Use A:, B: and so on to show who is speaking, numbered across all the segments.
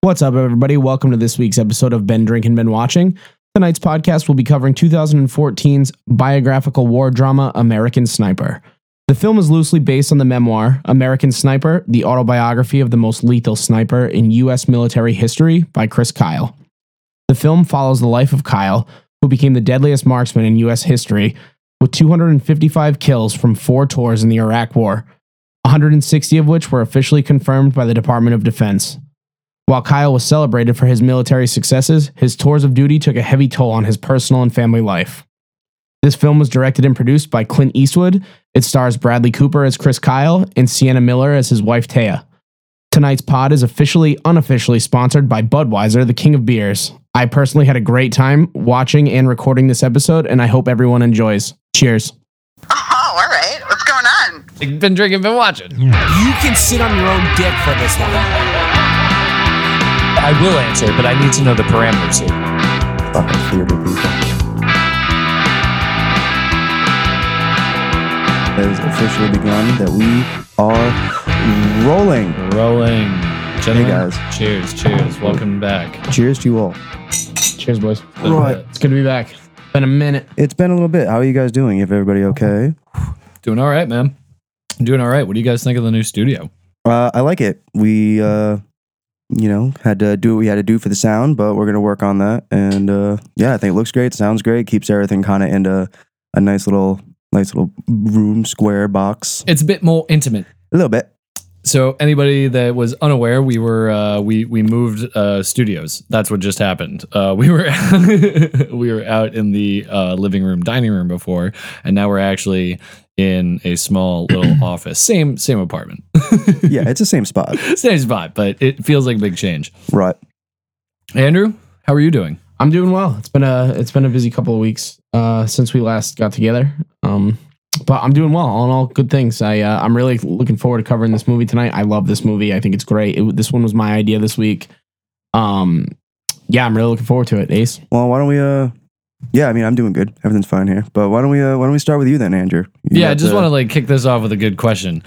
A: What's up, everybody? Welcome to this week's episode of Been Drinking, Been Watching. Tonight's podcast will be covering 2014's biographical war drama American Sniper. The film is loosely based on the memoir American Sniper, the autobiography of the most lethal sniper in U.S. military history by Chris Kyle. The film follows the life of Kyle, who became the deadliest marksman in U.S. history with 255 kills from four tours in the Iraq War, 160 of which were officially confirmed by the Department of Defense. While Kyle was celebrated for his military successes, his tours of duty took a heavy toll on his personal and family life. This film was directed and produced by Clint Eastwood. It stars Bradley Cooper as Chris Kyle and Sienna Miller as his wife Taya. Tonight's pod is officially unofficially sponsored by Budweiser, the king of beers. I personally had a great time watching and recording this episode, and I hope everyone enjoys. Cheers.
B: Oh, all right. What's going on?
C: Been drinking, been watching.
D: You can sit on your own dick for this one.
E: I will answer, but I need to know the parameters here.
F: fucking theater people. It has officially begun that we are rolling.
C: Rolling. Gentlemen,
F: guys.
C: Cheers, cheers. Welcome back.
F: Cheers to you all.
A: Cheers, boys.
F: Right.
A: It's good to be back. Been a minute.
F: It's been a little bit. How are you guys doing? If everybody okay?
C: Doing all right, man. Doing all right. What do you guys think of the new studio?
F: Uh, I like it. We, uh, you know, had to do what we had to do for the sound, but we're gonna work on that. And uh, yeah, I think it looks great. Sounds great. Keeps everything kind of in a, a nice little, nice little room square box.
C: It's a bit more intimate.
F: A little bit.
C: So anybody that was unaware, we were uh, we we moved uh, studios. That's what just happened. Uh, we were we were out in the uh, living room, dining room before, and now we're actually in a small little office. Same same apartment,
F: Yeah, it's the same spot.
C: same spot, but it feels like a big change.
F: Right.
C: Andrew, how are you doing?
A: I'm doing well. It's been a it's been a busy couple of weeks uh, since we last got together. Um, but I'm doing well. All in all, good things. I uh, I'm really looking forward to covering this movie tonight. I love this movie. I think it's great. It, this one was my idea this week. Um, yeah, I'm really looking forward to it. Ace.
F: Well, why don't we? Uh, yeah, I mean, I'm doing good. Everything's fine here. But why don't we? Uh, why don't we start with you then, Andrew? You
C: yeah, I
F: got
C: just
F: the-
C: want to like kick this off with a good question.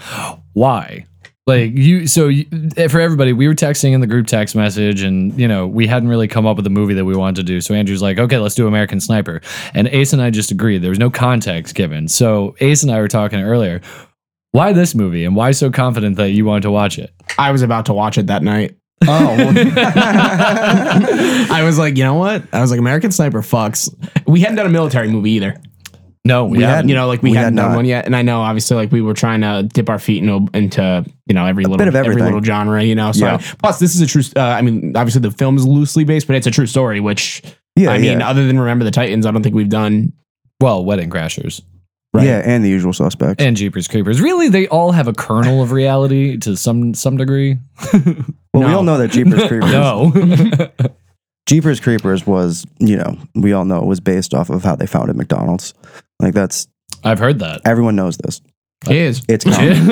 C: Why? Like you, so you, for everybody, we were texting in the group text message, and you know we hadn't really come up with a movie that we wanted to do. So Andrew's like, "Okay, let's do American Sniper," and Ace and I just agreed. There was no context given, so Ace and I were talking earlier. Why this movie, and why so confident that you wanted to watch it?
A: I was about to watch it that night.
F: Oh, well,
A: I was like, you know what? I was like, American Sniper fucks. We hadn't done a military movie either.
C: No, we,
F: We
C: haven't.
A: You know, like we,
F: We had
A: hadn't done
F: not.
A: one yet. And I know, obviously, like we were trying to dip our feet into, into you know every little
F: of
A: every
F: everything.
A: little genre. You know, so
F: Yeah.
A: plus this is a true. Uh, I mean, obviously the film is loosely based, but it's a true story. Which
F: yeah,
A: I mean,
F: yeah,
A: other than Remember the Titans, I don't think we've done.
C: well, Wedding Crashers
A: Right.
F: yeah, and the usual suspects.
C: and Jeepers Creepers. Really, they all have a kernel of reality to some some degree.
F: well, we
A: no.
F: all know that Jeepers Creepers.
C: no.
F: Jeepers Creepers was, you know, we all know it was based off of how they founded McDonald's. Like that's
C: I've heard that.
F: everyone knows this.
A: It is.
F: It's common.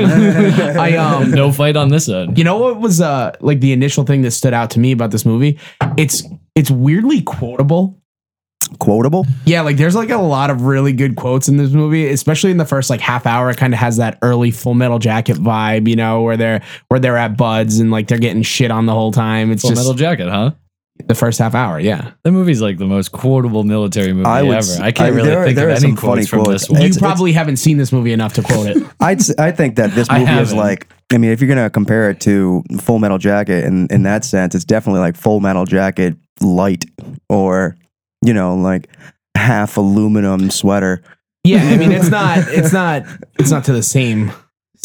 C: I uh,
A: um,
C: no fight on this end.
A: You know what was uh like the initial thing that stood out to me about this movie? It's it's weirdly quotable.
F: quotable.
A: Yeah, like there's like a lot of really good quotes in this movie, especially in the first like half hour. It kind of has that early Full Metal Jacket vibe, you know, where they're where they're at Buds and like they're getting shit on the whole time. It's
C: Full
A: just
C: Metal Jacket, huh?
A: the first half hour. Yeah,
C: That movie's like the most quotable military movie
F: I would
C: ever.
F: s-
C: I can't
F: I-
C: really
F: there are-
C: think
F: there
C: of
F: are
C: any
F: some funny
C: quotes from this
F: quotes.
C: one.
A: you
F: It's- it's-
A: probably haven't seen this movie enough to quote it.
F: I'd s- I think that this
C: I
F: movie is
C: haven't.
F: like I mean if you're gonna compare it to Full Metal Jacket in in that sense it's definitely like Full Metal Jacket light or you know like half aluminum sweater
A: yeah, I mean it's not it's not it's not to the same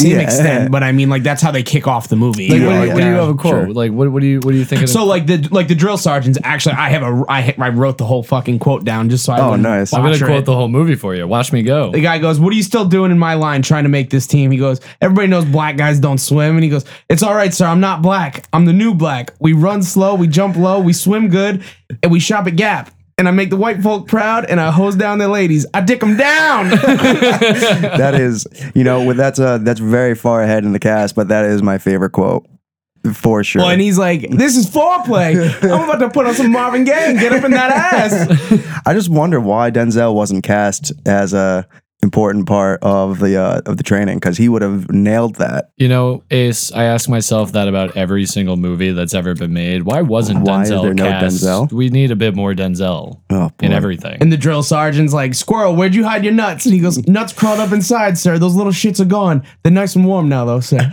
A: same
F: Yeah.
A: extent, but I mean like that's how they kick off the movie.
C: Like,
A: you
C: what,
A: know, like,
C: do you, what do you
A: they're-
C: have a quote?
F: sure.
C: Like, what, what do you what do you think? of-
A: So like the like the drill sergeants actually I have a I, ha- I wrote the whole fucking quote down just so I
F: Oh,
A: wouldn't
F: nice.
C: I'm gonna
A: botcher
C: quote
A: it.
C: the whole movie for you. Watch me go.
A: The guy goes, "What are you still doing in my line trying to make this team?" He goes, "Everybody knows black guys don't swim." And he goes, "It's all right, sir. I'm not black. I'm the new black. We run slow, we jump low, we swim good, and we shop at Gap." And I make the white folk proud, and I hose down their ladies. I dick them down.
F: that is you know with that's uh that's very far ahead in the cast but that is my favorite quote for sure
A: well, and he's like, "This is foreplay. I'm about to put on some Marvin Gaye and get up in that ass."
F: I just wonder why Denzel wasn't cast as a important part of the uh, of the training because he would have nailed that.
C: You know, Ace, I ask myself that about every single movie that's ever been made. Why wasn't
F: Why is
C: Denzel
F: there no
C: cast?
F: Denzel?
C: We need a bit more Denzel
F: Oh, boy.
C: in everything.
A: And the drill sergeant's like, Squirrel, where'd you hide your nuts? And he goes, Nuts crawled up inside, sir. Those little shits are gone. They're nice and warm now, though, sir.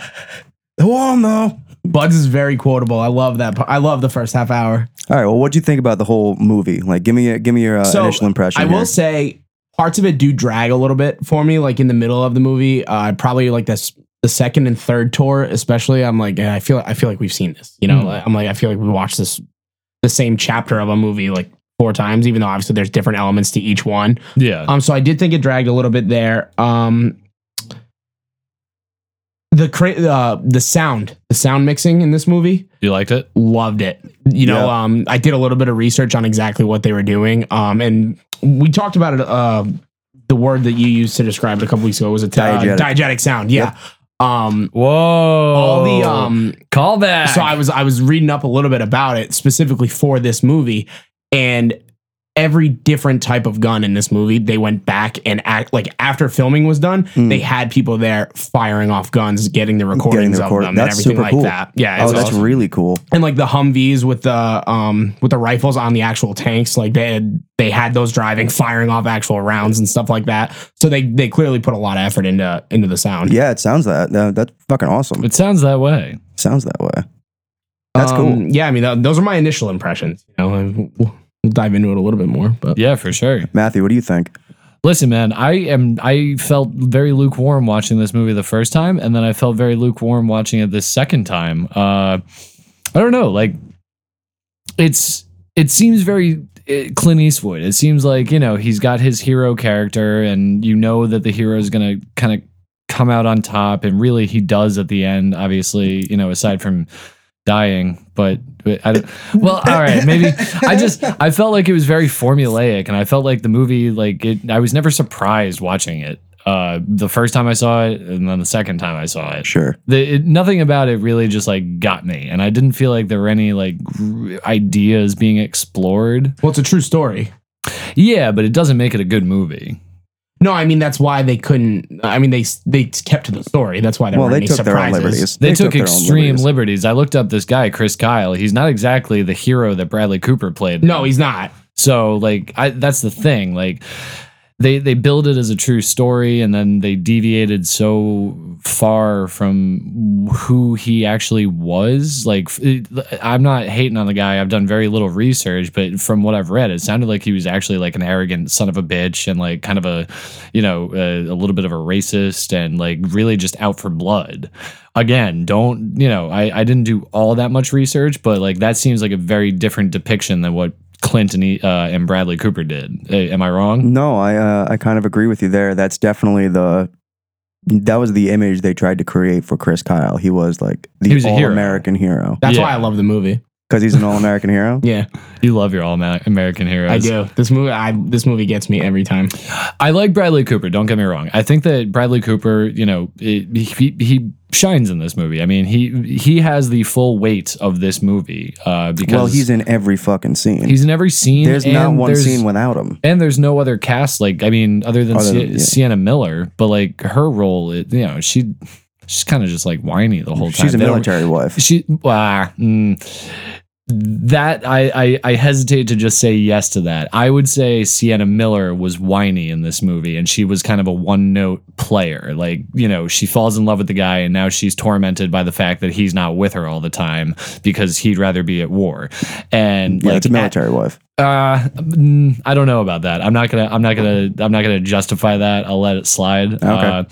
F: The wall, though.
A: Buds is very quotable. I love that. part. I love the first half hour.
F: All right. Well, what do you think about the whole movie? Like, give me a, give me your uh, initial impression.
A: I
F: here.
A: will say parts of it do drag a little bit for me, like in the middle of the movie. Uh, probably like this the second and third tour, especially. I'm like, eh, I feel I feel like we've seen this. You know, Like, I'm like, I feel like we watched this the same chapter of a movie like four times, even though obviously there's different elements to each one.
C: yeah.
A: Um, so I did think it dragged a little bit there. Um, the cra- uh, the sound, the sound mixing in this movie
C: you liked it?
A: loved it. You know, um, I did a little bit of research on exactly what they were doing. Um, and we talked about it. Uh, the word that you used to describe it a couple weeks ago was a uh,
F: Diegetic.
A: diegetic sound. Yeah. Um,
C: Whoa.
A: all
C: All
A: the
F: Oh,
A: um,
C: call back.
A: so I was I was reading up a little bit about it specifically for this movie, and every different type of gun in this movie they went back and act like after filming was done
F: Hmm.
A: they had people there firing off guns getting the recordings
F: record-
A: of them
F: that's
A: and everything
F: super
A: like
F: cool.
A: that yeah
F: oh,
A: it's
F: that's
A: awesome.
F: really cool.
A: and like the Humvees with the um with the rifles on the actual tanks, like they had, they had those driving, firing off actual rounds and stuff like that. So they they clearly put a lot of effort into into the sound.
F: Yeah, it sounds that. that that's fucking awesome. It
C: it sounds that way.
F: sounds that way. That's
A: Um,
F: cool.
A: Yeah, I mean th- those are my initial impressions. You know, and we'll we'll dive into it a little bit more, but
C: Yeah, for sure.
F: Matthew, what do you think?
C: Listen, man, I am. I felt very lukewarm watching this movie the first time, and then I felt very lukewarm watching it the second time. Uh, I don't know. Like, it's it seems very uh Clint Eastwood. It seems like you know he's got his hero character, and you know that the hero is gonna kind of come out on top, and really he does at the end. Obviously, you know, aside from dying, but, but I don't. Well, all right, maybe I just I felt like it was very formulaic, and I felt like the movie like it. I was never surprised watching it. Uh, the first time I saw it, and then the second time I saw it
F: Sure.
C: the it, nothing about it really just like got me and i didn't feel like there were any like r- ideas being explored
A: well, it's a true story.
C: yeah but it doesn't make it a good movie
A: No, I mean that's why they couldn't. I mean they s- they kept to the story. That's why there
F: Well,
A: weren't
F: they
A: any
F: took their own
A: surprises.
F: liberties.
C: they, took,
F: their own
C: extreme liberties. i looked up this guy chris kyle he's not exactly the hero that bradley cooper played
A: No, he's not.
C: so like I, that's the thing like they they build it as a true story and then they deviated so far from who he actually was like it- i'm not hating on the guy i've done very little research but from what i've read it sounded like he was actually like an arrogant son of a bitch and like kind of a you know a, a little bit of a racist and like really just out for blood again don't you know I, I didn't do all that much research but like that seems like a very different depiction than what clinton uh, and bradley cooper did Uh, am i wrong
F: No, I uh, I kind of agree with you there. That's definitely the that was the image they tried to create for Chris Kyle. He was like
C: He
F: the
C: was a hero.
F: all-American hero
A: That's
C: Yeah.
A: why I love the movie.
F: because he's an all-American hero.
A: Yeah,
C: You love your all Amer- American heroes.
A: I do. This movie, I this movie gets me every time.
C: I like Bradley Cooper. Don't get me wrong. I think that Bradley Cooper, you know, it, he he shines in this movie. I mean, he he has the full weight of this movie uh, because
F: Well, he's in every fucking scene.
C: he's in every scene.
F: there's not
C: and
F: one
C: there's-
F: scene without him.
C: And there's no other cast like I mean, other than,
F: Other
C: Sie-
F: than- yeah.
C: Sienna Miller, but like her role, it, you know, she she's kind of just like whiny the whole time.
F: She's a
C: They don't-
F: military wife.
C: She ah, mm, that I, I I hesitate to just say yes to that. I would say Sienna Miller was whiny in this movie, and she was kind of a one note player. Like you know, she falls in love with the guy, and now she's tormented by the fact that he's not with her all the time because he'd rather be at war. And
F: yeah,
C: like
F: it's a military wife.
C: uh, mm, I don't know about that. I'm not gonna. I'm not gonna. I'm not gonna justify that. I'll let it slide. Uh,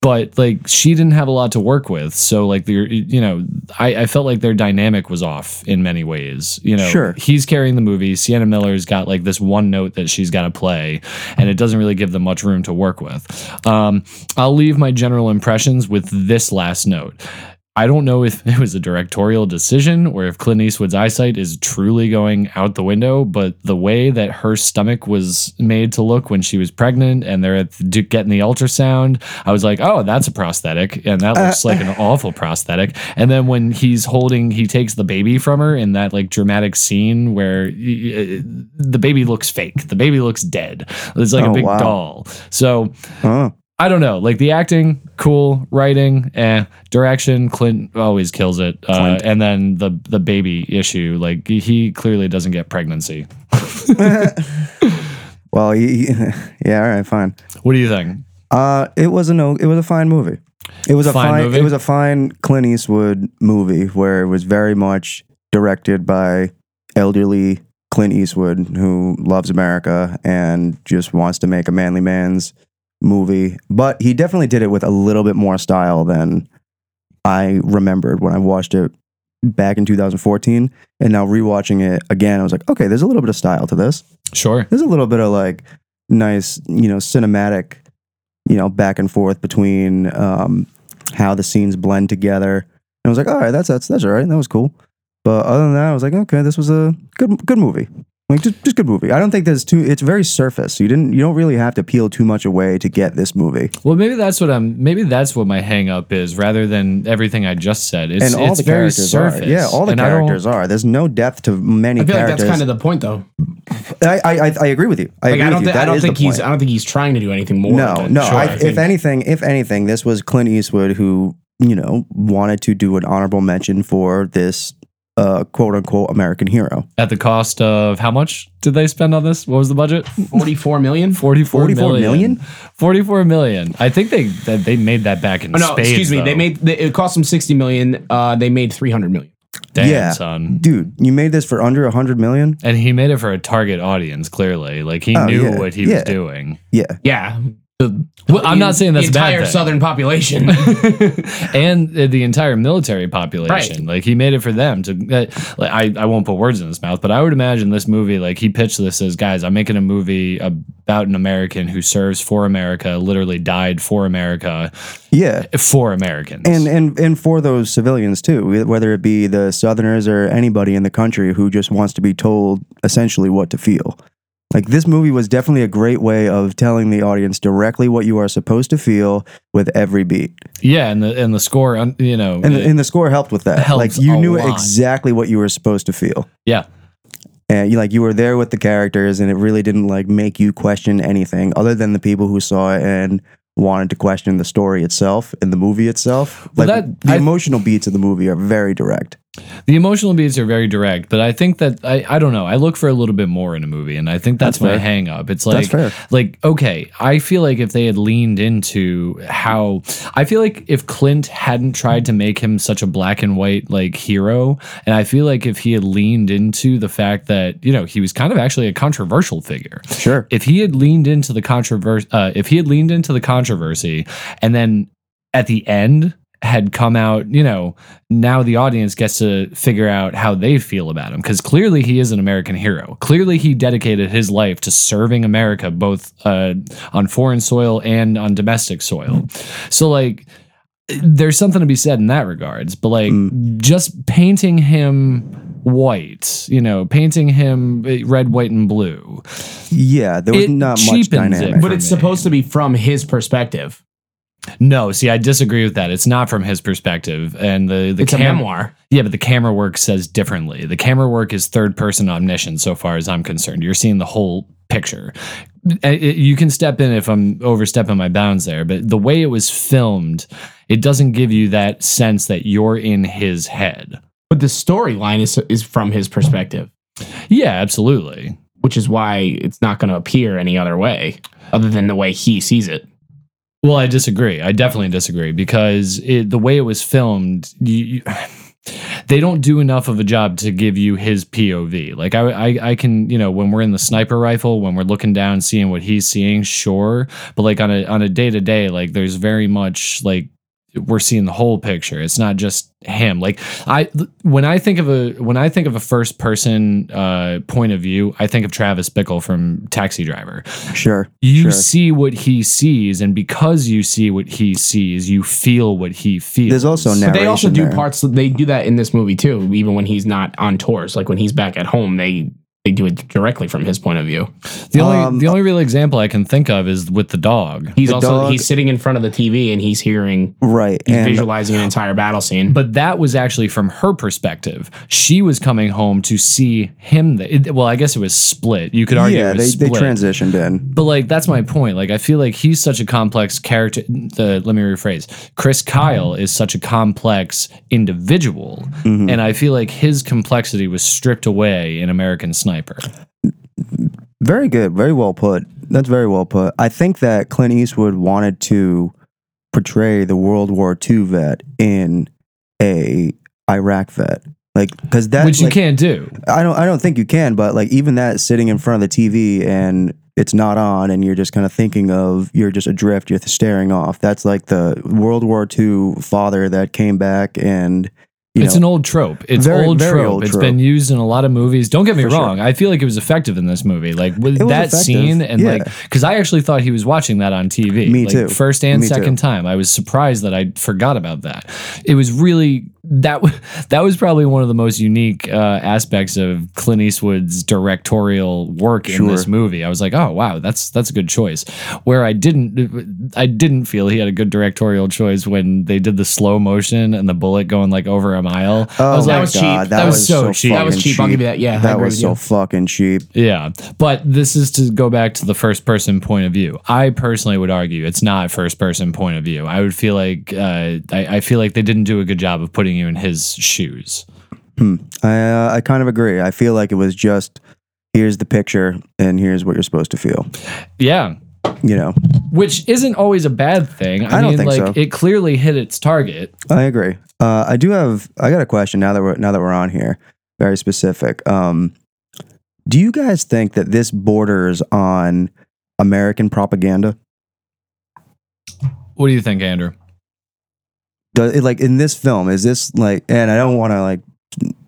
C: but like she didn't have a lot to work with, so like the you know I, I felt like their dynamic was off in many ways. You know,
F: Sure.
C: he's carrying the movie. Sienna Miller's got like this one note that she's got to play, and it doesn't really give them much room to work with. Um, I'll leave my general impressions with this last note. I don't know if it was a directorial decision or if Clint Eastwood's eyesight is truly going out the window, but the way that her stomach was made to look when she was pregnant and they're at the, getting the ultrasound, I was like, oh, that's a prosthetic. And that looks like an
F: Uh,
C: awful prosthetic. And then when he's holding, he takes the baby from her in that like dramatic scene where uh, the baby looks fake, the baby looks dead. It's like a
F: Oh,
C: big
F: wow.
C: doll. So,
F: Oh,
C: I don't know. Like the acting, cool. Writing, eh. Direction, Clint always kills it. Uh, and then the the baby issue, like he clearly doesn't get pregnancy.
F: well, he, he- yeah. All right, fine.
C: What do you think?
F: Uh, it was a no. It was a fine movie. It was a
C: Fine
F: fine.
C: movie?
F: It was a fine Clint Eastwood movie where it was very much directed by elderly Clint Eastwood who loves America and just wants to make a manly man's movie. But he definitely did it with a little bit more style than I remembered when I watched it back in 2014. And now rewatching it again, I was like, okay, there's a little bit of style to this
C: Sure.
F: there's a little bit of like nice you know cinematic you know back and forth between um how the scenes blend together and i was like all right that's that's that's all right that was cool but other than that i was like okay this was a good good movie like just, just good movie i don't think there's too it's very surface you didn't you don't really have to peel too much away to get this movie
C: Well, maybe that's what I'm. Maybe that's what my hang up is, rather than everything I just said. It's,
F: and all
C: it's
F: the
C: very
F: characters
C: surface.
F: are yeah all the
C: And I don't-
F: characters are there's no depth to many
A: I feel like
F: characters
A: that's kind of the point, though.
F: I, I i i agree with you i
A: Like
F: agree
A: I don't,
F: with
A: thi- I
F: you That
A: don't
F: is the
A: think he's,
F: point.
A: I don't think he's trying to do anything more.
F: No,
A: than-
F: no.
A: Sure,
F: I,
A: I
F: if
A: think-
F: anything, if anything, this was Clint Eastwood who you know wanted to do an honorable mention for this uh, quote unquote American hero.
C: at the cost of how much did they spend on this? What was the budget?
A: forty-four million.
C: 44,
F: 44
C: million.
F: million?
C: 44 million. I think they that they made that back in
A: Oh, no,
C: spades,
A: excuse me. They
C: though.
A: made they, it cost them sixty million. Uh, they made three hundred million.
C: Damn,
F: Yeah.
C: son.
F: Dude, you made this for under a hundred million.
C: And he made it for a target audience, clearly. Like he
F: Oh,
C: knew
F: yeah,
C: what he was
F: yeah.
C: doing.
F: Yeah,
A: Yeah, the,
C: Well, I'm not saying that's a
A: the
C: bad
A: entire
C: thing.
A: southern population.
C: and uh, the entire military population.
A: Right.
C: Like he made it for them to uh, like I, I won't put words in his mouth, but I would imagine this movie like he pitched this as guys, I'm making a movie about an American who serves for America, literally died for America,
F: yeah.
C: for Americans.
F: And, and and for those civilians too, whether it be the Southerners or anybody in the country who just wants to be told essentially what to feel. Like this movie was definitely a great way of telling the audience directly what you are supposed to feel with every beat.
C: yeah, and the and the score, un- you know,
F: And,
C: uh,
F: and the score helped with that.
C: Helps
F: Like you
C: a
F: knew
C: lot.
F: exactly what you were supposed to feel.
C: yeah.
F: and you like you were there with the characters and it really didn't like make you question anything other than the people who saw it and wanted to question the story itself and the movie itself
C: Well,
F: like
C: that-
F: the
C: I-
F: emotional beats of the movie are very direct
C: The emotional beats are very direct, but I think that I, I don't know. I look for a little bit more in a movie, and I think that's,
F: That's
C: my
F: fair.
C: hang up. It's
F: That's
C: like
F: fair.
C: like okay, I feel like if they had leaned into how I feel like if Clint hadn't tried to make him such a black and white like hero, and I feel like if he had leaned into the fact that, you know, he was kind of actually a controversial figure
F: sure
C: if he had leaned into the controversy uh, if he had leaned into the controversy and then at the end had come out you know now the audience gets to figure out how they feel about him because clearly he is an american hero clearly he dedicated his life to serving america both uh, on foreign soil and on domestic soil so like there's something to be said in that regards but like just painting him white you know painting him eh, red white and blue
F: yeah there was
C: It
F: not
C: cheapens
F: much
C: it.
F: dynamic
C: For
A: but it's
C: me.
A: supposed to be from his perspective.
C: No, see, I disagree with that. It's not from his perspective, and the the
A: It's a
C: cam-
A: memoir.
C: Yeah, but the camera work says differently. The camera work is third person omniscient, so far as I'm concerned. You're seeing the whole picture. Uh, it- You can step in if I'm overstepping my bounds there, but the way it was filmed, it doesn't give you that sense that you're in his head.
A: But the storyline is is from his perspective,
C: Yeah, absolutely.
A: which is why it's not going to appear any other way other than the way he sees it.
C: Well, I disagree. I definitely disagree because it, the way it was filmed, you, you- they don't do enough of a job to give you his POV. Like I, I, I can, you know, when we're in the sniper rifle, when we're looking down, seeing what he's seeing, sure. But like on a on a day to day, like there's very much like we're seeing the whole picture. It's not just him. Like I when I think of a when I think of a first person uh, point of view, I think of Travis Bickle from Taxi Driver.
F: Sure.
C: You
F: sure.
C: see what he sees, and because you see what he sees, you feel what he feels.
F: There's also
A: But they
F: narration
A: also do
F: there.
A: parts. They do that in this movie too. Even when he's not on tours, like when he's back at home, they they do it directly from his point of view.
C: the only
F: um,
C: the only real example I can think of is with the dog.
A: He's
F: The
A: also
F: dog-
A: he's sitting in front of the TV and he's hearing,
F: right
A: he's
F: and
A: visualizing an entire battle scene.
C: But that was actually from her perspective. She was coming home to see him. Th- it- well, I guess it was split. You could argue
F: yeah
C: it
F: they,
C: was
F: they
C: split.
F: transitioned in
C: But like that's my point. Like I feel like he's such a complex character. The let me rephrase. Chris Kyle is such a complex individual,
F: Mm-hmm.
C: and I feel like his complexity was stripped away in American Sniper.
F: very good very well put that's very well put i think that clint eastwood wanted to portray the world war ii vet in a iraq vet like because that
C: which you
F: like,
C: can't do.
F: I don't I don't think you can, but like even that sitting in front of the TV and it's not on and you're just kind of thinking of you're just adrift, you're staring off. That's like the World War II father that came back and you
C: It's
F: know
C: an old trope. It's
F: Very-
C: old
F: very
C: trope.
F: old
C: It's
F: trope.
C: been used in a lot of movies. Don't get me
F: For sure.
C: wrong. I feel like it was effective in this movie. Like with
F: It was
C: that
F: effective.
C: scene and
F: Yeah.
C: like because I actually thought he was watching that on TV.
F: Me
C: like,
F: too.
C: First and
F: Me too.
C: second time. I was surprised that I forgot about that. It was really that w- that was probably one of the most unique uh, aspects of Clint Eastwood's directorial work in
F: Sure.
C: this movie. I was like, oh wow, that's that's a good choice. Where I didn't I didn't feel he had a good directorial choice when they did the slow motion and the bullet going like over a mile. I was
F: oh
A: that
F: my
C: like,
A: was cheap.
F: God,
C: That was so cheap.
A: that was
F: fucking
A: cheap. I'll give you that. Yeah, I
F: That
A: agree
F: was
A: with
F: so
A: you.
F: fucking cheap.
C: Yeah, but this is to go back to the first person point of view. I personally would argue it's not first person point of view. I would feel like uh, I, I feel like they didn't do a good job of putting you in his shoes.
F: I uh, I kind of agree. I feel like it was just here's the picture and here's what you're supposed to feel.
C: Yeah,
F: You know.
C: which isn't always a bad thing. I,
F: I don't
C: mean,
F: think
C: like
F: so.
C: it clearly hit its target.
F: I agree. Uh, I do have. I got a question now that we're now that we're on here. Very specific. Um, do you guys think that this borders on American propaganda?
C: What do you think, Andrew?
F: Does it, like in this film? Is this like? And I don't want to like.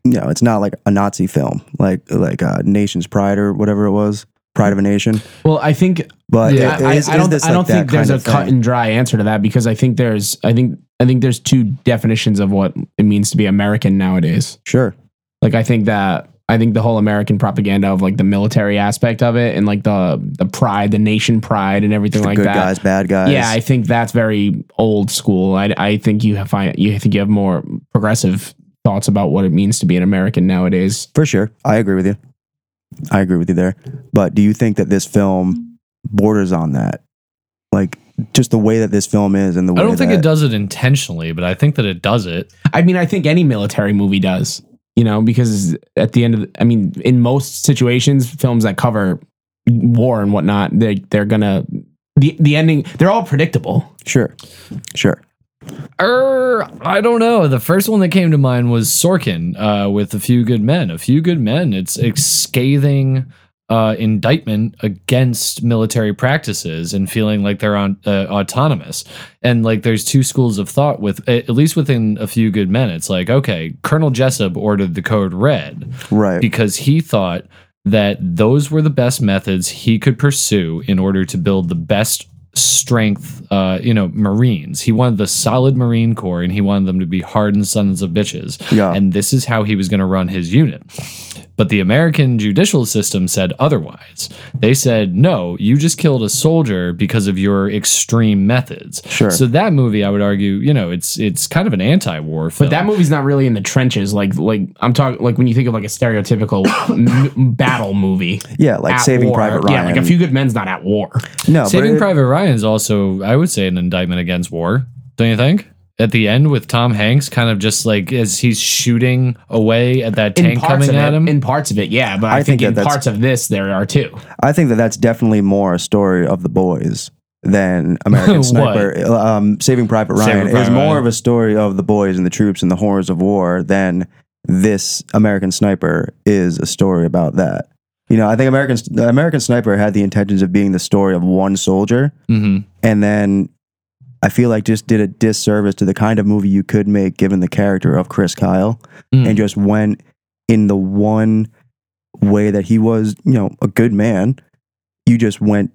F: You know, it's not like a Nazi film, like like uh, Nation's Pride or whatever it was, Pride of a Nation.
A: Well, I think
F: But
C: Yeah,
F: it-
A: I, I-
F: is-
A: I
F: is
A: don't,
F: this,
A: I
F: like,
A: don't
F: that
A: think there's
F: kind
A: a
F: of
A: cut
F: thing?
A: and dry answer to that because I think there's I think I think there's two definitions of what it means to be American nowadays.
F: Sure.
A: Like I think that I think the whole American propaganda of like the military aspect of it and like the the pride, the nation pride, and everything
F: The
A: like
F: good
A: that.
F: guys, bad guys.
A: Yeah, I think that's very old school. I, I think you have find you I think you have more progressive thoughts about what it means to be an American nowadays.
F: For sure. I agree with you. I agree with you there. But do you think that this film borders on that? Like just the way that this film is and the way
C: I don't think
F: that-
C: it does it intentionally, but I think that it does it.
A: I mean, I think any military movie does, you know, because at the end of, the, I mean, in most situations, films that cover war and whatnot, they they're gonna the the ending. They're all predictable.
F: Sure. Sure.
C: Er, I don't know. The first one that came to mind was Sorkin uh, with A Few Good Men. A Few Good Men. It's a scathing uh, indictment against military practices and feeling like they're on, uh, autonomous. And like there's two schools of thought with, at least within A Few Good Men, it's like, okay, Colonel Jessup ordered the code red
F: Right.
C: because he thought that those were the best methods he could pursue in order to build the best strength uh you know marines he wanted the solid marine corps and he wanted them to be hardened sons of bitches
F: Yeah.
C: and this is how he was going to run his unit but the american judicial system said otherwise they said no you just killed a soldier because of your extreme methods
F: Sure.
C: so that movie i would argue you know it's it's kind of an anti-war film
A: But that movie's not really in the trenches. Like like I'm talking like when you think of like a stereotypical m- battle movie.
F: yeah, like
A: at
F: Saving
A: war.
F: Private Ryan.
A: Yeah, like a few good men's not at war.
F: No,
C: Saving
F: Uh, but it-
C: Private Ryan is also, I would say, an indictment against war. Don't you think? At the end with Tom Hanks, kind of just like as he's shooting away at that tank coming
A: of
C: at
A: it,
C: him.
A: in parts of it, yeah. But I,
F: I
A: think,
F: think that
A: in
F: that's-
A: parts of this there are too.
F: I think that that's definitely more a story of the boys than American
C: What?
F: Sniper. Um, Saving Private
C: Saving
F: Ryan is
C: Private
F: more
C: Ryan.
F: of a story of the boys and the troops and the horrors of war than this American Sniper is a story about that. You know, I think American the
C: Mm-hmm.
F: American Sniper had the intentions of being the story of one soldier,
C: Mhm.
F: and then I feel like just did a disservice to the kind of movie you could make given the character of Chris Kyle
C: Mm.
F: and just went in the one way that he was, you know, a good man. You just went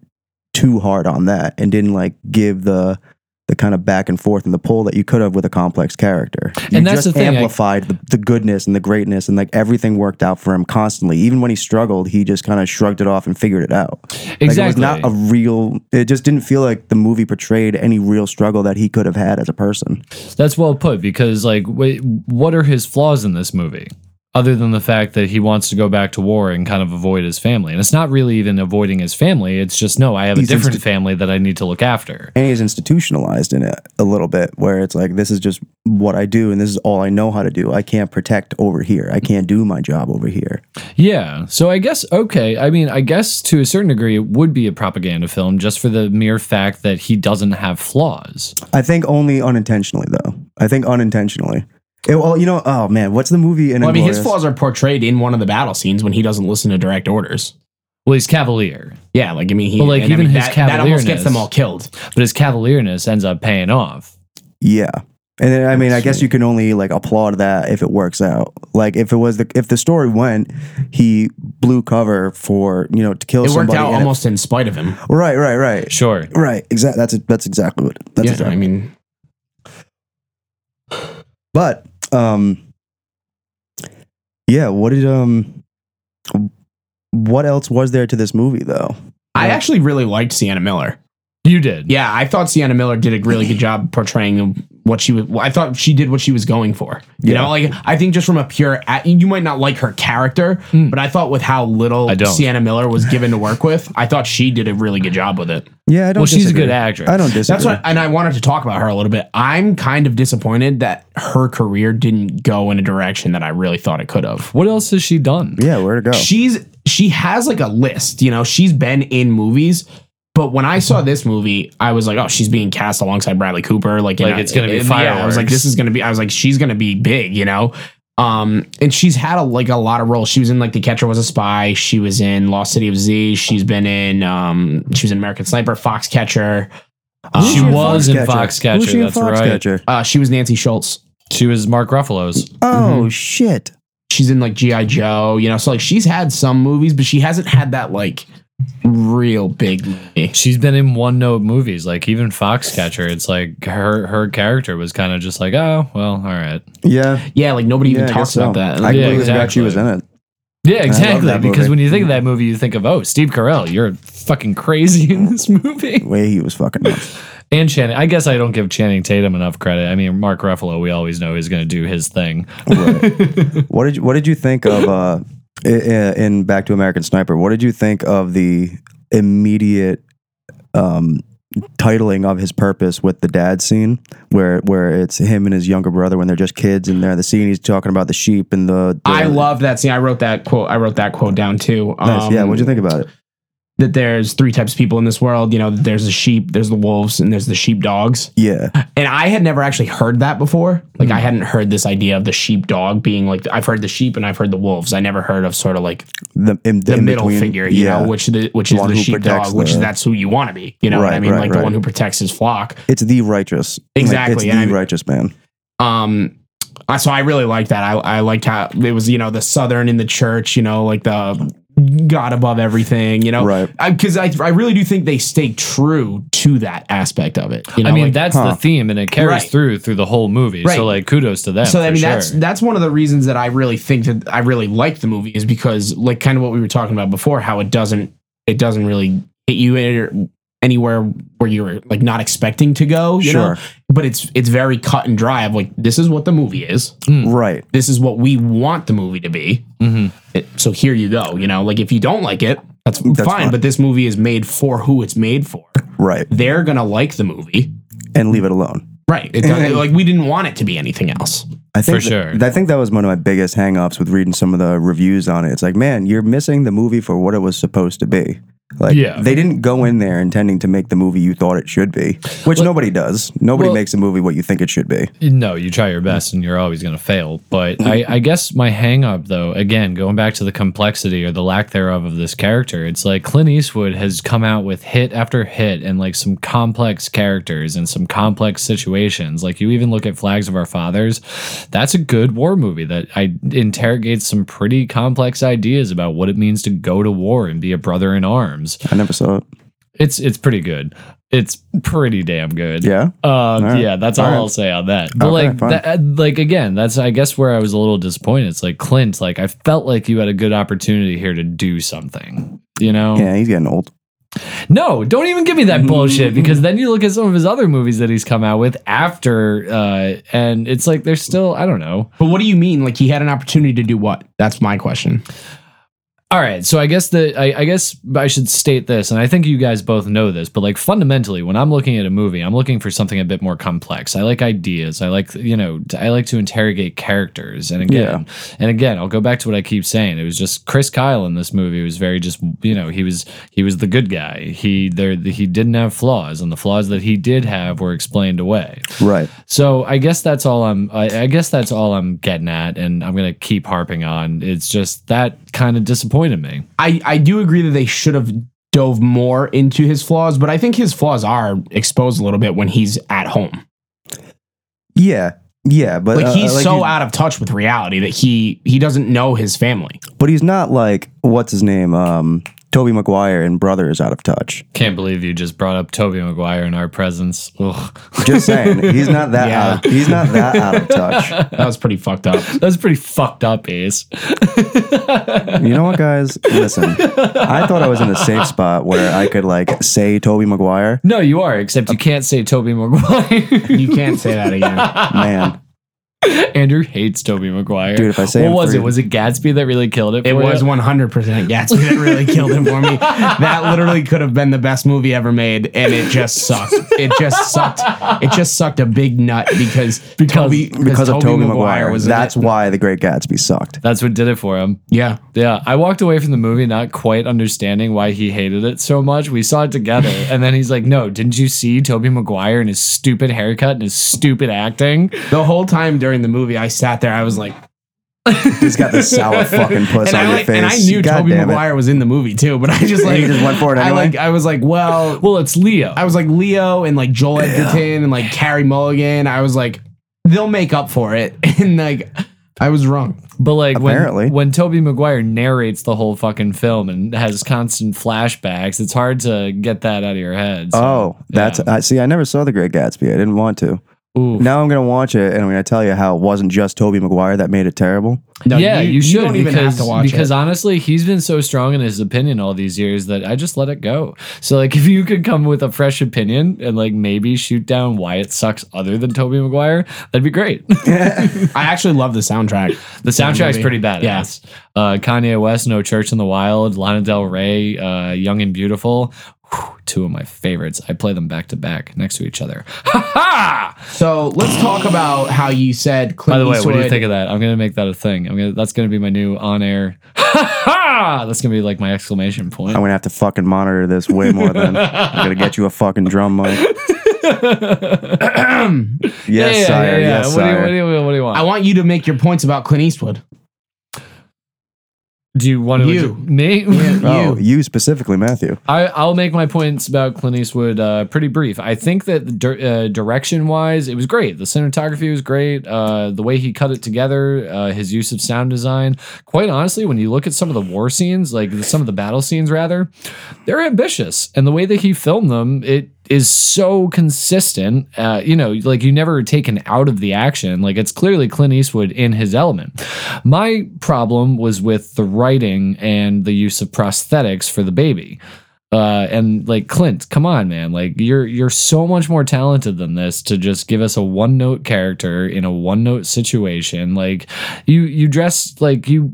F: too hard on that and didn't like give the the kind of back and forth and the pull that you could have with a complex character. You
C: And that's
F: just
C: the thing, I-
F: amplified the, the goodness and the greatness and like everything worked out for him constantly. Even when he struggled, he just kind of shrugged it off and figured it out. Like,
C: Exactly.
F: it was not a real. It just didn't feel like the movie portrayed any real struggle that he could have had as a person.
C: That's well put because, like, wait, what are his flaws in this movie? Other than the fact that he wants to go back to war and kind of avoid his family. And it's not really even avoiding his family. It's just, no, I have a
F: He's
C: different
F: insti-
C: family that I need to look after.
F: And he's institutionalized in it a little bit, where it's like this is just what I do, and this is all I know how to do. I can't protect over here. I can't do my job over here.
C: Yeah. So I guess, okay. I mean, I guess to a certain degree, it would be a propaganda film just for the mere fact that he doesn't have flaws.
F: I think only unintentionally, though. I think unintentionally. It- well, you know, oh man, what's the movie? In
A: Well, I mean, his
F: Inglourious?
A: flaws are portrayed in one of the battle scenes when he doesn't listen to direct orders.
C: Well, he's cavalier,
A: Yeah, like I mean, he
C: Well, like,
A: and I
C: even
A: mean,
C: his
A: that, that almost gets
C: cavalierness-
A: them all killed.
C: but his cavalierness ends up paying off.
F: Yeah. And then, I mean, I guess you can only like applaud that if it works out. Like if it was the if the story went, he blew cover for you know to kill
A: It worked
F: somebody.
A: out
F: and
A: almost in spite of him.
F: right, right, right,
C: Sure.
F: right. Exactly. That's it. That's exactly what. That's
A: yeah,
F: exactly.
A: I mean,
F: But um, yeah. What did um, what else was there to this movie though?
A: I actually really liked Sienna Miller.
C: You did.
A: Yeah, I thought Sienna Miller did a really good job portraying what she was. I thought she did what she was going for. You
F: Yeah.
A: know, like I think just from a pure, a- you might not like her character,
C: Mm.
A: but I thought with how little
C: I don't.
A: Sienna Miller was given to work with, I thought she did a really good job with it.
F: Yeah, I don't.
C: Well, she's a
F: disagree.
C: good actress.
F: I don't disagree.
A: That's what, and I wanted to talk about her a little bit. I'm kind of disappointed that her career didn't go in a direction that I really thought it could have.
C: What else has she done?
F: yeah, where to go?
C: Oh.
A: She's she has like a list, you know. She's been in movies, but when I saw this movie, I was like, oh, she's being cast alongside Bradley Cooper. Like,
C: Like,
A: and I-
C: it's gonna be
A: and, I was like,
C: fireworks.
A: this is gonna be. I was like, she's gonna be big, you know. Um, and she's had a, like a lot of roles. She was in like The Catcher Was a Spy. She was in Lost City of Z. She's been in. Um, she was in American Sniper, Foxcatcher. Um,
F: Who's
C: She
F: in
C: was in Foxcatcher,
F: Who's she in
C: that's right.
F: Foxcatcher?
A: uh, she was Nancy Schultz.
C: She was Mark Ruffalo's.
F: Oh shit!
A: She's in like GI Joe, you know. So like she's had some movies, but she hasn't had that like real big movie.
C: She's been in one note movies, like even Foxcatcher. It's like her her character was kind of just like, oh well, all right.
F: Yeah,
A: Yeah, like nobody even
F: I
A: talks
F: guess so.
A: about that. And,
F: I
A: like,
C: Yeah,
F: completely forgot she was in
C: exactly.
F: it.
C: Yeah,
F: that
C: exactly. Because
F: movie.
C: when you think of that movie, you think of oh, Steve Carell, you're fucking crazy in this movie.
F: Way he was fucking nuts.
C: And Channing, I guess I don't give Channing Tatum enough credit. I mean, Mark Ruffalo, we always know he's going to do his thing.
F: What did you, what did you think of uh, i- i- in Back to American Sniper? What did you think of the immediate um, titling of his purpose with the dad scene, where where it's him and his younger brother when they're just kids and they're in the scene he's talking about the sheep and the. the
A: I love that scene. I wrote that quote. I wrote that quote down too. Um,
F: Nice. yeah, what'd you think about it?
A: That there's three types of people in this world. You know, there's the sheep, there's the wolves, and there's the sheep dogs.
F: Yeah,
A: And I had never actually heard that before. Like
F: Hmm.
A: I hadn't heard this idea of the sheep dog being like I've heard the sheep and I've heard the wolves. I never heard of sort of like
F: the in,
A: the
F: in
A: middle
F: between.
A: figure, you
F: yeah.
A: know, which the which
F: The
A: is
F: one
A: the
F: who
A: sheepdog,
F: protects
A: which is
F: the-
A: that's who you want to be. You know what I
F: Right,
A: mean?
F: right,
A: like
F: right.
A: the one who protects his flock.
F: it's the righteous. Like,
A: Exactly,
F: it's
A: and
F: the
A: I mean-
F: righteous man.
A: Um, I so I really liked that. I I liked how it was, you know, the southern in the church, you know, like the God above everything, you know,
F: Right.
A: Because I, I really do think they stay true to that aspect of it. You know,
C: I mean,
A: like-
C: that's
F: huh.
C: the theme, and it carries
A: Right.
C: through through the whole movie.
A: Right.
C: So like, kudos to them.
A: so I
C: for
A: mean
C: sure.
A: that's that's one of the reasons that I really think that I really like the movie is because like kind of what we were talking about before, how it doesn't it doesn't really hit you in- anywhere where you're like not expecting to go. You
F: Sure.
A: know? But it's it's very cut and dry of like this is what the movie is.
F: Right.
A: This is what we want the movie to be.
C: Mhm.
A: It- so here you go. You know, like if you don't like it, that's, fine.
F: fine.
A: But this movie is made for who it's made for.
F: Right.
A: They're gonna like the movie,
F: And leave it alone.
A: right? It doesn't, like we didn't want it to be anything else.
F: I
C: For
F: think that-
C: sure.
F: I think that was one of my biggest hangups with reading some of the reviews on it. It's like, man, you're missing the movie for what it was supposed to be. Like
C: Yeah.
F: they didn't go in there intending to make the movie you thought it should be, which
C: Well-
F: nobody does. Nobody
C: Well-
F: makes a movie what you think it should be.
C: No, you try your best and you're always going to fail. But I, I guess my hang up, though, again, going back to the complexity or the lack thereof of this character, it's like Clint Eastwood has come out with hit after hit and like some complex characters and some complex situations. Like you even look at Flags of Our Fathers, that's a good war movie that I interrogates some pretty complex ideas about what it means to go to war and be a brother in arms.
F: I never saw it.
C: It's it's pretty good. It's pretty damn good.
F: Yeah.
C: Um,
F: right.
C: Yeah, that's all,
F: All right.
C: I'll say on that. But
F: Okay,
C: like,
F: fine.
C: that, uh, like again, that's I guess where I was a little disappointed. It's like Clint, like I felt like you had a good opportunity here to do something. You know?
F: Yeah, Mm-hmm. he's getting old.
C: No, don't even give me that bullshit because then you look at some of his other movies that he's come out with after, uh, and it's like they're still I don't know.
A: But what do you mean? Like he had an opportunity to do what? That's my question.
C: All right, so I guess the I, I guess I should state this, and I think you guys both know this, but like fundamentally, when I'm looking at a movie, I'm looking for something a bit more complex. I like ideas. I like you know I like to interrogate characters, and again and again, I'll go back to what I keep saying. It was just Chris Kyle in this movie was very just you know he was he was the good guy. He there he didn't have flaws, and the flaws that he did have were explained away.
F: Right.
C: So I guess that's all I'm. I, I guess that's all I'm getting at, and I'm gonna keep harping on. It's just that kind of disappointed me.
A: I, I do agree that they should have dove more into his flaws, but I think his flaws are exposed a little bit when he's at home.
F: Yeah. Yeah, but
A: Like
F: uh,
A: he's
F: like,
A: so out of touch with reality that he he doesn't know his family.
F: but he's not like what's his name, um, Toby Maguire and Brother is out of touch.
C: Can't believe you just brought up Toby Maguire in our presence. Ugh.
F: Just saying, he's not that
A: Yeah.
F: out. He's not that out of touch.
A: That was pretty fucked up.
C: That's pretty fucked up, Ace.
F: You know what, guys? Listen, I thought I was in a safe spot where I could like say Toby Maguire.
C: No, you are. Except you can't say Toby Maguire.
A: You can't say that again.
F: Man,
C: Andrew hates Toby Maguire.
F: Dude, if I say
C: what
F: him
C: was
F: three-
C: it? Was it Gatsby that really killed it?
A: It
C: for
A: was
C: you?
A: 100% Gatsby that really killed him for me. That literally could have been the best movie ever made, and it just sucked. It just sucked. It just sucked a big nut because because Toby,
F: because of Toby Maguire,
A: was in
F: that's
A: it.
F: why The Great Gatsby sucked.
C: That's what did it for him.
A: yeah.
C: Yeah, I walked away from the movie not quite understanding why he hated it so much. We saw it together, and then he's like, "No, didn't you see Toby Maguire and his stupid haircut and his stupid acting?"
A: The whole time during the movie, I sat there. I was like,
F: He's got this sour fucking puss
A: and
F: on
A: I,
F: your
A: like,
F: face.
A: and I knew
F: God
A: Toby
F: damn it.
A: Maguire was in the movie too, but I just
F: And
A: like
F: you just went for it
A: I
F: anyway?
A: like I was like, well,
C: Well, it's Leo.
A: I was like Leo and like Joel Edgerton and like Carrie Mulligan. I was like, they'll make up for it, and like I was wrong.
C: But like
F: Apparently.
C: when when Toby Maguire narrates the whole fucking film and has constant flashbacks, it's hard to get that out of your head. so-
F: Oh, that's I see. I never saw The Great Gatsby. I didn't want to.
C: Oof.
F: Now I'm gonna watch it, and I'm gonna tell you how it wasn't just Toby Maguire that made it terrible.
A: No,
C: yeah, you, should
A: don't
C: because,
A: even have to watch
C: because
A: it.
C: honestly, he's been so strong in his opinion all these years that I just let it go. So like, if you could come with a fresh opinion and like maybe shoot down why it sucks other than Toby Maguire, that'd be great. the
A: I actually love the soundtrack.
C: soundtrack's
A: movie.
C: pretty badass. Uh, Kanye West, No Church in the Wild, Lana Del Rey, uh, Young and Beautiful. Whew, two of my favorites. I play them back to back next to each other. Ha ha!
A: So let's talk about how you said Clint
C: By the way,
A: Eastwood.
C: what do you think of that? I'm gonna make that a thing. I'm gonna. That's gonna be my new on-air. Ha ha! That's gonna be like my exclamation point.
F: I'm gonna have to fucking monitor this way more than I'm gonna get you a fucking drum mic. yes, sire. Yes,
C: What, do you,
F: sire.
C: what, do you, what do you want?
A: I want you to make your points about Clint Eastwood.
C: do you want to
A: You.
C: me?
F: oh, you. specifically, Matthew.
C: I, I'll make my points about Clint Eastwood uh, pretty brief. I think that the dir- uh, direction wise, it was great. The cinematography was great. Uh, the way he cut it together, uh, his use of sound design. Quite honestly, when you look at some of the war scenes, like some of the battle scenes, rather, they're ambitious. And the way that he filmed them, it is so consistent. Uh, you know, like you never are taken out of the action. Like it's clearly Clint Eastwood in his element. My problem was with the writing and the use of prosthetics for the baby. Uh, and like Clint, come on, man! Like you're you're so much more talented than this to just give us a one note character in a one note situation. Like you you dress like you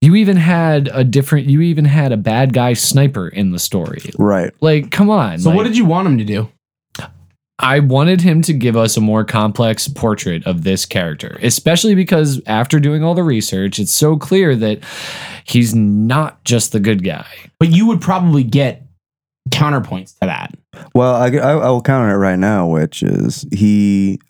C: you even had a different you even had a bad guy sniper in the story
F: Right.
C: like come on
A: So
C: like,
A: what did you want him to do?
C: I wanted him to give us a more complex portrait of this character, especially because after doing all the research, it's so clear that he's not just the good guy.
A: But you would probably get counterpoints to that.
F: Well, I, I, I will counter it right now, which is he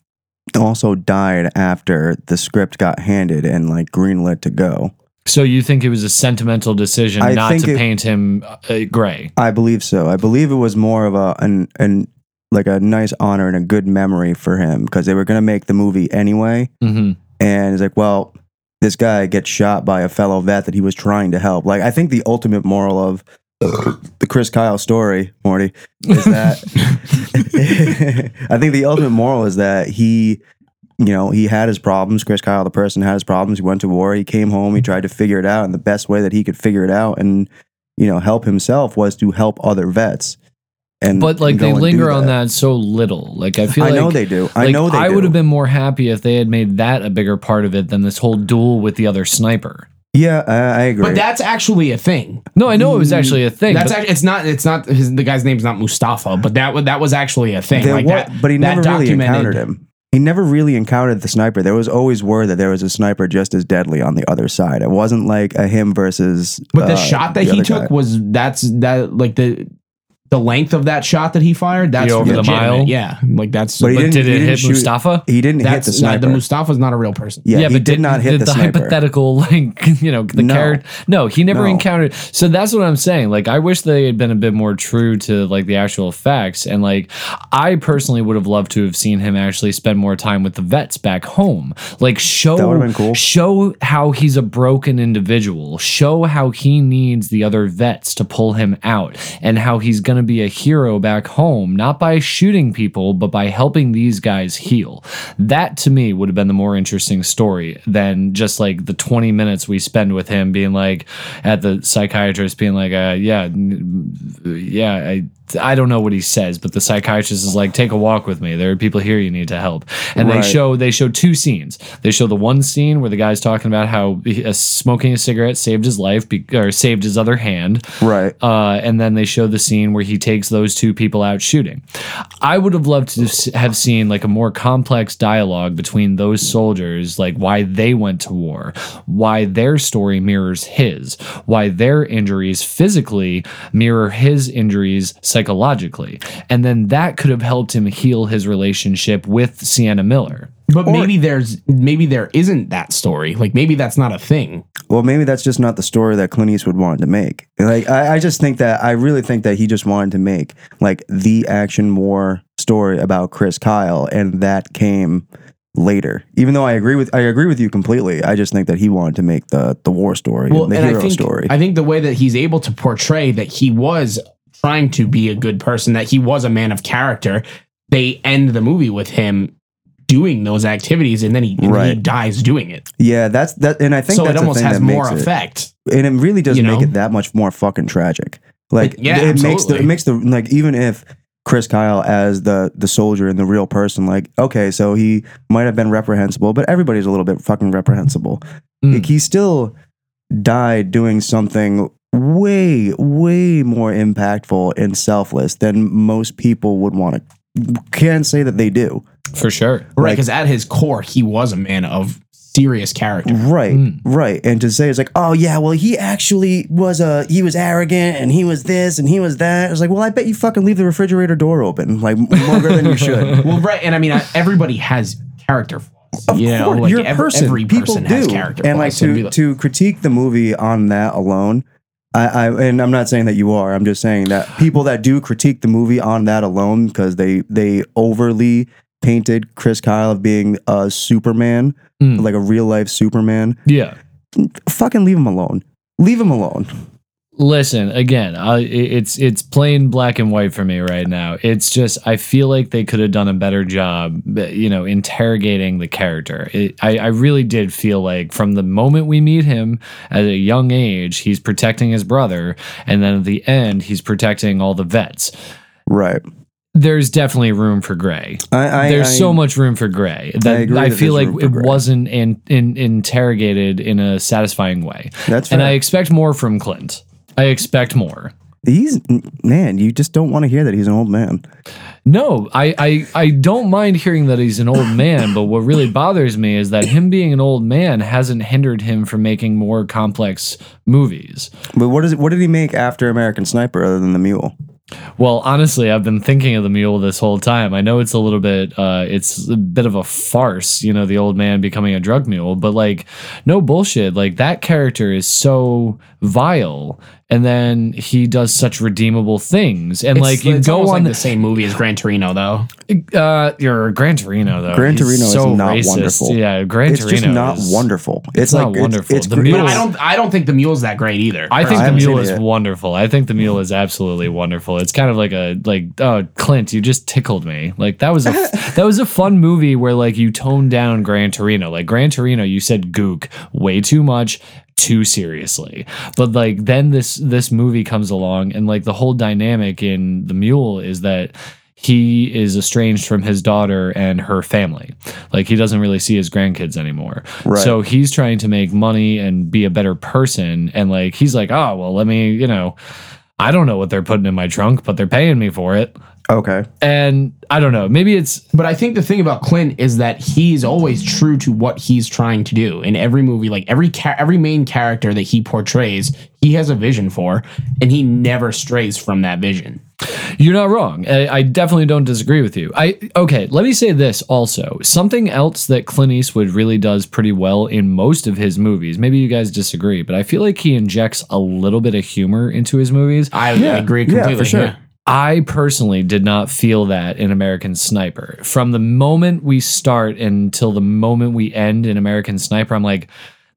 F: also died after the script got handed and like greenlit to go.
C: So you think it was a sentimental decision
F: I
C: not
F: think
C: to
F: it-
C: paint him uh, gray?
F: I believe so. I believe it was more of a an an like a nice honor and a good memory for him because they were gonna make the movie anyway,
C: hmm
F: and it's like, well, this guy gets shot by a fellow vet that he was trying to help. Like, I think the ultimate moral of the Chris Kyle story, Morty, is that I think the ultimate moral is that he, you know, he had his problems. Chris Kyle, the person, had his problems. He went to war. He came home. He tried to figure it out, and the best way that he could figure it out and you know help himself was to help other vets. And
C: But like
F: and go
C: they
F: and do
C: linger on that so little. Like I feel
F: I
C: like
F: know they do. I
C: like,
F: know they.
C: I would
F: do.
C: have been more happy if they had made that a bigger part of it than this whole duel with the other sniper.
F: Yeah, I, I agree.
A: But that's actually a thing.
C: No, I know it was
F: Mm,
C: actually a thing.
A: That's
C: but-
A: actually, it's not it's not his, the guy's name's not Mustafa, but that wa- that was actually a thing.
F: There
A: like
F: wa-
A: that,
F: but he
A: that
F: never really
A: documented-
F: encountered him. He never really encountered the sniper. There was always word that there was a sniper just as deadly on the other side. It wasn't like a him versus.
A: But the
F: uh,
A: shot that
F: the
A: he
F: other
A: took
F: guy.
A: was that's that like the the length of that shot that he fired. That's
C: over the
A: legitimate.
C: mile?
A: Yeah, like that's
F: But he
C: but
F: didn't-
C: did
F: he
C: it
F: didn't
C: hit
F: shoot-
C: Mustafa?
F: He didn't hit
A: that's
F: the
A: the,
F: sniper.
A: the Mustafa's not a real person.
F: yeah, he did,
C: did-
F: not hit
C: did
F: the, sniper.
C: hypothetical like you know the
F: No.
C: character. No, he never
F: No.
C: encountered. So that's what I'm saying. Like I wish they had been a bit more true to like the actual facts. And like I personally would have loved to have seen him actually spend more time with the vets back home. Like show
F: That would've been cool.
C: show how he's a broken individual. Show how he needs the other vets to pull him out, and how he's gonna be a hero back home, not by shooting people, but by helping these guys heal. That to me would have been the more interesting story than just like the 20 minutes we spend with him being like at the psychiatrist being like, uh, yeah, n- yeah, I, I don't know what he says, but the psychiatrist is like, take a walk with me. There are people here you need to help. And
F: Right.
C: they show, they show two scenes. They show the one scene where the guy's talking about how he- uh, smoking a cigarette saved his life be- or saved his other hand.
F: Right.
C: Uh, and then they show the scene where he takes those two people out shooting. I would have loved to s- have seen like a more complex dialogue between those soldiers, like why they went to war, why their story mirrors his, why their injuries physically mirror his injuries psychologically. And then that could have helped him heal his relationship with Sienna Miller.
A: But maybe there's maybe there isn't that story. Like maybe that's not a thing.
F: Well, maybe that's just not the story that Clint Eastwood wanted to make. Like, I, I just think that I really think that he just wanted to make like the action war story about Chris Kyle, and that came later. Even though I agree with I agree with you completely, I just think that he wanted to make the the war story, the hero
A: I think,
F: story.
A: I think the way that he's able to portray that he was trying to be a good person, that he was a man of character, they end the movie with him doing those activities and then he, and he
F: Right.
A: dies doing it.
F: yeah, that's that, and I think
A: So
F: that's
A: it
F: the
A: almost
F: thing
A: has
F: that makes
A: more
F: it-
A: effect.
F: and it really does
A: You
F: make
A: know?
F: it that much more fucking tragic. Like
A: Like, yeah,
F: it makes the
A: absolutely.
F: it makes the like even if Chris Kyle as the the soldier and the real person, like okay, so he might have been reprehensible, but everybody's a little bit fucking reprehensible.
A: Hmm.
C: Mm.
F: Like, he still died doing something way way more impactful and selfless than most people would want to can say that they do.
C: For sure.
A: Right.
F: like-
A: Because at his core, he was a man of serious character.
F: Right,
C: Mm.
F: right. And to say it's like, oh yeah, well he actually was a he was arrogant and he was this and he was that. It's like, well, I bet you fucking leave the refrigerator door open like longer than you should.
A: Well, right. And I mean, I- everybody has character flaws.
F: Of
A: you know,
F: course,
A: like
F: you're a
A: ev-
F: person.
A: every
F: People
A: person
F: do.
A: has character
F: and like
A: flaws. so
F: to
A: it'd be like-
F: to critique the movie on that alone. I, I and I'm not saying that you are. I'm just saying that people that do critique the movie on that alone because they they overly painted Chris Kyle of being a Superman,
A: Hmm.
C: Mm.
F: like a real life Superman.
C: Yeah.
F: Fucking leave him alone. Leave him alone.
C: Listen again. I, i- it's it's plain black and white for me right now. It's just I feel like they could have done a better job, but, you know, interrogating the character. It, I I really did feel like from the moment we meet him at a young age, he's protecting his brother, and then at the end, he's protecting all the vets.
F: Right.
C: There's definitely room for gray.
F: I, I,
C: there's
F: I,
C: so much room for gray that I,
F: agree that
C: feel like
F: there's room for
C: it
F: gray.
C: wasn't in, in, interrogated in a satisfying way.
F: That's
C: and
F: fair.
C: I expect more from Clint. I expect more.
F: He's man. You just don't want to hear that he's an old man.
C: No, I, I I don't mind hearing that he's an old man, but what really bothers me is that him being an old man hasn't hindered him from making more complex movies.
F: But what is it? What did he make after American Sniper other than the Mule?
C: Well, honestly, I've been thinking of the mule this whole time. I know it's a little bit, uh, it's a bit of a farce, you know, the old man becoming a drug mule, but like, no bullshit. Like, that character is so vile. And then he does such redeemable things. And like, you go
A: almost
C: on
A: like
C: the
A: the same movie as Gran Torino, though.
C: uh, your Gran Torino though.
F: Gran
C: he's
F: Torino is
C: so
F: not
C: racist.
F: wonderful.
C: Yeah, Gran
F: it's
C: Torino.
F: just not
C: is-
F: wonderful. It's,
C: not
F: like
C: wonderful.
F: It's, it's
C: The
F: gr-
C: Mule-
A: But I don't. I don't think the mule's that great either.
C: I think the
F: haven't
C: mule
F: seen it
C: is
F: yet.
C: wonderful. I think the mule is absolutely wonderful. It's kind of like a like oh Clint, you just tickled me. Like that was a that was a fun movie where like you toned down Gran Torino. Like Gran Torino, you said gook way too much, too seriously. But like then this this movie comes along and like the whole dynamic in the mule is that he is estranged from his daughter and her family. Like he doesn't really see his grandkids anymore.
F: Right.
C: So oh, he's trying to make money and be a better person. And like he's like, oh well, let me, you know, I don't know what they're putting in my trunk, but they're paying me for it.
F: okay.
C: And I don't know. Maybe it's
A: But I think the thing about Clint is that he's always true to what he's trying to do in every movie. Like every cha- every main character that he portrays, he has a vision for, and he never strays from that vision.
C: You're not wrong. I, I definitely don't disagree with you. I okay. Let me say this also. Something else that Clint Eastwood really does pretty well in most of his movies. Maybe you guys disagree, but I feel like he injects a little bit of humor into his movies.
A: I, I agree
F: yeah,
A: completely.
F: for sure.
C: I personally did not feel that in American Sniper. From the moment we start until the moment we end in American Sniper, I'm like,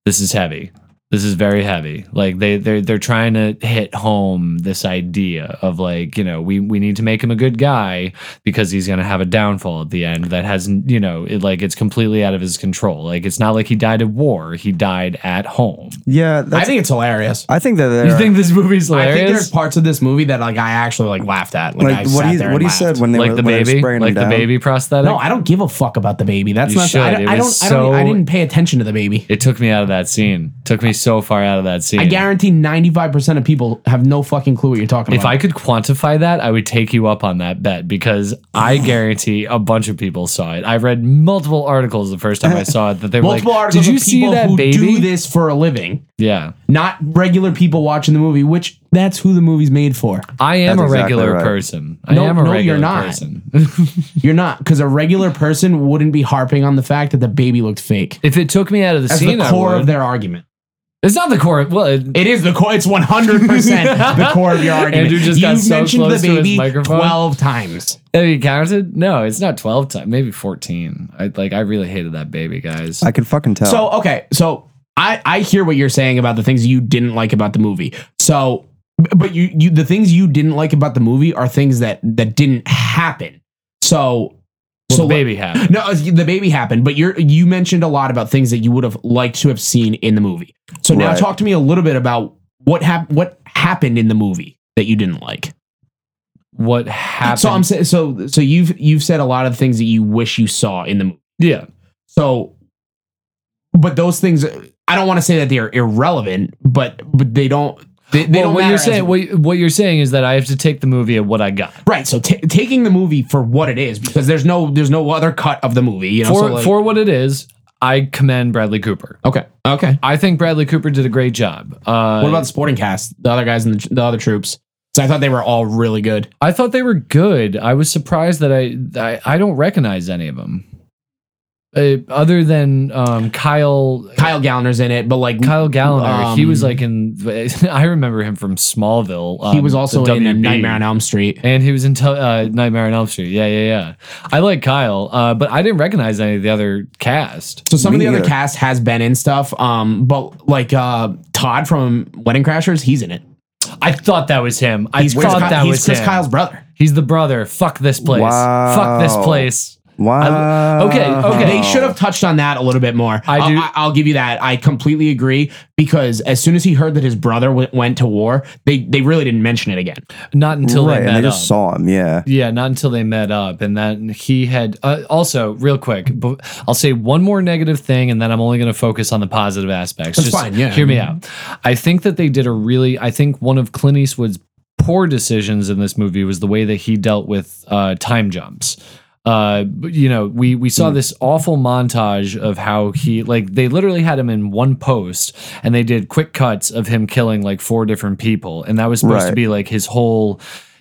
C: this is heavy. This is very heavy. Like they they they're trying to hit home this idea of like you know we we need to make him a good guy because he's gonna have a downfall at the end that has you know it like it's completely out of his control. Like it's not like he died at war. He died at home.
F: Yeah,
A: I
F: that's,
A: think it's hilarious.
F: I think that there
C: You
F: are-
C: think this movie's
A: I think
C: hilarious?
A: there's parts of this movie that like I actually like laughed at. Like, I
F: like what
A: sat
F: he
A: there and
F: what he
A: laughed.
F: said when they
C: like
F: were
C: the
F: when they were
C: baby,
F: spraying him
C: like the
F: down.
C: baby prosthetic.
A: No, I don't give a fuck about the baby. That's
C: You
A: not.
C: should.
A: I,
C: It
A: I don't.
C: was
A: I don't. I
C: so-
A: didn't pay attention to the baby.
C: It took me out of that scene. Took me so far out of that scene.
A: I guarantee ninety five percent of people have no fucking clue what you're talking
C: if
A: about.
C: I could quantify that, I would take you up on that bet because I guarantee a bunch of people saw it. I read multiple articles the first time I saw it that they were
A: Multiple
C: like,
A: articles
C: "Did you
A: of
C: see
A: people
C: that
A: who
C: baby?"
A: do this for a living,
C: Yeah,
A: not regular people watching the movie. Which that's who the movie's made for.
C: I am
F: That's
C: a
F: exactly
C: regular
F: right.
C: person. I
A: No-
C: am a
A: no, you're
C: regular
A: not.
C: person.
A: You're not because a regular person wouldn't be harping on the fact that the baby looked fake.
C: if it took me out of the
A: That's
C: scene,
A: the
C: I
A: core
C: would.
A: of their argument.
C: it's not the core. Well, it,
A: It is the core. It's one hundred percent the core of your argument.
C: Andrew just got
A: You've
C: so
A: mentioned
C: close
A: the
C: to his
A: baby
C: microphone.
A: twelve times.
C: have you counted? No, it's not twelve times. Maybe fourteen. I like. I really hated that baby, guys.
F: I can fucking tell.
A: So okay, so I I hear what you're saying about the things you didn't like about the movie. So, but you you the things you didn't like about the movie are things that that didn't happen. So,
C: well,
A: so
C: the
A: let-
C: baby happened.
A: No, uh, the baby happened, but you're you mentioned a lot about things that you would have liked to have seen in the movie. So now
F: Right.
A: talk to me a little bit about what hap- what happened in the movie that you didn't like.
C: What happened?
A: So I'm saying so so you've you've said a lot of things that you wish you saw in the movie.
C: yeah.
A: So, but those things, I don't want to say that they are irrelevant, but but they don't. They, they
C: Well,
A: don't
C: what
A: matter
C: you're
A: as-
C: saying what, what you're saying is that I have to take the movie at what I got.
A: right? So ta taking the movie for what it is, because there's no there's no other cut of the movie. You know,
C: For
A: so like-
C: for what it is, I commend Bradley Cooper.
A: okay, okay.
C: I think Bradley Cooper did a great job. Uh,
A: What about the supporting cast? The other guys in the, the other troops. So I thought they were all really good.
C: I thought they were good. I was surprised that I I, I don't recognize any of them. Uh, other than um, Kyle
A: Kyle Gallner's in it, but like
C: Kyle Gallagher, he was
A: Um,
C: like in. I remember him from Smallville.
A: he
C: um,
A: was
C: the
A: also in uh,
C: WB.
A: Nightmare on Elm Street.
C: And he was in Tel- uh, Nightmare on Elm Street. Yeah, yeah, yeah. I like Kyle, uh, but I didn't recognize any of the other cast.
A: So some
F: Me
A: of the other
F: neither.
A: cast has been in stuff, um, but like uh, Todd from Wedding Crashers, he's in it.
C: I thought that was him. I
A: He's Chris
C: thought
A: Ky-
C: that
A: he's
C: was
A: Chris
C: him.
A: Kyle's brother.
C: He's the brother. Fuck this place.
F: Wow.
C: Fuck this place.
F: wow.
C: okay, okay.
A: They should have touched on that a little bit more.
C: I
A: I'll-
C: do-
A: I, will give you that. I completely agree because as soon as he heard that his brother went, went to war, they they really didn't mention it again.
C: Not until
F: right,
C: they
F: and
C: met
F: they
C: up.
F: just saw him. Yeah.
C: yeah, not until they met up, and then he had. Uh, also, real quick, but I'll say one more negative thing, and then I'm only going to focus on the positive aspects.
A: That's
C: Just
A: fine, yeah.
C: hear me out. I think that they did a really. I think one of Clint Eastwood's poor decisions in this movie was the way that he dealt with uh, time jumps. Uh, but, you know, we we saw this awful montage of how he like they literally had him in one post, and they did quick cuts of him killing like four different people, and that was supposed to
F: Right.
C: be like his whole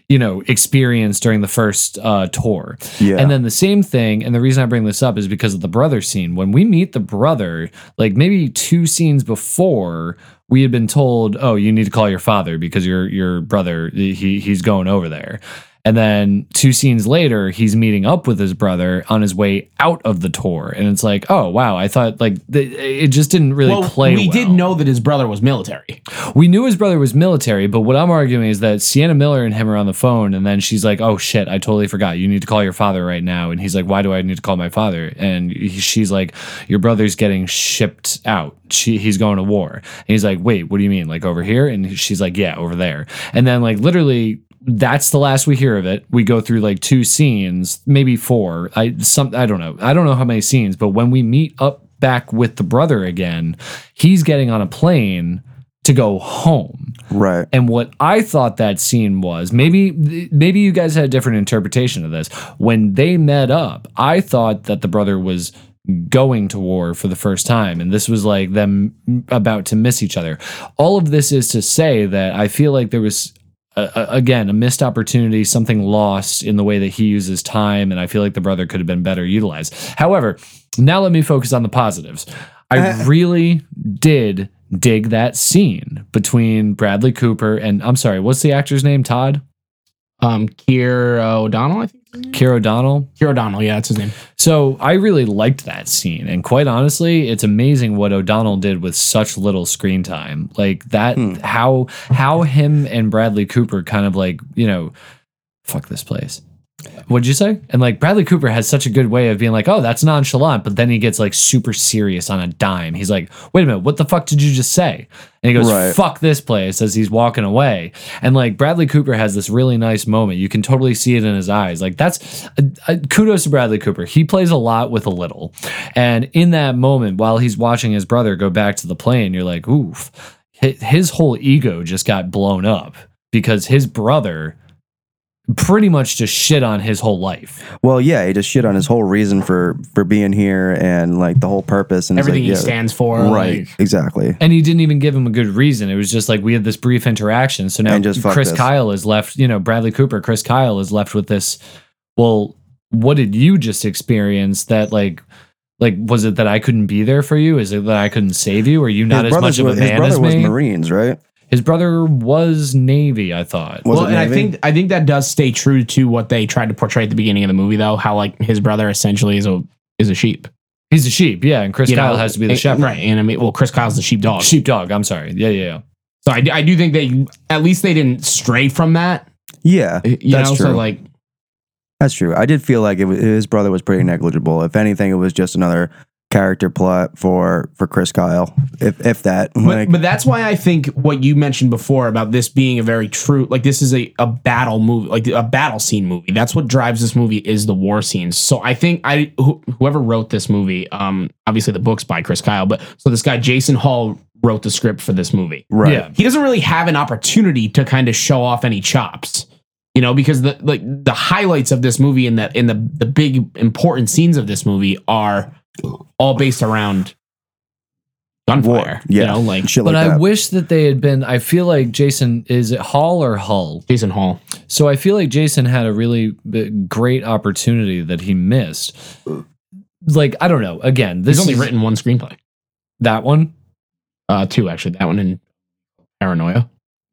C: you know experience during the first uh, tour.
F: Yeah.
C: And then the same thing, and the reason I bring this up is because of the brother scene. When we meet the brother, like maybe two scenes before, we had been told, "Oh, you need to call your father because your your brother he he's going over there." And then two scenes later, he's meeting up with his brother on his way out of the tour, and it's like, "Oh wow!" I thought like th- it just didn't really
A: Well,
C: play.
A: we
C: well.
A: did know that his brother was military.
C: We knew his brother was military, but what I'm arguing is that Sienna Miller and him are on the phone, and then she's like, "Oh shit, I totally forgot. You need to call your father right now." And he's like, "Why do I need to call my father?" And he, she's like, "Your brother's getting shipped out. She, he's going to war." And he's like, "Wait, what do you mean? Like over here?" And she's like, "Yeah, over there." And then like literally. That's the last we hear of it. We go through like two scenes, maybe four. I some I don't know. I don't know how many scenes, but when we meet up back with the brother again, he's getting on a plane to go home.
F: Right.
C: And what I thought that scene was, maybe maybe you guys had a different interpretation of this. When they met up, I thought that the brother was going to war for the first time and this was like them about to miss each other. All of this is to say that I feel like there was a, a- again a missed opportunity, something lost in the way that he uses time and I feel like the brother could have been better utilized. However, now let me focus on the positives. I really did dig that scene between Bradley Cooper and I'm sorry, what's the actor's name? Todd?
A: Um, Kier O'Donnell, I think.
C: Kier O'Donnell?
A: Kier O'Donnell, yeah, that's his name.
C: So I really liked that scene. And quite honestly, it's amazing what O'Donnell did with such little screen time. Like that how how him and Bradley Cooper kind of like, you know, fuck this place. What'd you say? And like Bradley Cooper has such a good way of being like, oh, that's nonchalant, but then he gets like super serious on a dime. He's like, wait a minute, what the fuck did you just say? And he goes,
F: Right.
C: fuck this place as he's walking away. And like Bradley Cooper has this really nice moment. You can totally see it in his eyes. Like that's uh, uh, kudos to Bradley Cooper. He plays a lot with a little. And in that moment, while he's watching his brother go back to the plane, you're like, oof, Hi- his whole ego just got blown up because his brother pretty much just shit on his whole life.
F: Well, yeah, he just shit on his whole reason for for being here and like the whole purpose and it's
A: Everything
F: like, yeah,
A: he stands for.
F: Right.
A: like-
F: exactly.
C: And he didn't even give him a good reason. It was just like we had this brief interaction. So now
F: And just fuck
C: Chris
F: this.
C: Kyle is left, you know, Bradley Cooper, Chris Kyle is left with this, well, what did you just experience that like like was it that I couldn't be there for you? Is it that I couldn't save you? Are you not as much
F: brother's
C: of a
F: was- his
C: man
F: brother
C: as
F: was
C: me?
F: Marines, right?
C: His brother was Navy, I thought.
F: Was
A: well,
F: it
A: and I
F: Navy?
A: think I think that does stay true to what they tried to portray at the beginning of the movie, though. How like his brother essentially is a is a sheep.
C: He's a sheep, yeah, and Chris
A: you
C: Kyle
A: know?
C: has to be the
A: And-
C: shepherd.
A: right? And I mean, well, Chris Kyle's the sheepdog.
C: Sheepdog, I'm sorry. Yeah, yeah, yeah.
A: So I, do- I do think they at least they didn't stray from that.
F: Yeah,
A: You
F: That's
A: know, so
F: true.
A: like
F: that's true. I did feel like it was, his brother was pretty negligible. If anything, it was just another character plot for for Chris Kyle. If if that,
A: But,
F: like,
A: but that's why I think what you mentioned before about this being a very true, like this is a, a battle movie, like a battle scene movie. That's what drives this movie is the war scenes. So I think I who whoever wrote this movie, um, obviously the book's by Chris Kyle, but so this guy Jason Hall wrote the script for this movie.
F: right?
C: Yeah.
A: He doesn't really have an opportunity to kind of show off any chops, you know, because the like the highlights of this movie and that and the the big important scenes of this movie are all based around gunfire.
F: yeah,
A: You know, like
F: shit
C: But
F: like
C: I
F: that.
C: wish that they had been. I feel like Jason is it Hall or Hull?
A: Jason Hall.
C: So I feel like Jason had a really uh, great opportunity that he missed. Like I don't know. Again, this
A: He's only
C: is
A: written one screenplay.
C: that one
A: Uh, two actually. That one and Paranoia.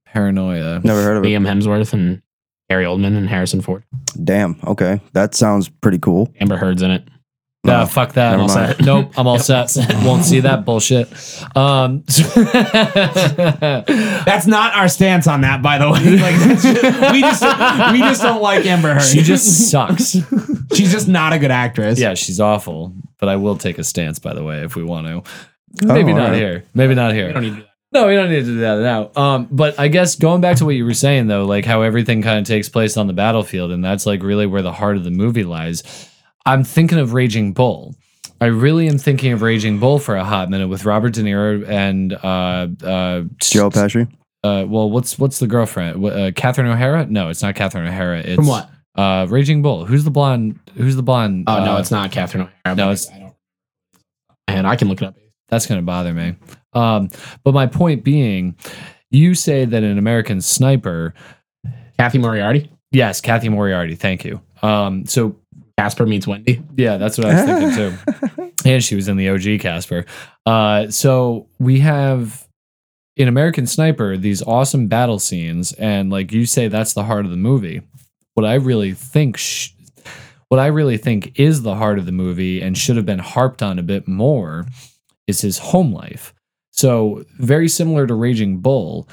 C: paranoia.
F: Never heard of it.
A: Liam Hemsworth and Gary Oldman and Harrison Ford.
F: Damn. Okay, that sounds pretty cool.
A: Amber Heard's in it.
C: No,
F: No,
C: fuck that.
F: never
C: I'm all
F: mind.
C: set. Nope, I'm all set. Won't see that bullshit. Um,
A: That's not our stance on that, by the way. Like that's just, we just we just don't like Amber Heard.
C: she just sucks.
A: she's just not a good actress.
C: Yeah, she's awful. But I will take a stance, by the way, if we want to.
G: Oh,
C: Maybe not
F: alright.
C: here. Maybe not here.
A: We don't need to do that.
C: No, we don't need to do that now. Um, but I guess going back to what you were saying though, like how everything kind of takes place on the battlefield, and that's like really where the heart of the movie lies. I'm thinking of Raging Bull. I really am thinking of Raging Bull for a hot minute with Robert De Niro and uh, uh,
F: Joe Pesci.
C: uh, well, what's what's the girlfriend? Wh- Uh, Catherine O'Hara? No, it's not Catherine O'Hara. It's
G: From what?
C: Uh, Raging Bull. Who's the blonde? Who's the blonde?
G: Oh no,
C: uh,
G: it's not Catherine O'Hara.
C: no,
G: but
C: it's-
G: I don't. And I can look it up.
C: That's gonna bother me. Um, but my point being, you say that an American sniper.
G: Kathy Moriarty.
C: Yes, Kathy Moriarty. Thank you. Um, so
G: Casper meets Wendy.
C: Yeah, that's what I was thinking too. And she was in the OG Casper. Uh, so we have in American Sniper these awesome battle scenes, and like you say, that's the heart of the movie. What I really think, sh- what I really think is the heart of the movie, and should have been harped on a bit more, is his home life. So very similar to Raging Bull,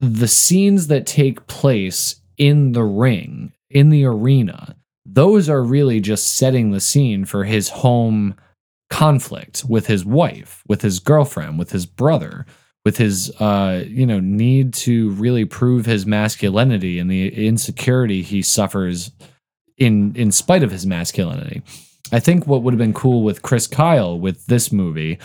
C: the scenes that take place in the ring, in the arena, those are really just setting the scene for his home conflict with his wife, with his girlfriend, with his brother, with his uh, you know need to really prove his masculinity and the insecurity he suffers in in spite of his masculinity. I think what would have been cool with Chris Kyle with this movie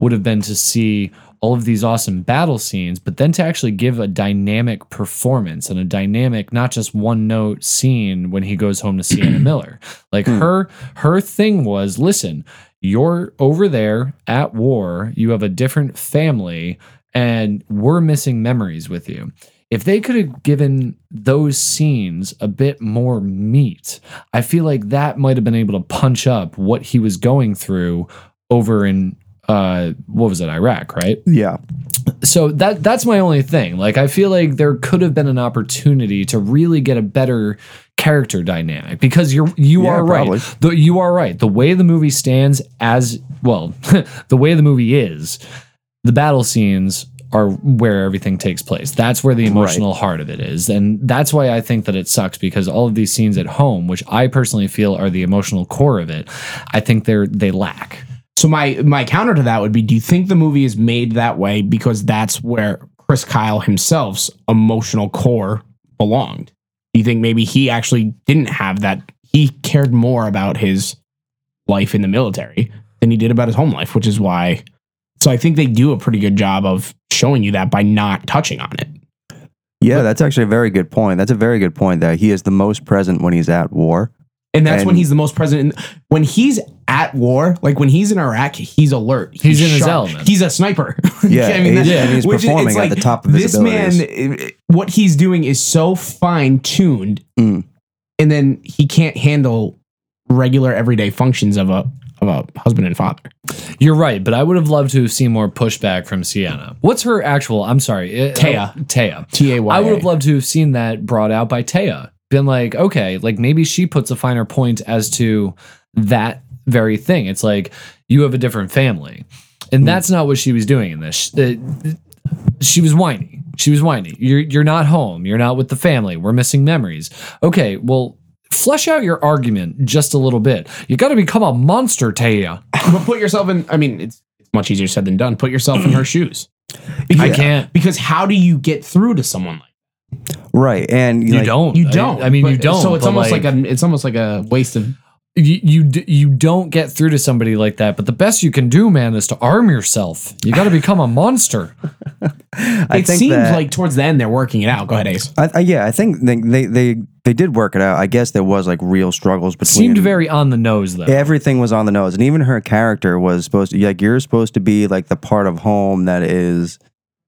C: would have been to see all of these awesome battle scenes, but then to actually give a dynamic performance and a dynamic, not just one note scene when he goes home to see Anna Miller. Like
F: Hmm.
C: her her thing was, listen, you're over there at war, you have a different family, and we're missing memories with you. If they could have given those scenes a bit more meat, I feel like that might have been able to punch up what he was going through over in uh what was it Iraq, right?
F: Yeah.
C: So that that's my only thing. Like I feel like there could have been an opportunity to really get a better character dynamic because you're you
F: Yeah,
C: are
F: probably.
C: right. The, you are right. The way the movie stands as well, the way the movie is, the battle scenes are where everything takes place. That's where the emotional heart of it is. And that's why I think that it sucks because all of these scenes at home, which I personally feel are the emotional core of it, I think they're they lack.
G: So my my counter to that would be: Do you think the movie is made that way because that's where Chris Kyle himself's emotional core belonged? Do you think maybe he actually didn't have that? He cared more about his life in the military than he did about his home life, which is why. So I think they do a pretty good job of showing you that by not touching on it.
F: Yeah, that's actually a very good point. That's a very good point that he is the most present when he's at war.
G: And that's when
F: And-
G: he's the most present. in- When he's at war, like when he's in Iraq, he's alert.
C: He's in his element.
G: He's a sniper.
F: Yeah, he's-
G: that-
F: and he's
G: which is- it's
F: performing at the top of his
G: This
F: abilities.
G: man, i- i- what he's doing is so fine tuned,
F: Mm.
G: and then he can't handle regular everyday functions of a of a husband and father.
C: You're right, but I would have loved to have seen more pushback from Sienna. What's her actual? I'm sorry, uh,
G: Taya.
C: Taya.
G: T A Y.
C: I would have loved to have seen that brought out by Taya. Been like, okay, like maybe she puts a finer point as to that very thing. It's like you have a different family, and that's not what she was doing in this. Sh- uh, She was whiny. She was whiny. You're you're not home. You're not with the family. We're missing memories. Okay, well. Flesh out your argument just a little bit. You got to become a monster, Taya.
G: but put yourself in. I mean, it's it's much easier said than done. Put yourself in her shoes. Because,
C: I can't.
G: because how do you get through to someone like?
F: Right. And
C: You
F: like,
C: don't.
G: You
C: I-
G: don't.
C: I, mean,
G: But-
C: you don't.
G: So it's
C: but,
G: almost like, a it's almost like a waste of.
C: you you, d- you don't get through to somebody like that. But the best you can do, man, is to arm yourself. You got to become a monster.
F: I
G: it
F: think
G: seems
F: that-
G: like towards the end they're working it out. Go ahead, Ace.
F: I, I, yeah, I think they, they they they did work it out. I guess there was like real struggles between.
C: Seemed very on the nose though.
F: Everything was on the nose, and even her character was supposed to like you're supposed to be like the part of home that is,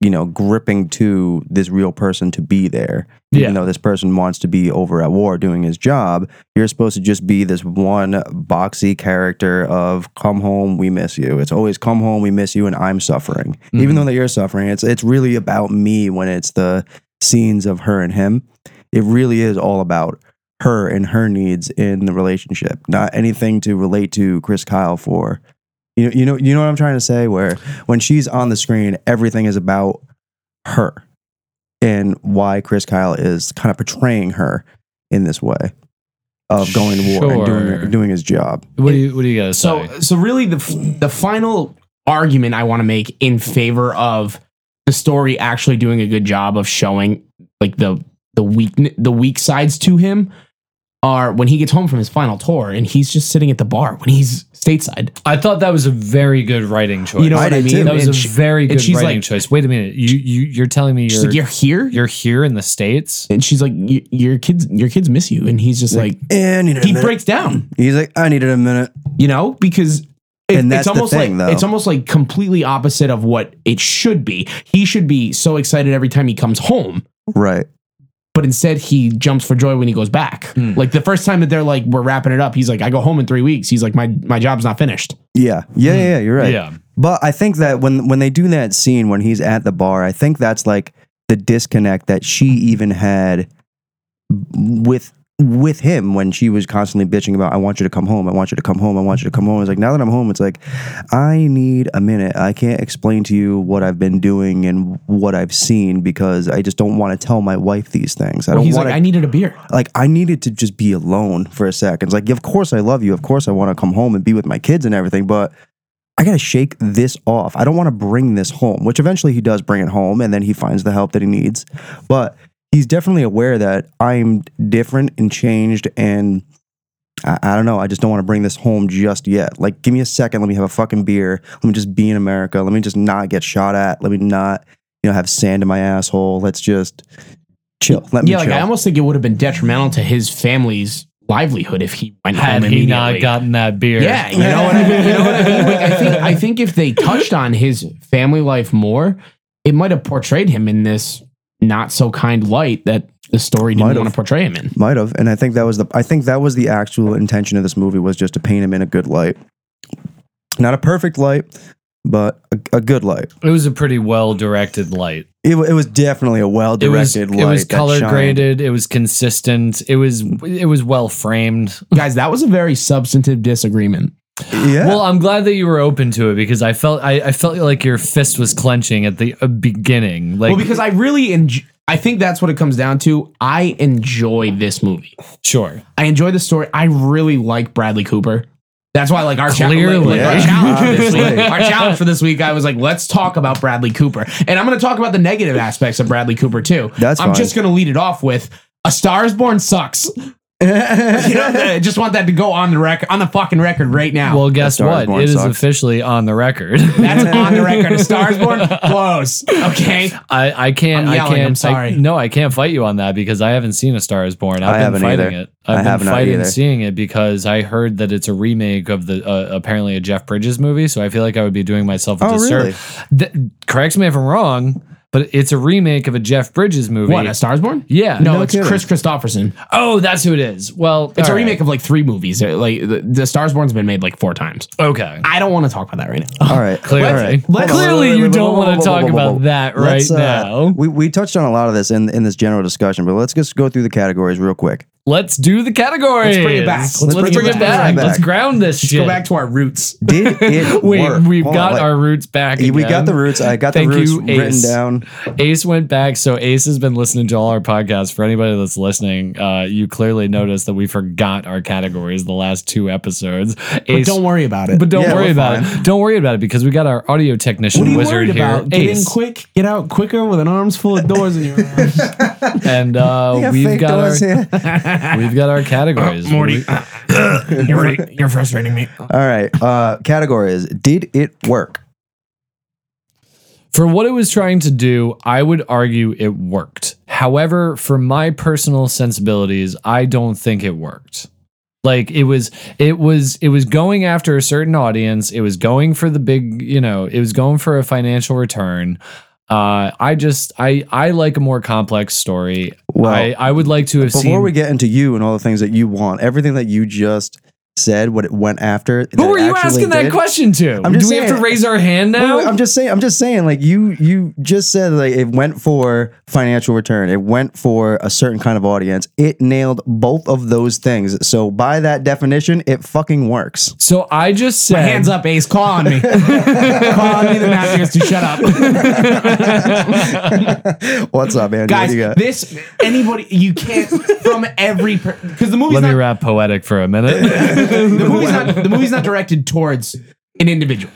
F: you know, gripping to this real person to be there.
C: Yeah.
F: Even though this person wants to be over at war doing his job, you're supposed to just be this one boxy character of come home, we miss you. It's always come home, we miss you, and I'm suffering. Even though that you're suffering, it's it's really about me when it's the scenes of her and him. It really is all about her and her needs in the relationship, not anything to relate to Chris Kyle for. You you know you know what I'm trying to say. Where when she's on the screen, everything is about her and why Chris Kyle is kind of portraying her in this way of going to war and
C: Sure.
F: doing doing his job.
C: What do you What do you guys
G: So,
C: say?
G: so really, the f- the final argument I want to make in favor of the story actually doing a good job of showing like the the weak the weak sides to him are when he gets home from his final tour and he's just sitting at the bar when he's stateside.
C: I thought that was a very good writing choice.
G: You know what I
F: did
G: mean?
F: too.
C: that was
G: And
C: a
G: she-
C: very
G: and
C: good
G: she's
C: writing
G: like-
C: choice. Wait a minute, you you you're telling me
G: she's
C: you're
G: like, "You're here."
C: you're here in the states?
G: and she's like, "Y- "Your kids, your kids miss you." And he's just like,
F: And
G: he breaks down,
F: He's like, I needed a minute.
G: you know, because it-
F: And that's
G: it's
F: the
G: almost
F: thing,
G: like
F: though.
G: it's almost like completely opposite of what it should be. He should be so excited every time he comes home
F: Right.
G: but instead he jumps for joy when he goes back.
C: Hmm.
G: Like the first time that they're like, we're wrapping it up, he's like, I go home in three weeks. He's like, my my job's not finished.
F: Yeah. Yeah. Yeah. yeah, You're right.
C: Yeah,
F: But I think that when when they do that scene when he's at the bar, I think that's like the disconnect that she even had with with him when she was constantly bitching about I want you to come home, I want you to come home, I want you to come home. It's like now that I'm home, it's like I need a minute. I can't explain to you what I've been doing and what I've seen because I just don't want to tell my wife these things. I
G: Or
F: don't
G: he's
F: want
G: like, I needed a beer.
F: like I needed to just be alone for a second. It's like, of course I love you. Of course I want to come home and be with my kids and everything, but I gotta shake this off. I don't want to bring this home, which eventually he does bring it home and then he finds the help that he needs. But he's definitely aware that I'm different and changed and I, I don't know. I just don't want to bring this home just yet. Like, give me a second. Let me have a fucking beer. Let me just be in America. Let me just not get shot at. Let me not, you know, have sand in my asshole. Let's just chill. Let me
G: yeah, like
F: chill.
G: I almost think it would have been detrimental to his family's livelihood if he went
C: had
G: home
C: he not
G: immediately.
C: gotten that beer,
G: yeah, you know what I mean. You know what I mean. Like, I think I think if they touched on his family life more, it might have portrayed him in this not so kind light that the story didn't
F: Might have.
G: want to portray him in.
F: Might have, and I think that was the I think that was the actual intention of this movie was just to paint him in a good light, not a perfect light, but a, a good light.
C: it was a pretty well directed light.
F: It, wa- it was definitely a well
C: It was
F: directed light.
C: it was
F: that
C: color
F: shined.
C: graded. It was consistent. It was it was well framed.
G: Guys, that was a very substantive disagreement.
F: Yeah,
C: Well, I'm glad that you were open to it because I felt I, I felt like your fist was clenching at the uh, beginning. Like
G: well, because I really enjoy. I think that's what it comes down to. I enjoy this movie.
C: sure,
G: I enjoy the story. I really like Bradley Cooper. That's why, like our, cha- like,
C: Clearly.
G: like, our
F: Yeah.
G: challenge this week,
F: Obviously.
G: our challenge for this week, I was like, let's talk about Bradley Cooper, and I'm going to talk about the negative aspects of Bradley Cooper too.
F: That's
G: I'm
F: fine.
G: just going to lead it off with A Star Is Born sucks. you know, I just want that to go on the record, on the fucking record right now.
C: Well, guess
F: Star is
C: what?
F: Born
C: It is
F: sucks.
C: officially on the record.
G: that's on the record. A Star Is Born close. Okay,
C: I, I can't.
G: I'm
C: I
G: yelling,
C: can't.
G: I'm sorry.
C: I- no, I can't fight you on that because I haven't seen A Star Is Born. I've
F: I
C: been
F: haven't
C: fighting
F: either.
C: it. I've
F: I have
C: been
F: not
C: fighting
F: either.
C: seeing it because I heard that it's a remake of the uh, apparently a Jeff Bridges movie. So I feel like I would be doing myself a
F: Oh, really?
C: disservice. Th- correct me if I'm wrong, but it's a remake of a Jeff Bridges movie.
G: what? A Star Is Born?
C: Yeah.
G: No,
F: No
G: it's
F: kidding.
G: Chris Christopherson.
C: Oh, that's who it is. Well,
G: It's a
C: all right.
G: remake of like three movies. Uh, Like the, the Stars Born's been made like four times.
C: Okay.
G: I don't want to talk about that right now.
F: all right.
C: Clearly,
F: all right. Hold on, wait,
C: clearly,
F: wait, wait,
C: you
F: wait,
C: don't
F: whoa, whoa,
C: want
F: whoa,
C: to talk
F: whoa, whoa, whoa.
C: about that right
F: Let's, uh,
C: now.
F: We we touched on a lot of this in in this general discussion, but let's just go through the categories real quick.
C: Let's do the categories.
G: Let's bring it back. Let's
C: Let's,
G: bring
C: bring,
G: it
C: it
G: back.
C: back.
F: Bring it
C: Let's
F: back.
C: ground this shit.
G: Go back to our roots.
F: Did it
C: Wait,
F: work?
C: we've
F: Hold on,
C: got
F: like,
C: our roots back.
F: We
C: again.
F: got the roots. I got the
C: Thank
F: roots
C: you,
F: written
C: Ace.
F: down.
C: Ace went back. So Ace has been listening to all our podcasts. For anybody that's listening, uh, you clearly noticed that we forgot our categories the last two episodes. Ace,
G: Don't worry about it.
C: but don't
F: Yeah,
C: worry
F: we're
C: about it. Don't worry about it because we got our audio technician
G: what are you
C: wizard
G: worried
C: here,
G: about? Get in
C: Ace,
G: quick. Get out quicker with an arms full of doors in your arm.
C: and uh,
F: Yeah,
C: we've
F: fake
C: got our
F: doors here.
C: we've got our categories.
G: Morty. you're, you're frustrating me.
F: All right. Uh, categories. Did it work?
C: For what it was trying to do, I would argue it worked. However, for my personal sensibilities, I don't think it worked. Like it was it was it was going after a certain audience, it was going for the big, you know, it was going for a financial return. Uh, I just I I like a more complex story.
F: Well,
C: I, I would like to have
F: Before
C: seen
F: we get into you and all the things that you want, everything that you just said, what it went after. that
C: Who
F: it
C: are you
F: actually
C: asking that
F: did-
C: question to?
F: I'm
C: Do
F: just
C: we have to
F: saying-
C: raise our hand
F: Wait,
C: now?
F: wait, I'm just saying. I'm just saying. Like you, you just said like it went for financial return. It went for a certain kind of audience. It nailed both of those things. So by that definition, it fucking works.
C: so I just said
G: My hands up, Ace. Call on me. Call
F: Oh,
G: on me, the master has to shut up.
F: What's up, man? what
G: Guys,
F: do you got?
G: this, anybody, you can't, from every, because the movie's
C: Let me
G: not
C: rap poetic for a minute.
G: the movie's not the movie's not directed towards an individual.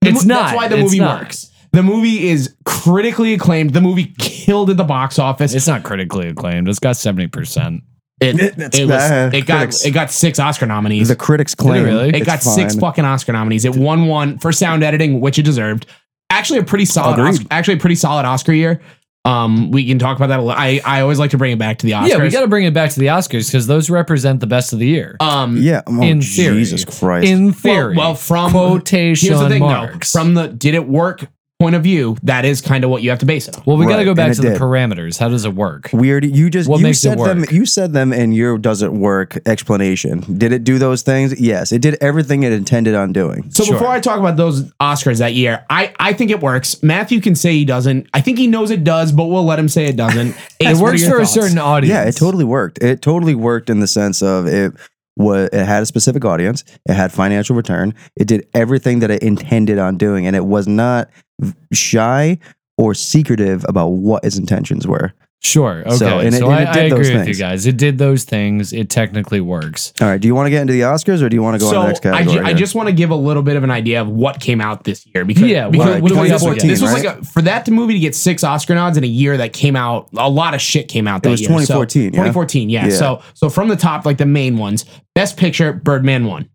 G: The
C: It's not.
G: That's why the
C: It's
G: movie
C: not.
G: works. The movie is critically acclaimed. The movie killed at the box office.
C: It's not critically acclaimed. It's got 70%.
G: It,
F: That's
G: it, was,
F: bad.
G: it got
F: Critics.
G: it got six Oscar nominees.
F: The critics claim
C: really?
G: It
F: it's
G: got six
F: fine.
G: fucking Oscar nominees. It won one for sound editing, which it deserved. Actually, a pretty solid.
F: Agreed.
G: Oscar, actually, a pretty solid Oscar year. Um, we can talk about that. A lot. I I always like to bring it back to the Oscars.
C: Yeah, we got to bring it back to the Oscars because those represent the best of the year.
G: Um,
F: Yeah. Oh,
C: In theory.
F: Jesus Christ.
C: in
G: well-
C: theory.
G: Well, from
C: quotation
G: here's the thing,
C: marks.
G: though. From the did it work point of view, that is kind of what you have to base it on.
C: well, we got
F: Right,
C: to go back
F: and
C: to
F: it
C: the
F: did.
C: parameters. How does it work?
F: Weird. You just
C: What
F: you
C: makes it
F: said them.
C: work?
F: You said them in your does it work explanation. Did it do those things? Yes, it did everything it intended on doing.
G: So before I talk about those Oscars that year, I, I think it works. Matthew can say he doesn't. I think he knows it does, but we'll let him say it doesn't.
C: It works for a certain audience.
F: Yeah, it totally worked. It totally worked in the sense of it was it had a specific audience. It had financial return. It did everything that it intended on doing, and it was not shy or secretive about what its intentions were.
C: Sure. Okay.
F: So,
C: So,
F: and it- and
C: I,
F: it
C: I
F: did
C: agree
F: those
C: with you
F: things.
C: guys. It did those things. It technically works.
F: All right. Do you want to get into the Oscars, or do you want to go on to the next
G: so I,
F: category?
G: ju- I
F: here?
G: just want to give a little bit of an idea of what came out this year because
C: Yeah, what-
G: because
F: what do we have
G: because
F: again?
G: this was
F: right?
G: like a, for that to movie to get six Oscar nods in a year that came out a lot of shit came out. That
F: was
G: year.
F: 2014,
G: So,
F: yeah?
G: 2014, yeah.
F: Yeah.
G: So so from the top, like the main ones, Best Picture, Birdman won.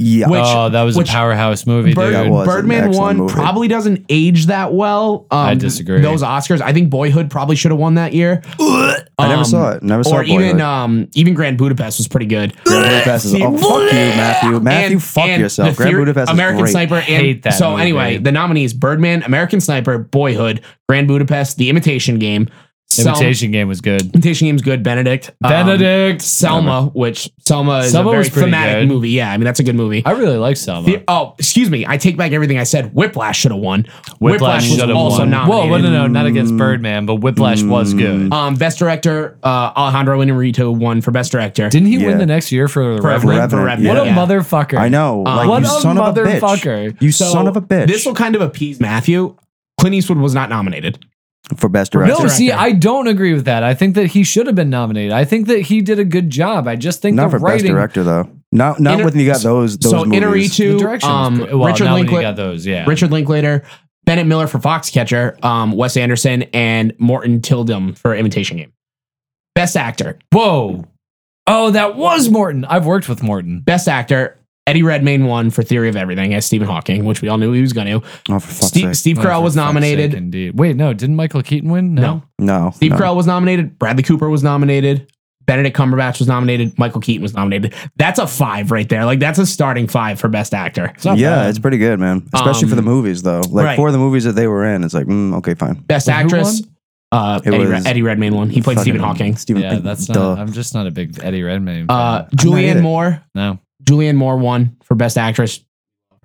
F: yeah.
G: Which-
C: oh, that was
G: which-
C: a powerhouse movie,
G: Bird-
F: that
C: dude.
F: was an
G: Birdman
F: excellent
G: one
F: movie.
G: probably doesn't age that well. Um,
C: I disagree.
G: Those Oscars, I think Boyhood probably should have won that year.
F: I never
G: Um,
F: saw it. Never saw
G: Or
F: Boyhood.
G: even um, even Grand Budapest was pretty good.
F: Grand Budapest is oh, fuck you, Matthew. Matthew,
G: And-
F: fuck
G: and
F: yourself.
G: the
F: Grand
G: theory-
F: Budapest is
G: American
F: great.
G: Sniper. And,
C: Hate that
G: So
C: movie.
G: anyway, the nominees: Birdman, American Sniper, Boyhood, Grand Budapest, The Imitation Game. Sel-
C: Imitation Game was good.
F: Um,
G: Imitation Game's good. Benedict. Um,
C: Benedict.
G: Selma, which Selma is
C: Selma
G: a very
C: was pretty
G: thematic
C: good.
G: movie. Yeah, I mean that's a good movie.
C: I really like Selma.
G: The- oh, excuse me. I take back everything I said. Whiplash should have won. Whiplash, was
C: should've
G: also
C: won.
G: nominated.
C: Whoa, no, no, no, not against
F: Mm.
C: Birdman, but Whiplash was good.
G: Um, best director, uh, Alejandro Inarritu won for best director.
C: Didn't he
F: yeah.
C: win the next year for The
G: For
C: Revenant?
G: Revenant,
F: yeah.
C: What a
G: yeah.
C: motherfucker!
F: I know. like,
G: what
F: you
C: a
F: son of a
C: motherfucker.
F: bitch. You
G: So,
F: son of a bitch.
G: This will kind of appease Matthew. Clint Eastwood was not nominated.
F: for best
C: No,
F: director.
C: see,
G: Director.
C: I don't agree with that. I think that he should have been nominated. I think that he did a good job. I just think
F: not
C: the
F: for
C: writing.
F: best director though. Not not
G: Inter-
F: when you got those those
G: so
F: movies.
G: Inarritu,
C: The direction was
G: um,
C: good. Well,
G: Richard
C: now when you got
G: Linklater,
C: those, yeah.
G: Richard Linklater, Bennett Miller for Foxcatcher, um, Wes Anderson, and Morton Tildum for Imitation Game. Best actor,
C: Whoa. Oh, that was Morton. I've worked with Morton.
G: best actor. Eddie Redmayne won for Theory of Everything as Stephen Hawking, which we all knew he was going to.
F: Oh, for fuck's
G: Steve,
F: sake.
G: Steve Carell
C: Oh, for
G: was
C: fuck's
G: nominated.
C: sake, indeed. Wait, no, didn't Michael Keaton win?
G: No.
F: No.
G: Steve
F: no.
G: Carell was nominated. Bradley Cooper was nominated. Benedict Cumberbatch was nominated. Michael Keaton was nominated. That's a five right there. Like that's a starting five for best actor.
C: It's not
F: yeah,
C: bad.
F: it's pretty good, man. Especially for the
G: Um,
F: movies though. Like
G: right.
F: for the movies that they were in, it's like, mm, okay, fine.
G: Best
C: Wait, who
G: actress, uh,
F: It
G: Eddie, Re-
F: was
G: Eddie Redmayne won. He played
F: Fucking
G: Stephen Hawking.
F: Stephen
C: Yeah, that's
F: duh. Oh,
C: not. I'm just not a big Eddie Redmayne. fan.
G: Uh, Julianne
F: either.
G: Moore.
C: no,
G: Julianne Moore won for best actress.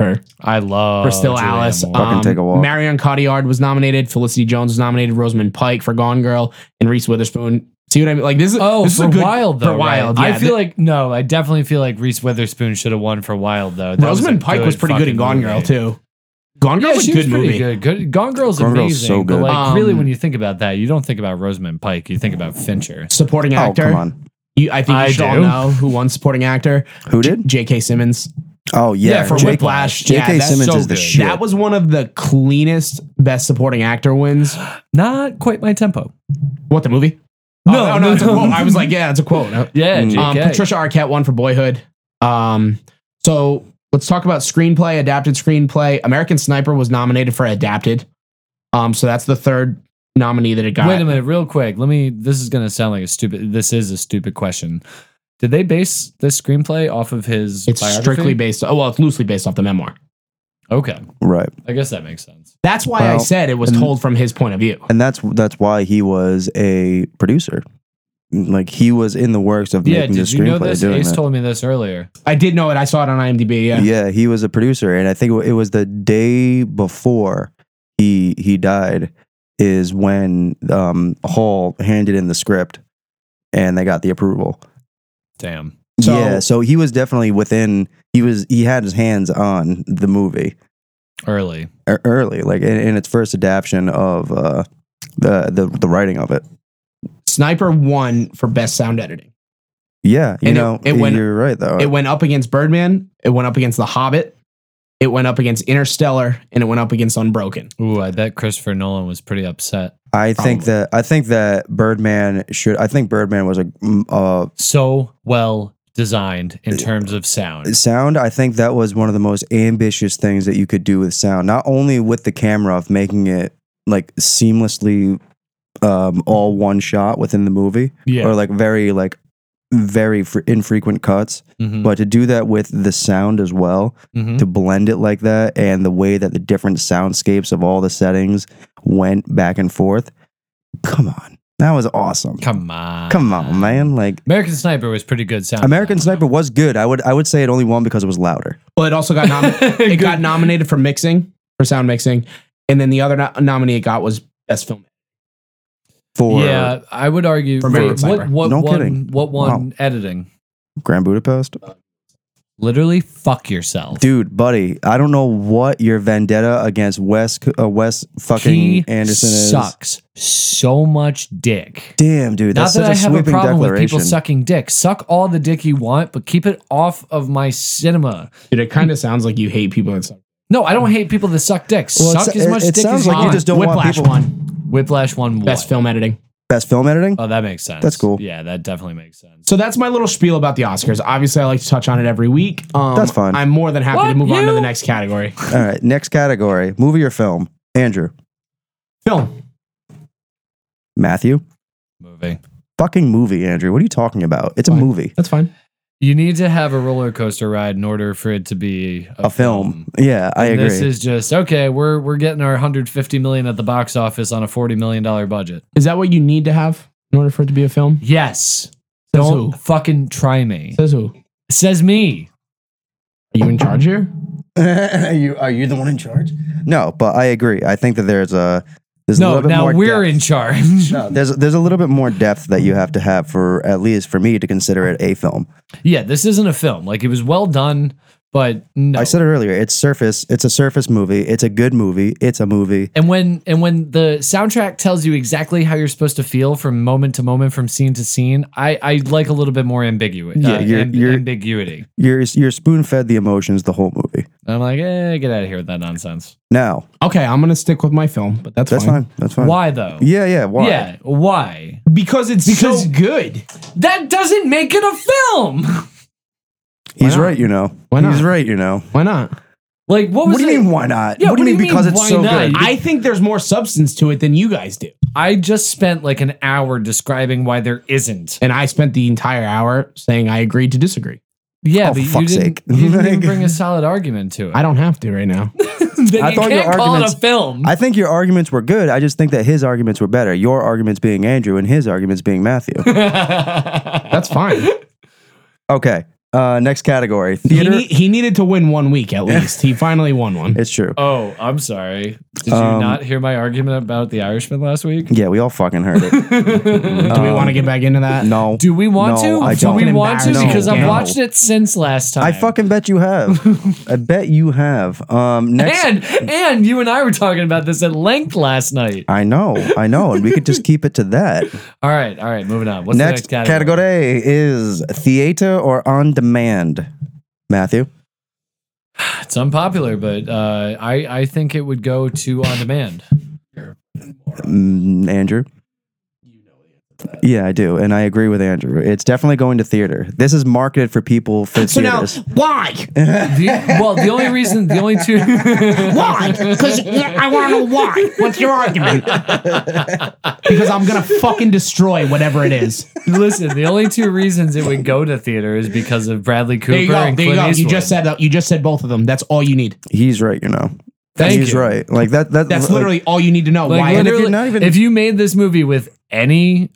G: Her
C: I love
G: for Still
C: Oh, Julianne
G: Alice. Um,
C: Moore.
F: Fucking take a walk.
G: Marion Cotillard was nominated. Felicity Jones was nominated. Rosamund Pike for Gone Girl and Reese Witherspoon. See what I mean? Like this is
C: Oh,
G: this
C: for
G: is a good,
C: Wild though.
G: For
C: right?
G: Wild, yeah.
C: I feel like no. I definitely feel like Reese Witherspoon should have won for Wild though. That
G: Rosamund
C: a
G: Pike was pretty good in
C: fucking
G: Gone Girl
C: movie.
G: too. Gone
C: Yeah,
G: Girl's
C: she
G: a
C: was
G: good
C: pretty
G: movie.
C: good. Good. Gone Girl's
F: Gone Girl's
C: amazing.
F: so
C: But
F: good.
C: like,
G: Um,
C: really, when you think about that, you don't think about Rosamund Pike. You think about Fincher.
G: Supporting
F: Oh,
G: actor.
F: come on.
G: You, I think you
C: I
G: should all
C: do.
G: know who won supporting actor.
F: Who did?
G: J.K. Simmons.
F: Oh yeah,
C: Yeah, for
F: J-
G: Whiplash. Yeah,
F: J.K.
G: that's
F: Simmons
C: so
F: is the
C: good.
F: shit.
G: That was one of the cleanest best supporting actor wins.
C: Not quite my tempo.
G: What the movie?
C: No,
G: oh, no, no, it's a
C: no.
G: quote. I was like, yeah, it's a quote. Um,
C: Yeah,
F: Mm.
C: JK.
G: Patricia Arquette won for Boyhood. Um, so let's talk about screenplay, adapted screenplay. American Sniper was nominated for adapted. Um, so that's the third nominee that it got.
C: Wait a minute, real quick. Let me. This is gonna sound like a stupid. This is a stupid question. Did they base this screenplay off of his?
G: It's
C: biography?
G: strictly based. Oh well, it's loosely based off the memoir.
C: Okay,
F: Right.
C: I guess that makes sense.
G: That's why I
F: Well,
G: said it was
F: and-
G: told from his point of view.
F: And that's that's why he was a producer. Like he was in the works of
C: Yeah,
F: making the
C: did you know
F: screenplay
C: this?
F: doing
C: Ace
F: that.
C: told me this earlier.
G: I did know it. I saw it on IMDb. Yeah.
F: yeah. he was a producer, and I think it wa- it was the day before he he died is when um, Hall handed in the script, and they got the approval.
C: Damn.
G: So-
F: yeah, so he was definitely within. He was he had his hands on the movie
C: Early.
F: e- early, like in, in its first adaptation of uh, the the the writing of it.
G: Sniper won for best sound editing.
F: Yeah, you
G: And it-
F: know,
G: it went-
F: you're right though.
G: It went up against Birdman. It went up against The Hobbit. It went up against Interstellar, and it went up against Unbroken.
C: Ooh, I bet Christopher Nolan was pretty upset.
F: I think that I think that Birdman should. I think Birdman was a mm, uh,
C: So well designed in terms of sound.
F: sound. I think that was one of the most ambitious things that you could do with sound. Not only with the camera of making it like seamlessly, um, all one shot within the movie,
C: Yeah.
F: or like very like very fr- infrequent cuts,
C: Mhm.
F: but to do that with the sound as well,
C: Mhm.
F: to blend it like that, and the way that the different soundscapes of all the settings went back and forth. Come on, that was awesome.
C: Come on.
F: Come on, man! Like
C: American Sniper was pretty good sound.
F: American Sniper was good. I would I would say it only won because it was louder.
G: Well, it also got nom- it got nominated for mixing for sound mixing, and then the other no- nominee it got was best film.
F: For
C: yeah, I would argue.
G: For
C: wait,
G: American Sniper.
C: what what
F: No
C: one?
F: kidding.
C: What one?
F: Wow.
C: Editing.
F: Grand Budapest,
C: Literally, fuck yourself.
F: dude, buddy, I don't know what your vendetta against West uh, West fucking
C: he
F: Anderson is.
C: sucks so much dick.
F: Damn, dude,
C: Not
F: that's
C: that I
F: such a
C: have a
F: sweeping
C: problem with
F: declaration.
C: people sucking dick. Suck all the dick you want, but keep it off of my cinema.
G: Dude, it kind of sounds like you hate people that suck.
C: No, I don't hate people that suck dick.
F: Well,
C: suck
F: it's-
C: as much
F: it- it
C: dick as
F: sounds
C: you
F: like you
C: want.
F: just don't want
G: Whiplash
F: people-
G: one
C: Whiplash one
G: best film editing.
F: Best film editing.
C: Oh, that makes sense.
F: That's cool.
C: Yeah, that definitely makes sense.
G: So that's my little spiel about the Oscars. Obviously, I like to touch on it every week. Um,
F: That's fine.
G: I'm more than happy to
C: What?
G: move on to
C: You?
G: the next category.
F: All right, next category: movie or film. Andrew,
G: Film.
F: Matthew,
C: Movie.
F: fucking movie. Andrew, what are you talking about? It's a
G: Fine.
F: movie,
G: That's fine.
C: You need to have a roller coaster ride in order for it to be a,
F: a film. Yeah, I
C: And
F: agree.
C: This is just okay. We're we're getting our 150 million at the box office on a 40 million dollar budget.
G: Is that what you need to have in order for it to be a film?
C: Yes.
G: Says
C: Don't
G: who?
C: fucking try me.
G: Says who? Are
C: Says me.
G: you in charge here?
F: you are you the one in charge? No, but I agree. I think that there's a there's a
C: No,
F: little bit
C: now
F: more
C: we're
F: depth.
C: in charge.
F: No, there's there's a little bit more depth that you have to have for at least for me to consider it a film.
C: yeah, this isn't a film. Like it was well done, but no.
F: I said it earlier. It's surface. It's a surface movie. It's a good movie. It's a movie.
C: and when and when the soundtrack tells you exactly how you're supposed to feel from moment to moment, from scene to scene, I, I like a little bit more ambiguity. uh,
F: Yeah, you're- you're-
C: ambiguity.
F: You're you're spoon fed the emotions the whole movie.
C: I'm like, eh, get out of here with that nonsense.
F: Now
G: Okay, I'm gonna stick with my film, but that's,
F: that's
G: fine.
F: fine. That's fine.
C: Why though?
F: Um, Yeah, yeah. Why?
C: Yeah, why?
G: Because it's
C: Because-
G: so good.
C: That doesn't make it a film.
F: He's
G: not?
F: right. You know.
G: Why not?
F: He's right. You know.
G: Why not?
C: Like, what was
F: What do you
C: it?
F: mean? Why not?
C: Yeah,
F: what do you mean? because it's
C: why
F: so
C: not?
F: good.
G: I think there's more substance to it than you guys do.
C: I just spent like an hour describing why there isn't.
G: And I spent the entire hour saying I agreed to disagree.
C: Yeah, but
F: Oh, for
C: you
F: fuck's
C: didn't,
F: sake.
C: you didn't even
F: Like-
C: bring a solid argument to it.
G: I don't have to right now.
C: Then
F: I
C: you
F: thought your
C: can't call it a
F: arguments-
C: film.
F: I think your arguments were good. I just think that his arguments were better. Your arguments being Andrew and his arguments being Matthew.
G: That's fine.
F: okay. Uh, next category
G: he,
F: theater.
G: ne- he needed to win one week at least. He finally won one.
F: it's true.
C: oh, I'm sorry. Did you
F: Um,
C: not hear my argument about the Irishman last week?
F: Yeah, we all fucking heard it.
G: Do we want to get back into that?
F: No.
C: Do we want
F: No,
C: to?
F: I
C: Do we
G: don't.
C: want to?
G: No,
C: Because I've
G: no.
C: watched it since last time.
F: I fucking bet you have. I bet you have. Um, next.
C: and and you and I were talking about this at length last night.
F: I know. I know. And we could just keep it to that.
C: All right, all right, moving on. What's
F: next,
C: the next
F: category? is theater or on demand. Matthew.
C: It's unpopular, but uh, I I think it would go to on demand.
F: Mm, Andrew. Yeah, I do, and I agree with Andrew. It's definitely going to theater. This is marketed for people for
G: So now,
F: theaters.
G: why?
C: The, well, the only reason, the only two.
G: Why? Because I want to know why. What's your argument? because I'm gonna fucking destroy whatever it is.
C: Listen, the only two reasons it would go to theater is because of Bradley Cooper
G: There you go.
C: and
G: There you
C: Clint
G: go. You
C: Eastwood.
G: just said that. You just said both of them. That's all you need.
F: He's right, you know.
C: Thank
F: He's
C: you.
F: right. Like that. that
G: That's
F: like-
G: literally all you need to know.
C: Like,
G: why?
F: And if you're
C: literally,
F: not even-
C: if you made this movie with any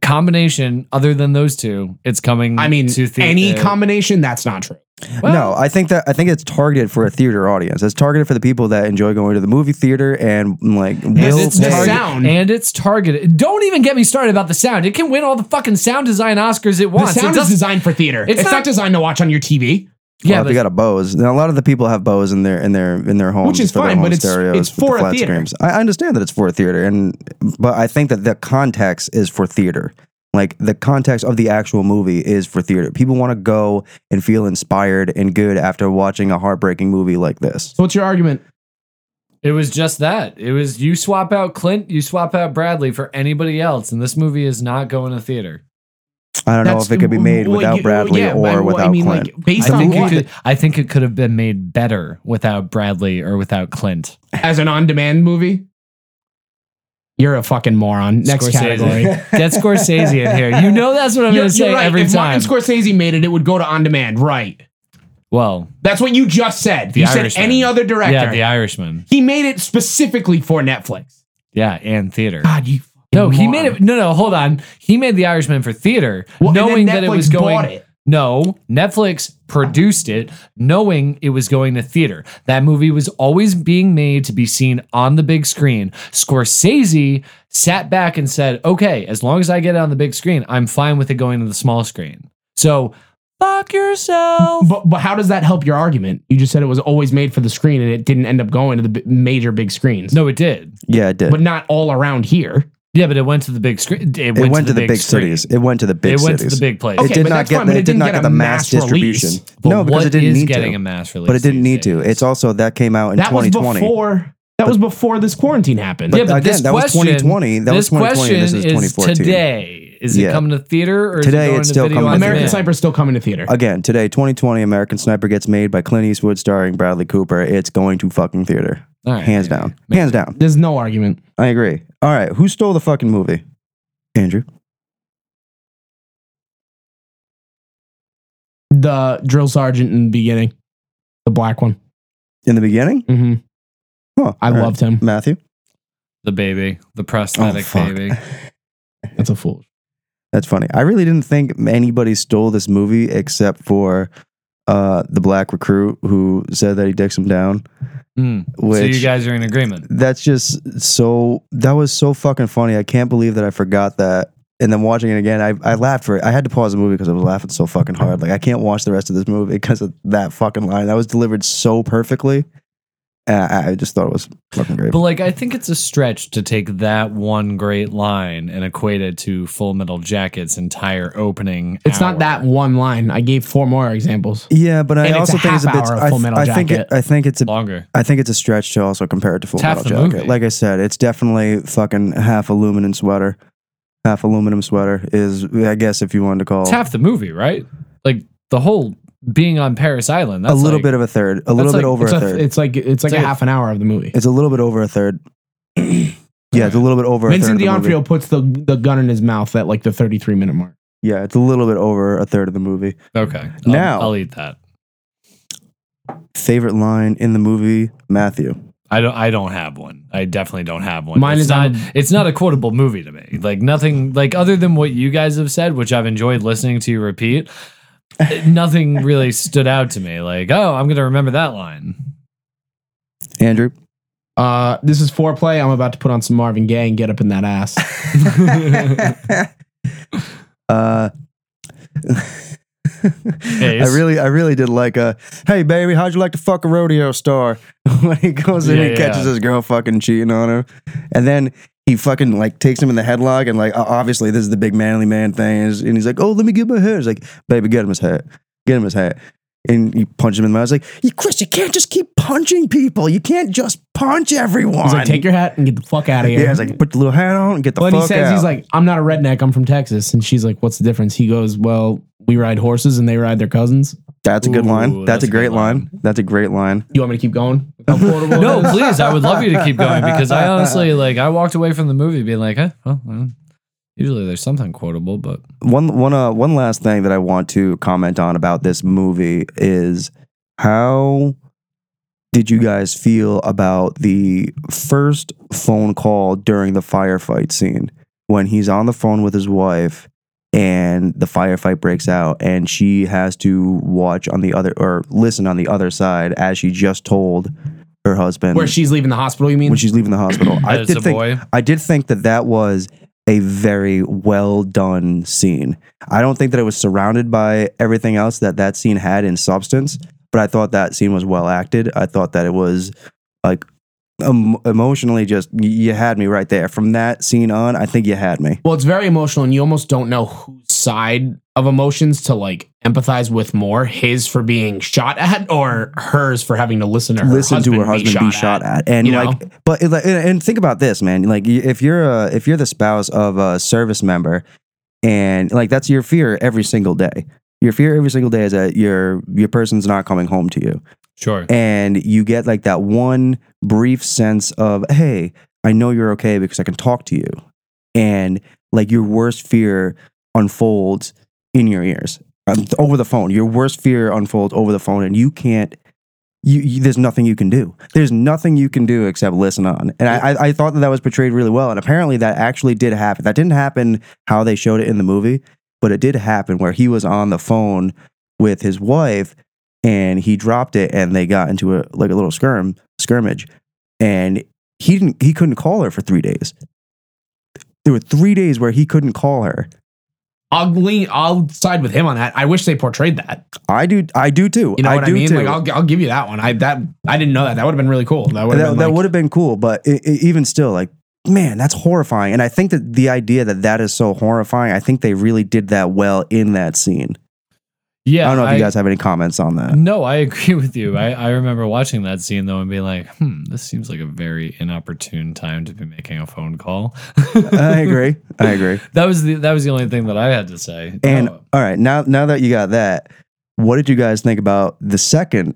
C: combination other than those two, it's coming.
G: I mean,
C: to theater.
G: any combination. That's not true.
C: Well-
F: no, I think that I think it's targeted for a theater audience. It's targeted for the people that enjoy going to the movie theater and mm, like will
G: it's the
F: pay-
G: sound.
C: and it's targeted. Don't even get me started about the sound. It can win all the fucking sound design Oscars it
G: The
C: wants.
G: sound
C: it
G: is
C: doesn't-
G: designed for theater. It's,
C: It's
G: not,
C: not-
G: designed to watch on your TV,
F: Yeah,
C: yeah,
F: if they
C: but
F: got a Bose. Now, a lot of the people have Bose in their in their in their homes,
G: is
F: for their
G: fine,
F: home
G: but it's-
F: stereos
G: it's
F: with the
G: for a
F: flat
G: theater.
F: screens. I I understand that it's for a theater, and but I think that the context is for theater. Like the context of the actual movie is for theater. People want to go and feel inspired and good after watching a heartbreaking movie like this.
G: so what's your argument?
C: It was just that. It was you swap out Clint, you swap out Bradley for anybody else, and this movie is not going to theater.
F: I don't know if it could be made without
G: oh,
F: Bradley or without Clint.
G: Like, based
C: I
G: on
C: think, it
G: what?
C: could, I think it could have been made better without Bradley or without Clint.
G: As an on-demand movie? You're a fucking moron. Next
C: Scorsese.
G: category.
C: Get Scorsese in here. You know that's what I'm
G: You're,
C: going to say
G: you're right.
C: every
G: if
C: time.
G: Martin Scorsese made it, it would go to on-demand. Right.
C: well,
G: That's what you just said.
C: The
G: you said
C: Irishman.
G: any other director.
C: yeah, The Irishman.
G: he made it specifically for Netflix.
C: Yeah, and theater.
G: God, you. fucking
C: No, he
G: moron.
C: made it. No, no, hold on. He made The Irishman for theater,
G: Well, and then
C: knowing that it
G: Netflix
C: was going.
G: bought it.
C: No, Netflix produced it, knowing it was going to theater. That movie was always being made to be seen on the big screen. Scorsese sat back and said, "Okay, as long as I get it on the big screen, I'm fine with it going to the small screen." So, fuck yourself.
G: But but how does that help your argument? You just said it was always made for the screen, and it didn't end up going to the b- major big screens.
C: No, it did.
F: Yeah, it did.
G: but not all around here.
C: Yeah, but it went to the big screen. It,
F: it went, to the, big,
C: screen.
F: cities. It went to the big
C: It went
F: cities.
C: to the big place.
G: Okay,
F: it did
G: but
F: not
G: that's
F: get
G: fine,
F: the,
G: but
F: it did not get the mass,
G: mass release.
F: distribution.
C: But
F: no, because
C: what
F: it didn't
C: is
F: need
C: getting
F: to.
C: a mass release,
F: but it didn't
C: these
F: need to.
C: days?
F: It's also that came out in
G: That was
F: 2020.
G: before. That was before this quarantine happened.
F: But
C: yeah, but
F: again,
C: this
F: that was
C: question,
F: 2020. That was
C: this
F: 2020, and this
C: question
F: is 2014.
C: Today, is it
F: Yeah.
C: coming to theater or
F: Today,
C: Is it going
F: it's
C: to
F: still
C: video
F: coming
C: on
F: to
G: American
C: demand?
F: theater.
G: Sniper's still coming to theater.
F: Again, today, 2020, American Sniper gets made by Clint Eastwood, starring Bradley Cooper. It's going to fucking theater,
C: All right,
F: hands
C: maybe.
F: down, hands down.
G: There's no argument.
F: I agree. All right, who stole the fucking movie? Andrew.
G: The drill sergeant in the beginning, the black one.
F: In the beginning,
C: Mm-hmm.
G: hmm
F: huh,
G: I
F: all right.
G: loved him.
F: Matthew. Oh,
C: The baby, the prosthetic
F: fuck.
C: baby.
G: That's a fool.
F: That's funny. I really didn't think anybody stole this movie except for uh, the black recruit who said that he dicks him down.
C: Mm. so
F: Which-
C: you guys are in agreement.
F: That's just so. That was so fucking funny. I can't believe that I forgot that. And then watching it again, I, I laughed for it. I had to pause the movie because I was laughing so fucking hard. Like I can't watch the rest of this movie because of that fucking line. That was delivered so perfectly. And I, I just thought it was fucking great.
C: But like, I think it's a stretch to take that one great line and equate it to Full Metal Jacket's entire opening.
G: It's not
C: hour.
G: that one line. I gave four more examples.
F: Yeah, but I
G: And it's
F: also
G: a
F: think it's a
G: half
F: bit.
G: hour of
F: I,
G: Full
F: th-
G: Metal
F: I think it,
G: Jacket.
F: I think it's a
C: longer.
F: I think it's a stretch to also compare it to Full
C: It's half
F: Metal
C: the
F: Jacket.
C: movie.
F: Like I said, it's definitely fucking half aluminum sweater. Half aluminum sweater is, I guess, if you wanted to call
C: It's half the movie, right? Like the whole being on Paris Island. That's
F: a little
C: like-
F: bit of a third, a little
C: that's like-
F: bit over a
G: It's,
F: third.
G: a, it's like it's like
C: It's
G: a
C: like-
G: half an hour of the movie.
F: It's a little bit over a third. yeah, it's a little bit over.
G: Vincent
F: a third of the movie.
G: D'Onofrio puts the the gun in his mouth at like the 33 minute mark.
F: Yeah, it's a little bit over a third of the movie.
C: okay. I'll-
F: Now-
C: I'll eat that.
F: Favorite line in the movie, Matthew.
C: I don't. I don't have one. I definitely don't have one.
G: Mine
C: it's
G: is
C: not.
G: on-
C: It's not a quotable movie to me. Like nothing. Like other than what you guys have said, which I've enjoyed listening to you repeat. nothing really stood out to me. Like, oh, I'm gonna remember that line.
F: Andrew.
G: Uh, this is foreplay. I'm about to put on some Marvin Gaye and get up in that ass.
F: uh, I
C: Ace.
F: really, I really did like a. Hey, baby, how'd you like to fuck a rodeo star? when he goes in,
C: Yeah,
F: he
C: yeah.
F: catches his girl fucking cheating on him, and then he fucking like takes him in the headlock and like o- obviously this is the big manly man thing, and he's- and he's like, oh, let me get my hat. He's like, baby, get him his hat, get him his hat. And you punch him in the mouth. It's like, you Chris, you can't just keep punching people. You can't just punch everyone.
G: He's like, take your hat and get the fuck out of here.
F: yeah, it's like, put the little hat on and get the
G: Well, and
F: fuck
G: he says
F: out.
G: he's like, I'm not a redneck. I'm from Texas. And she's like, what's the difference? He goes, well, we ride horses and they ride their cousins.
F: That's a good
C: Ooh,
F: line. That's, a
C: good
F: great line. That's a great line.
G: You want me to keep going? How quotable it
C: No,
G: is?
C: please. I would love you to keep going because I honestly like. I walked away from the movie being like, huh. Well, well, usually there's something quotable, but
F: One one uh one last thing that I want to comment on about this movie is how did you guys feel about the first phone call during the firefight scene when he's on the phone with his wife and the firefight breaks out and she has to watch on the other or listen on the other side as she just told her husband
G: Where she's leaving the hospital, you mean?
F: when she's leaving the hospital. I
C: as a
F: did think
C: boy,
F: I did think that that was a very well done scene. I don't think that it was surrounded by everything else that that scene had in substance, but I thought that scene was well acted. I thought that it was like em- emotionally just y- you had me right there. From that scene on, I think you had me.
G: well, it's very emotional and you almost don't know whose side of emotions to like empathize with more his for being shot at or hers for having to listen to her
F: listen to her husband be shot,
G: at.
F: at. and
G: you know?
F: like but it, like, and and think about this man like y- if you're a, if you're the spouse of a service member and like that's your fear every single day your fear every single day is that your your person's not coming home to you
C: Sure.
F: and you get like that one brief sense of hey i know you're okay because i can talk to you and like your worst fear unfolds in your ears um, over the phone your worst fear unfolds over the phone and you can't you, you there's nothing you can do there's nothing you can do except listen on and I, I i thought that that was portrayed really well and apparently that actually did happen that didn't happen how they showed it in the movie but it did happen where he was on the phone with his wife and he dropped it and they got into a like a little skirm skirmish and he didn't he couldn't call her for three days there were three days where he couldn't call her
G: I'll lean, I'll side with him on that. I wish they portrayed that.
F: i do i do too
G: You know
F: i
G: what I
F: do
G: mean?
F: too
G: Like I'll, I'll give you that one. I that I didn't know that. That would have been really cool. That would
F: that,
G: have been
F: that
G: like-
F: would have been cool but i i even still like man that's horrifying and i think that the idea that that is so horrifying i think they really did that well in that scene
C: Yeah.
F: i don't know if you guys have any comments on that
C: No, I agree with you. I, I remember watching that scene though and being like, hmm, this seems like a very inopportune time to be making a phone call.
F: i agree i agree
C: that was the that was the only thing that I had to say.
F: And
C: Oh,
F: all right, now now that you got that, what did you guys think about the second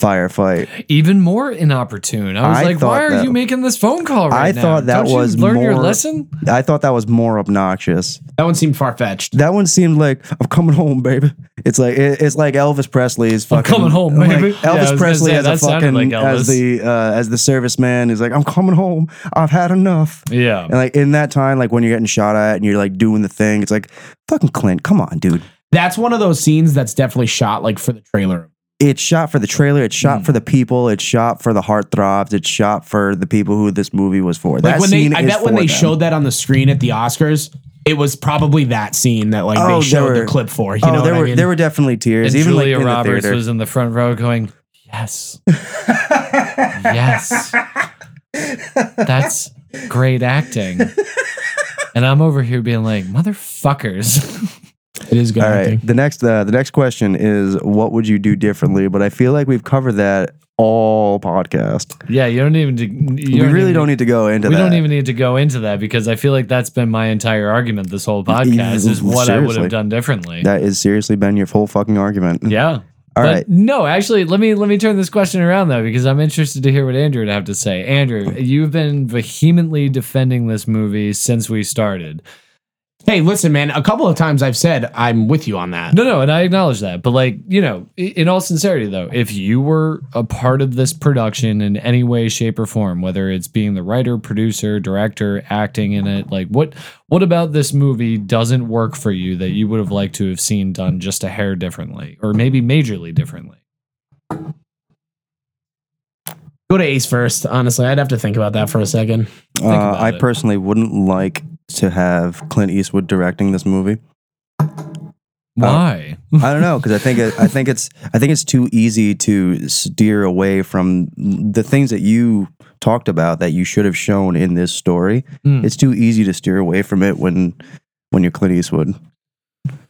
F: firefight?
C: even more inopportune. I was
F: I
C: like,
F: thought
C: why are
F: that-
C: you making this phone call right
F: I
C: now?
F: thought that
C: Don't you
F: was
C: learn your
F: more-
C: lesson.
F: I thought that was more obnoxious.
G: that one seemed far fetched.
F: That one seemed like I'm coming home, baby. It's like it- it's like Elvis Presley's fucking
C: I'm coming home,
F: like,
C: baby. Yeah, I was
F: Elvis
C: gonna
F: Presley
C: say,
F: as a
C: that sounded
F: fucking
C: like
F: as
C: Elvis.
F: the uh, as the serviceman is like I'm coming home. I've had enough.
C: Yeah.
F: And like in that time, like when you're getting shot at and you're like doing the thing, it's like fucking Clint, come on, dude.
G: That's one of those scenes that's definitely shot like for the trailer.
F: it's shot for the trailer. It's shot
C: Hmm.
F: for the people. It's shot for the heartthrobs. It's shot for the people who this movie was for.
G: Like
F: that
G: when they,
F: scene
G: I
F: is
G: bet when
F: for
G: they
F: them.
G: showed that on the screen at the Oscars, it was probably that scene that like
F: Oh,
G: they showed
F: there were-
G: the clip for. You
F: oh,
G: know,
F: there
G: what
F: were
G: I mean?
F: there were definitely tears.
C: And
F: even
C: Julia
F: like in the
C: Roberts
F: theater.
C: was in the front row going, Yes. yes. That's great acting. And I'm over here being like, motherfuckers.
G: it is good.
F: All
G: acting.
F: right. The next uh, the next question is what would you do differently? But I feel like we've covered that all podcast.
C: yeah, you don't even. You
F: we really don't need to go into
C: We
F: that.
C: don't even need to go into that because I feel like that's been my entire argument this whole podcast is what I would
F: Seriously.
C: have done differently.
F: That is seriously been your full fucking argument.
C: yeah.
F: All
C: But
F: right.
C: No, actually, let me let me turn this question around though, because I'm interested to hear what Andrew would have to say. Andrew, you've been vehemently defending this movie since we started.
G: Hey, listen, man. A couple of times I've said I'm with you on that.
C: No, no, and I acknowledge that. But like, you know, i- in all sincerity though, if you were a part of this production in any way, shape, or form, whether it's being the writer, producer, director, acting in it, like what what about this movie doesn't work for you that you would have liked to have seen done just a hair differently, or maybe majorly differently?
G: Go to Ace first. Honestly, I'd have to think about that for a second.
F: Uh,
C: about
F: I
C: it.
F: personally wouldn't like to have Clint Eastwood directing this movie.
C: Why?
F: I don't know because I think it, I think it's I think it's too easy to steer away from the things that you talked about that you should have shown in this story.
C: Mm.
F: It's too easy to steer away from it when when you're Clint Eastwood,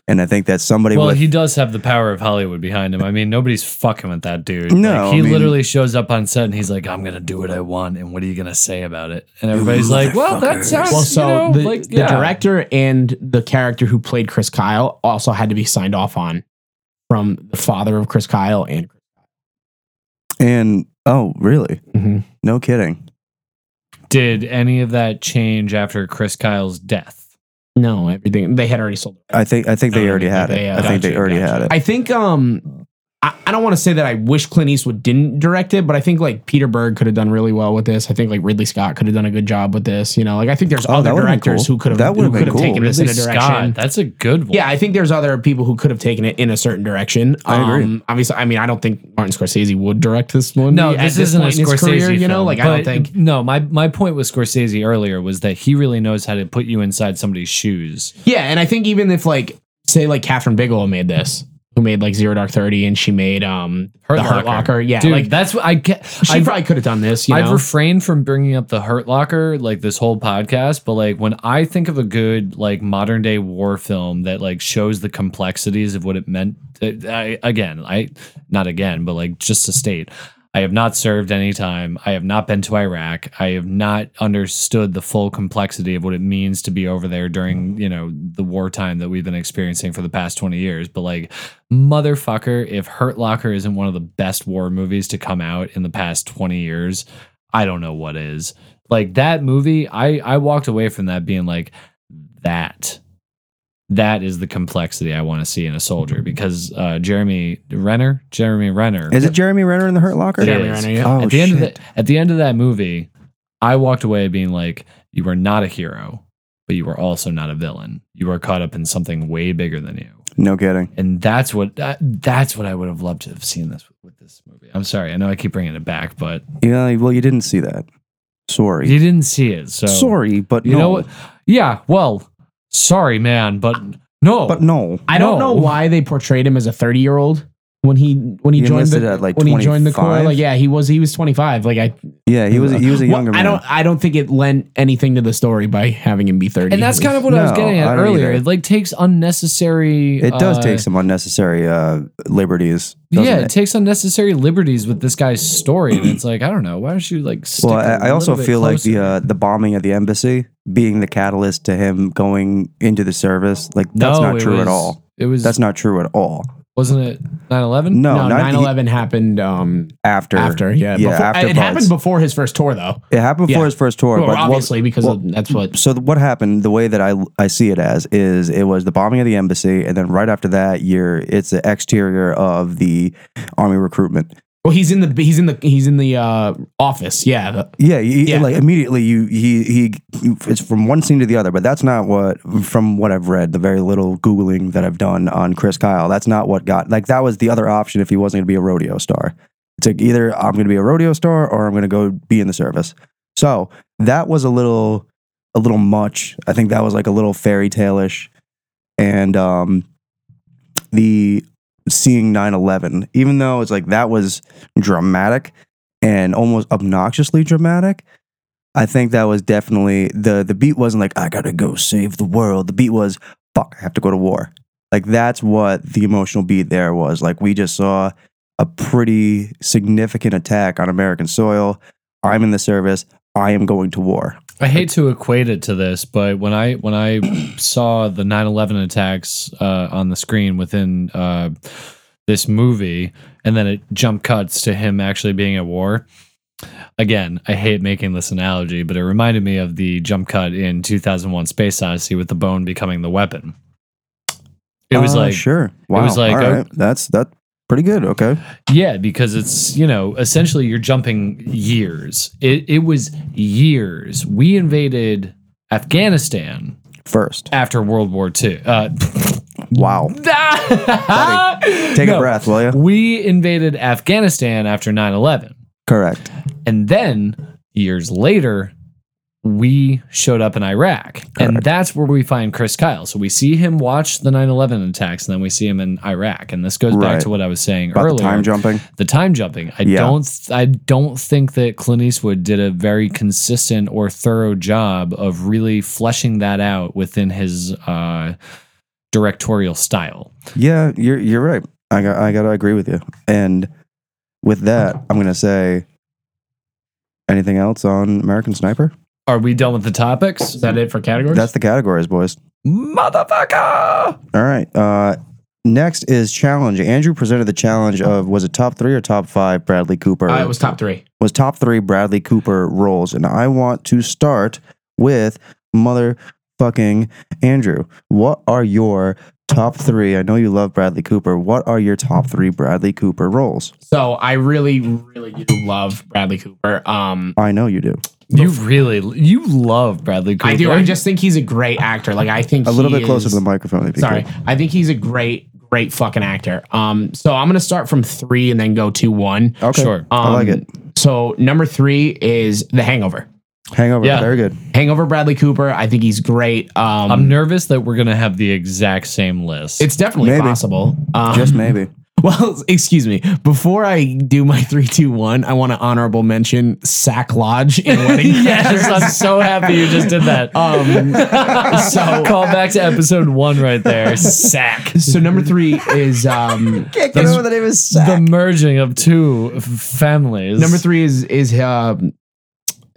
F: and I think that somebody
C: well,
F: with
C: he does have the power of Hollywood behind him. I mean, nobody's fucking with that dude.
F: No,
C: Like,
F: I
C: he
F: mean-
C: literally shows up on set and he's like, "I'm gonna do what I want," and what are you gonna say about it? And everybody's like, "Well, that sounds
G: Well, so
C: you know,
G: the,
C: like
G: the
C: yeah.
G: director and the character who played Chris Kyle also had to be signed off on from the father of Chris Kyle and
F: and oh really
C: Mm-hmm.
F: no kidding
C: Did any of that change after Chris Kyle's death?
G: no everything they had already sold. it.
F: I think I think they
C: No,
F: already had
G: they,
F: it
G: uh,
F: I think they
C: gotcha,
F: already
C: gotcha.
F: had it
G: I think um I, I don't want to say that I wish Clint Eastwood didn't direct it, but I think like Peter Berg could have done really well with this. I think like Ridley Scott could have done a good job with this. You know, like I think there's
F: Oh,
G: other
F: that would've been
G: directors
F: cool.
G: who could have
F: That
G: who
F: would've been
G: could have
F: cool.
G: taken this in a
C: Ridley
G: direction.
C: Scott, that's a good one.
G: Yeah, I think there's other people who could have taken it in a certain direction.
F: I agree.
G: Um, obviously, I mean, I don't think Martin Scorsese would direct this one.
C: No,
G: at
C: this, isn't a
G: point in
C: Scorsese
G: his career, you know.
C: film,
G: Like, I don't
C: but-
G: think
C: No, my my point with Scorsese earlier was that he really knows how to put you inside somebody's shoes.
G: Yeah, and I think even if like say like Catherine Bigelow made this,
A: who made like Zero Dark Thirty, and she made um
C: Hurt
A: the Hurt
C: Locker.
A: Locker. Yeah,
C: Dude,
A: like
C: that's what I get.
A: she
C: I've-
A: probably could have done this. You
C: I've
A: know?
C: refrained from bringing up the Hurt Locker like this whole podcast, but like when I think of a good like modern day war film that like shows the complexities of what it meant, uh, I, again, I not again, but like just to state, I have not served any time. I have not been to Iraq. I have not understood the full complexity of what it means to be over there during you know the wartime that we've been experiencing for the past twenty years. But like motherfucker, if Hurt Locker isn't one of the best war movies to come out in the past 20 years, I don't know what is. Like that movie, I I walked away from that being like that that is the complexity I want to see in a soldier because uh Jeremy Renner, Jeremy Renner.
F: Is it Jeremy Renner in the Hurt Locker?
C: It
A: Jeremy
C: is.
A: Renner, yeah.
F: Oh,
C: at the end of
F: shit.
C: the, at the end of that movie, I walked away being like you are not a hero, but you are also not a villain. You are caught up in something way bigger than you
F: No kidding.
C: and that's what that, that's what I would have loved to have seen this with this movie. I'm sorry, I know I keep bringing it back, but
F: Yeah, well, you didn't see that. Sorry.
C: you didn't see it, so
F: Sorry, but
C: You
F: no.
C: know what? Yeah, well, sorry, man, but no,
F: But no.
A: I don't know
C: No.
A: why they portrayed him as a thirty year old when he when he,
F: He
A: joined
F: enlisted
A: the
F: at, like,
A: when he joined the corps.
F: 25?
A: Like yeah, he was he was twenty five. Like I
F: Yeah, he was he was a
A: Well,
F: younger
A: I
F: man.
A: don't I don't think it lent anything to the story by having him be thirty.
C: and that's kind of what I was
F: No,
C: getting at
F: I don't
C: earlier.
F: either.
C: It like takes unnecessary.
F: it does
C: uh,
F: take some unnecessary uh, liberties. doesn't
C: yeah,
F: it?
C: it? takes unnecessary liberties with this guy's story, and it's like I don't know why don't you like. Stick
F: Well,
C: a
F: I, I also
C: little bit
F: feel like the
C: closer?
F: uh, the bombing at the embassy being the catalyst to him going into the service, like that's
C: No,
F: not
C: it
F: true
C: was-
F: at all.
C: It was
F: That's not true at all.
C: wasn't it 9-11?
F: No,
A: no,
F: not
A: nine eleven happened um,
F: after
A: after yeah,
F: yeah
A: before,
F: after
A: it happened
F: before.
A: before his first tour though.
F: It happened before
A: yeah.
F: his first tour,
A: Well,
F: but mm. what-
A: obviously because of, that's what
F: so what happened the way that I, I see it as is it was the bombing of the embassy and then right after that year it's the exterior of the army recruitment
A: well he's in the he's in the he's in the uh office yeah the-
F: Yeah, he,
A: Yeah.
F: like immediately you he he it's from one scene to the other, but that's not what from what I've read, the very little googling that I've done on Chris Kyle. That's not what got like that was the other option if he wasn't going to be a rodeo star. It's like either I'm going to be a rodeo star or I'm going to go be in the service. So, that was a little a little much. I think that was like a little fairy tale-ish and um the seeing 9/11, even though it's like that was dramatic, and almost obnoxiously dramatic. I think that was definitely the the beat wasn't like I gotta go save the world. The beat was fuck, I have to go to war. Like that's what the emotional beat there was. Like we just saw a pretty significant attack on American soil. I'm in the service. I am going to war.
C: I hate to equate it to this, but when I when I saw the 9/11 attacks uh, on the screen within uh, this movie, and then it jump cuts to him actually being at war. Again, I hate making this analogy, but it reminded me of the jump cut in 2001: Space Odyssey with the bone becoming the weapon. It was
F: Uh,
C: like
F: sure. Wow.
C: was like,
F: All
C: oh-
F: right. that's that pretty good. Okay.
C: yeah, because it's, you know, essentially you're jumping years. It, it was years. We invaded Afghanistan
F: First.
C: after World War II. Uh,
F: Wow. Take
C: No.
F: a breath, will you?
C: We invaded Afghanistan after 9 11.
F: Correct.
C: And then years later, we showed up in Iraq. And that's where we find Chris Kyle. So we see him watch the 9 11 attacks, and then we see him in Iraq. And this goes back
F: Right.
C: to what I was saying
F: About
C: earlier
F: the time jumping.
C: the time jumping. I
F: Yeah.
C: don't I don't think that Clint Eastwood did a very consistent or thorough job of really fleshing that out within his uh, directorial style.
F: Yeah, you're you're right. I got I gotta agree with you. And with that, I'm gonna say anything else on American Sniper?
C: Are we done with the topics?
A: is that it for categories?
F: That's the categories, boys.
C: Motherfucker.
F: All right. Uh next is challenge. Andrew presented the challenge of was it top three or top five Bradley Cooper?
A: uh, it was top three.
F: was top three Bradley Cooper roles. And I want to start with motherfucking Andrew. What are your top three? I know you love Bradley Cooper. What are your top three Bradley Cooper roles?
A: So I really, really do love Bradley Cooper. Um,
F: I know you do.
C: You really you love Bradley Cooper.
A: I do. I just think he's a great actor. Like I think
F: A little
A: he
F: bit closer
A: is-
F: to the microphone, if you
A: Sorry,
F: could.
A: I think he's a great, great fucking actor. Um, so I'm gonna start from three and then go to one.
F: Okay.
C: Sure.
A: Um,
F: I like it.
A: So number three is The Hangover.
F: Hangover,
C: Yeah.
F: very good.
G: Hangover Bradley Cooper. I think he's great. Um,
C: I'm nervous that we're gonna have the exact same list.
G: it's definitely
F: Maybe.
G: possible.
A: Uh,
C: Uh-huh.
G: Um,
F: Just maybe.
G: Well, excuse me. Before I do my three, two, one, I want to honorable mention Sack Lodge in Wedding
C: yes, I'm so happy you just did that.
G: Um,
C: so call back to episode one right there. Sack.
G: so number three is um,
F: Can't over the name is
C: The merging of two f- families.
G: number three is is um,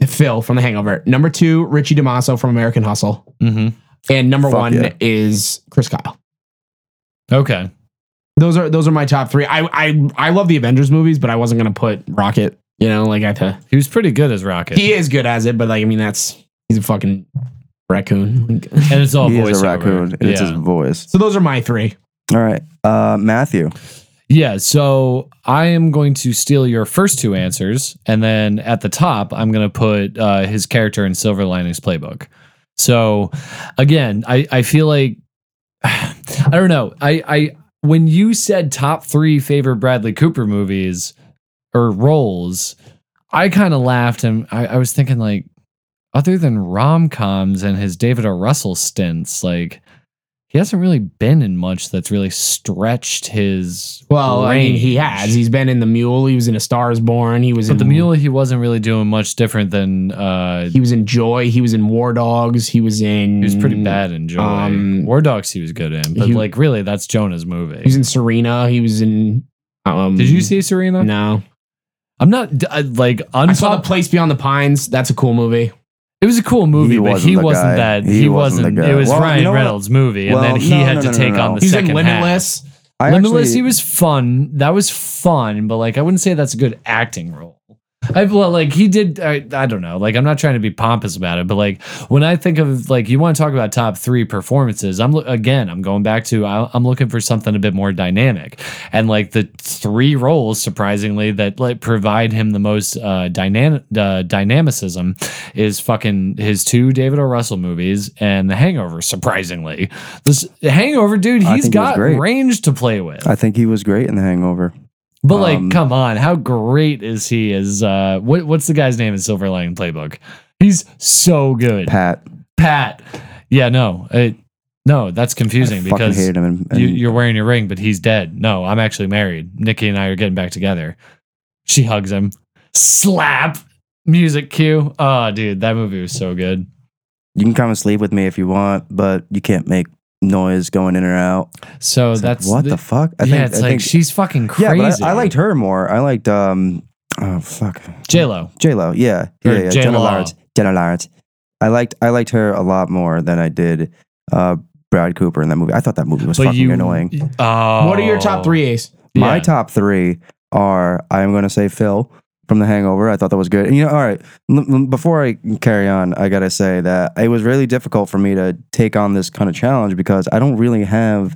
G: Phil from The Hangover. Number two, Richie DeMaso from American Hustle,
C: hmm
G: and number
F: Fuck
G: one
F: yeah.
G: is Chris Kyle.
C: Okay.
G: Those are those are my top three. I I I love the Avengers movies, but I wasn't gonna put Rocket. You know, like I th-
C: He was pretty good as Rocket.
G: he is good as it, but like I mean, that's he's a fucking raccoon.
C: and it's all
F: He
C: Oh, voiceover.
F: is a raccoon. and
C: Yeah.
F: It's his voice.
G: So those are my three.
F: All right. Uh, Matthew.
C: yeah. So I am going to steal your first two answers. And then at the top, I'm going to put uh, his character in Silver Linings Playbook. So again, I, I feel like, I don't know. I, I, when you said top three favorite Bradley Cooper movies or roles, I kind of laughed and I, I was thinking like, other than rom coms and his David O. Russell stints, like he hasn't really been in much that's really stretched his.
G: Well, I mean, he
C: range.
G: has. He's been in the Mule. He was in A Star Is Born. He was
C: But
G: in
C: the mule, he wasn't really doing much different than uh,
G: He was in Joy. He was in War Dogs. He was in.
C: he was
F: Mm,
C: pretty bad in Joy.
G: um,
C: War Dogs, he was good in, but
G: he-
C: like really, that's Jonah's movie.
G: He was in Serena. He was in. Um,
C: Did you see Serena?
G: No.
C: I'm not d- I- like
G: I saw
C: unpop.
G: The Place Beyond the Pines. That's a cool movie.
C: it was a cool movie,
F: He
C: but
F: wasn't
C: he
F: the
C: wasn't
F: guy.
C: that. He,
F: He wasn't
C: wasn't.
F: the guy.
C: it was
F: Well,
C: Ryan
F: you know what?
C: Reynolds' movie,
F: Well,
C: and then he
F: no,
C: had
F: no,
C: to
F: no, no,
C: take
F: no.
C: on the
G: He was
C: second
G: in
C: half.
G: Limitless.
F: I
C: Limitless,
F: actually-
C: he was fun. That was fun, but like I wouldn't say that's a good acting role. I well, like he did. I, I don't know. Like I'm not trying to be pompous about it, but like when I think of like you want to talk about top three performances, I'm lo- again I'm going back to I, I'm looking for something a bit more dynamic, and like the three roles surprisingly that like provide him the most uh, dynamic uh, dynamicism is fucking his two David O. Russell movies and The Hangover. Surprisingly, this The Hangover dude,
F: I
C: he's
F: think he was
C: got
F: great.
C: range to play with.
F: I think he was great in The Hangover.
C: But like,
F: Um,
C: come on, how great is he? Is uh, what what's the guy's name in Silver Lining Playbook? He's so good,
F: Pat.
C: Pat. Yeah, no, it, no, that's confusing
F: I fucking
C: because
F: hated him. And, and
C: you, you're wearing your ring, but he's dead. No, I'm actually married. Nikki and I are getting back together. She hugs him. Slap music cue. Oh, dude, that movie was so good.
F: you can come and sleep with me if you want, but you can't make noise going in or out.
C: So
F: It's like,
C: Oh, that's
F: what the, fuck.
C: yeah, it's
F: I
C: like she's fucking
F: yeah,
C: crazy.
F: but I, I liked her more. I liked um oh fuck
C: J Lo.
F: J Lo. Yeah,
C: Or
F: yeah, yeah. Jenna
C: J-Law.
F: Lawrence. Jenna Lawrence. I liked I liked her a lot more than I did uh, Brad Cooper in that movie. I thought that movie was
C: But
F: fucking
C: you
F: annoying.
C: Oh,
G: What are your top three ace?
F: My
C: Yeah.
F: top three are I am going to say Phil from The Hangover. I thought that was good. And you know, all right, l- l- before I carry on, I got to say that it was really difficult for me to take on this kind of challenge because I don't really have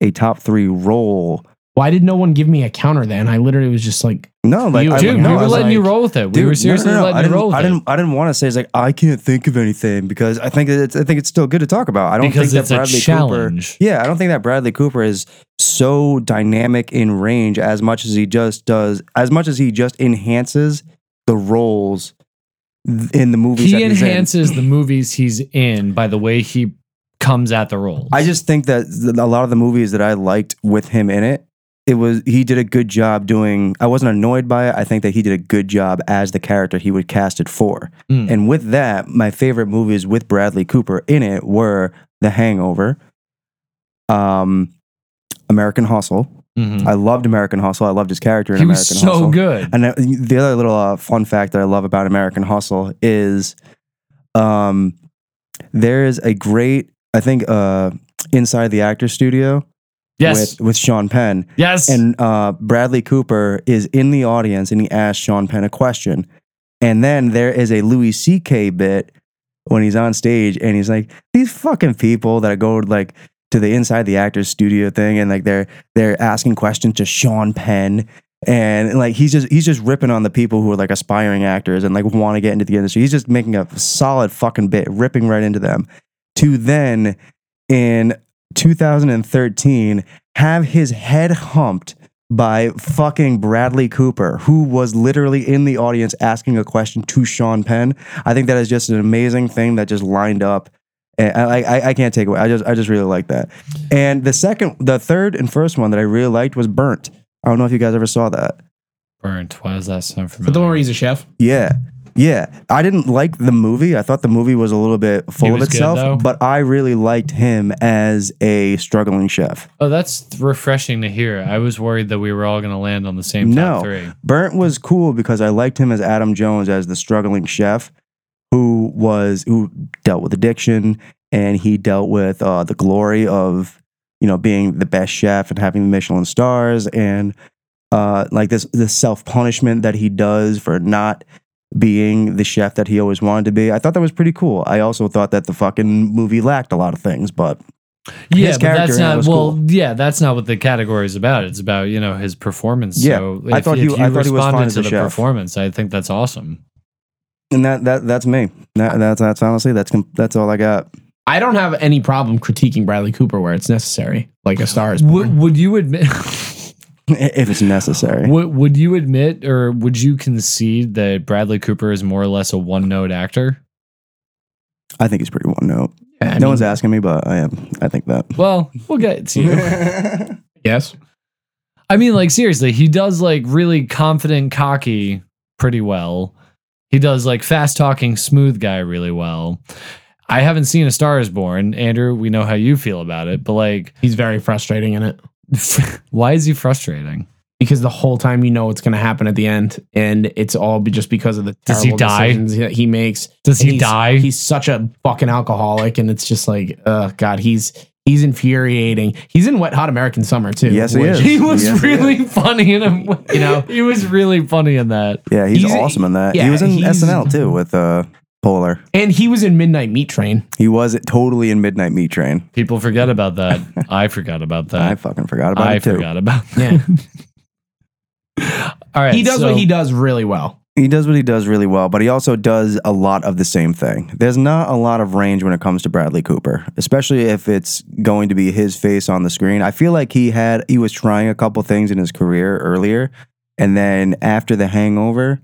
F: a top three role.
G: Why did no one give me a counter then? I literally was just like,
F: No, like
G: You-
F: I,
C: Dude,
G: no,
C: we
G: I
C: were
G: was
C: letting you
G: like-
C: roll with it. We
F: Dude,
C: were
F: no,
C: seriously
F: no, no, I
C: letting you
F: didn't,
C: roll with
F: I
C: it.
F: didn't. I didn't want to say it's like I can't think of anything because I think that it's. I think it's still good to talk about. I don't
C: because
F: think
C: it's
F: that
C: a
F: Bradley Cooper.
C: challenge.
F: Yeah, I don't think that Bradley Cooper is so dynamic in range as much as he just does. As much as he just enhances the roles th- in the movies. that
C: He
F: he's in.
C: enhances the movies he's in by the way he comes at the roles.
F: I just think that th- a lot of the movies that I liked with him in it, it was he did a good job doing. I wasn't annoyed by it. I think that he did a good job as the character he would cast it for.
C: Mm.
F: And with that, my favorite movies with Bradley Cooper in it were The Hangover, um, American Hustle.
C: Mhm.
F: I loved American Hustle. I loved his character in
C: he
F: American
C: was so
F: Hustle.
C: good.
F: And uh, the other little uh, fun fact that I love about American Hustle is um, there is a great, I think, uh, inside the actor studio
C: Yes,
F: with, with Sean Penn.
C: yes.
F: And uh, Bradley Cooper is in the audience and he asks Sean Penn a question. And then there is a Louis C.K. bit when he's on stage and he's like, these fucking people that go like to the inside the actors studio thing and like they're they're asking questions to Sean Penn. And like he's just he's just ripping on the people who are like aspiring actors and like want to get into the industry. He's just making a solid fucking bit, ripping right into them. To then in 2013 have his head humped by fucking Bradley Cooper, who was literally in the audience asking a question to Sean Penn. I think that is just an amazing thing that just lined up. And I, I, I can't take away. I just I just really like that. And the second, the third and first one that I really liked was Burnt. I don't know if you guys ever saw that.
C: Burnt. Why does that sound
A: But the
C: familiar?
A: one where he's a chef.
F: Yeah. Yeah. I didn't like the movie. I thought the movie was a little bit full of
C: was good, though.
F: itself, but I really liked him as a struggling chef.
C: Oh, that's refreshing to hear. I was worried that we were all going to land on the same top
F: No.
C: three.
F: Burnt was cool because I liked him as Adam Jones as the struggling chef who was who dealt with addiction and he dealt with uh, the glory of you know being the best chef and having the Michelin stars and uh, like this this self punishment that he does for not being the chef that he always wanted to be. I thought that was pretty cool. I also thought that the fucking movie lacked a lot of things, but
C: Yeah,
F: His
C: but
F: character
C: that's
F: in it
C: not
F: was
C: well.
F: cool.
C: Yeah, that's not what the category is about. It's about you know his performance.
F: Yeah,
C: so
F: I thought he- I thought he was fine
C: responded
F: as
C: to
F: a
C: the
F: chef.
C: performance. I think that's awesome.
F: and that that that's me. That, that's that's honestly that's com- that's all I got.
A: I don't have any problem critiquing Bradley Cooper where it's necessary, like a star is born.
C: Would, would you admit?
F: if it's necessary.
C: would, would you admit or would you concede that Bradley Cooper is more or less a one note actor?
F: I think he's pretty one note.
A: Yeah, I
F: no
A: mean,
F: one's asking me, but I am. I think that.
C: Well, we'll get to you.
A: yes.
C: I mean, like seriously, he does like really confident, cocky pretty well. He does like fast talking, smooth guy really well. I haven't seen A Star Is Born, Andrew. We know how you feel about it, but like,
A: He's very frustrating in it
C: why is he frustrating?
A: because the whole time you know what's going to happen at the end, and it's all be- just because of the
C: Does he
A: terrible
C: die?
A: decisions that he makes.
C: Does
A: And
C: he
A: he's-
C: die?
A: He's such a fucking alcoholic, and it's just like, oh god, he's he's infuriating. He's in Wet Hot American Summer too.
F: Yes, he
A: which-
F: is.
C: he was
F: Yes, he
C: really funny in him. You know,
A: know?
C: he was really funny in that.
F: Yeah, he's,
A: He's-
F: awesome in that.
A: yeah,
F: he was in
A: he's-
F: SNL too with uh, Polar.
A: And he was in Midnight Meat Train.
F: He was totally in Midnight Meat Train.
C: People forget about that. I forgot about
F: I
C: that.
F: fucking forgot about
C: I,
F: it too.
C: forgot about that.
A: Yeah,
C: All right,
A: he does
C: so-
A: what he does really well.
F: He does what he does really well, but he also does a lot of the same thing. There's not a lot of range when it comes to Bradley Cooper, especially if it's going to be his face on the screen. I feel like he had he was trying a couple things in his career earlier, and then after The Hangover,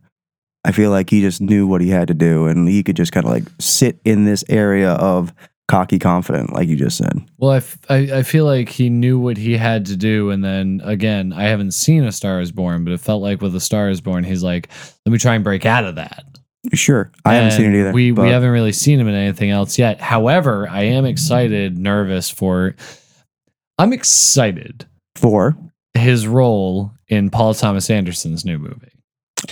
F: I feel like he just knew what he had to do, and he could just kind of like sit in this area of cocky confident, like you just said.
C: Well, I, f- I, I feel like he knew what he had to do. And then again, I haven't seen A Star is Born, but it felt like with A Star is Born, he's like, let me try and break out of that.
F: Sure, I haven't seen
C: And
F: it either.
C: We, we
F: but-
C: haven't really seen him in anything else yet. However, I am excited, nervous for. I'm excited
F: four.
C: his role in Paul Thomas Anderson's new movie.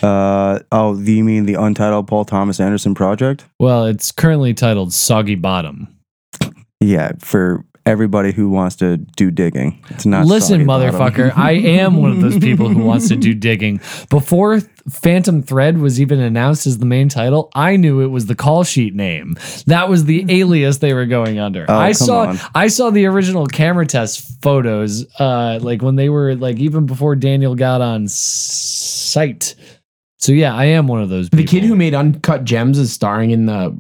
F: Uh, oh, do you mean the untitled Paul Thomas Anderson project?
C: Well, it's currently titled Soggy Bottom.
F: Yeah, for everybody who wants to do digging. It's not
C: Listen,
F: soggy bottom.
C: motherfucker, I am one of those people who wants to do digging. Before Phantom Thread was even announced as the main title, I knew it was the call sheet name. That was the alias they were going under.
F: Oh,
C: I
F: come
C: saw
F: on.
C: I saw the original camera test photos, uh, like when they were like even before Daniel got on s- site. So yeah, I am one of those.
A: The
C: people.
A: kid who made Uncut Gems is starring in the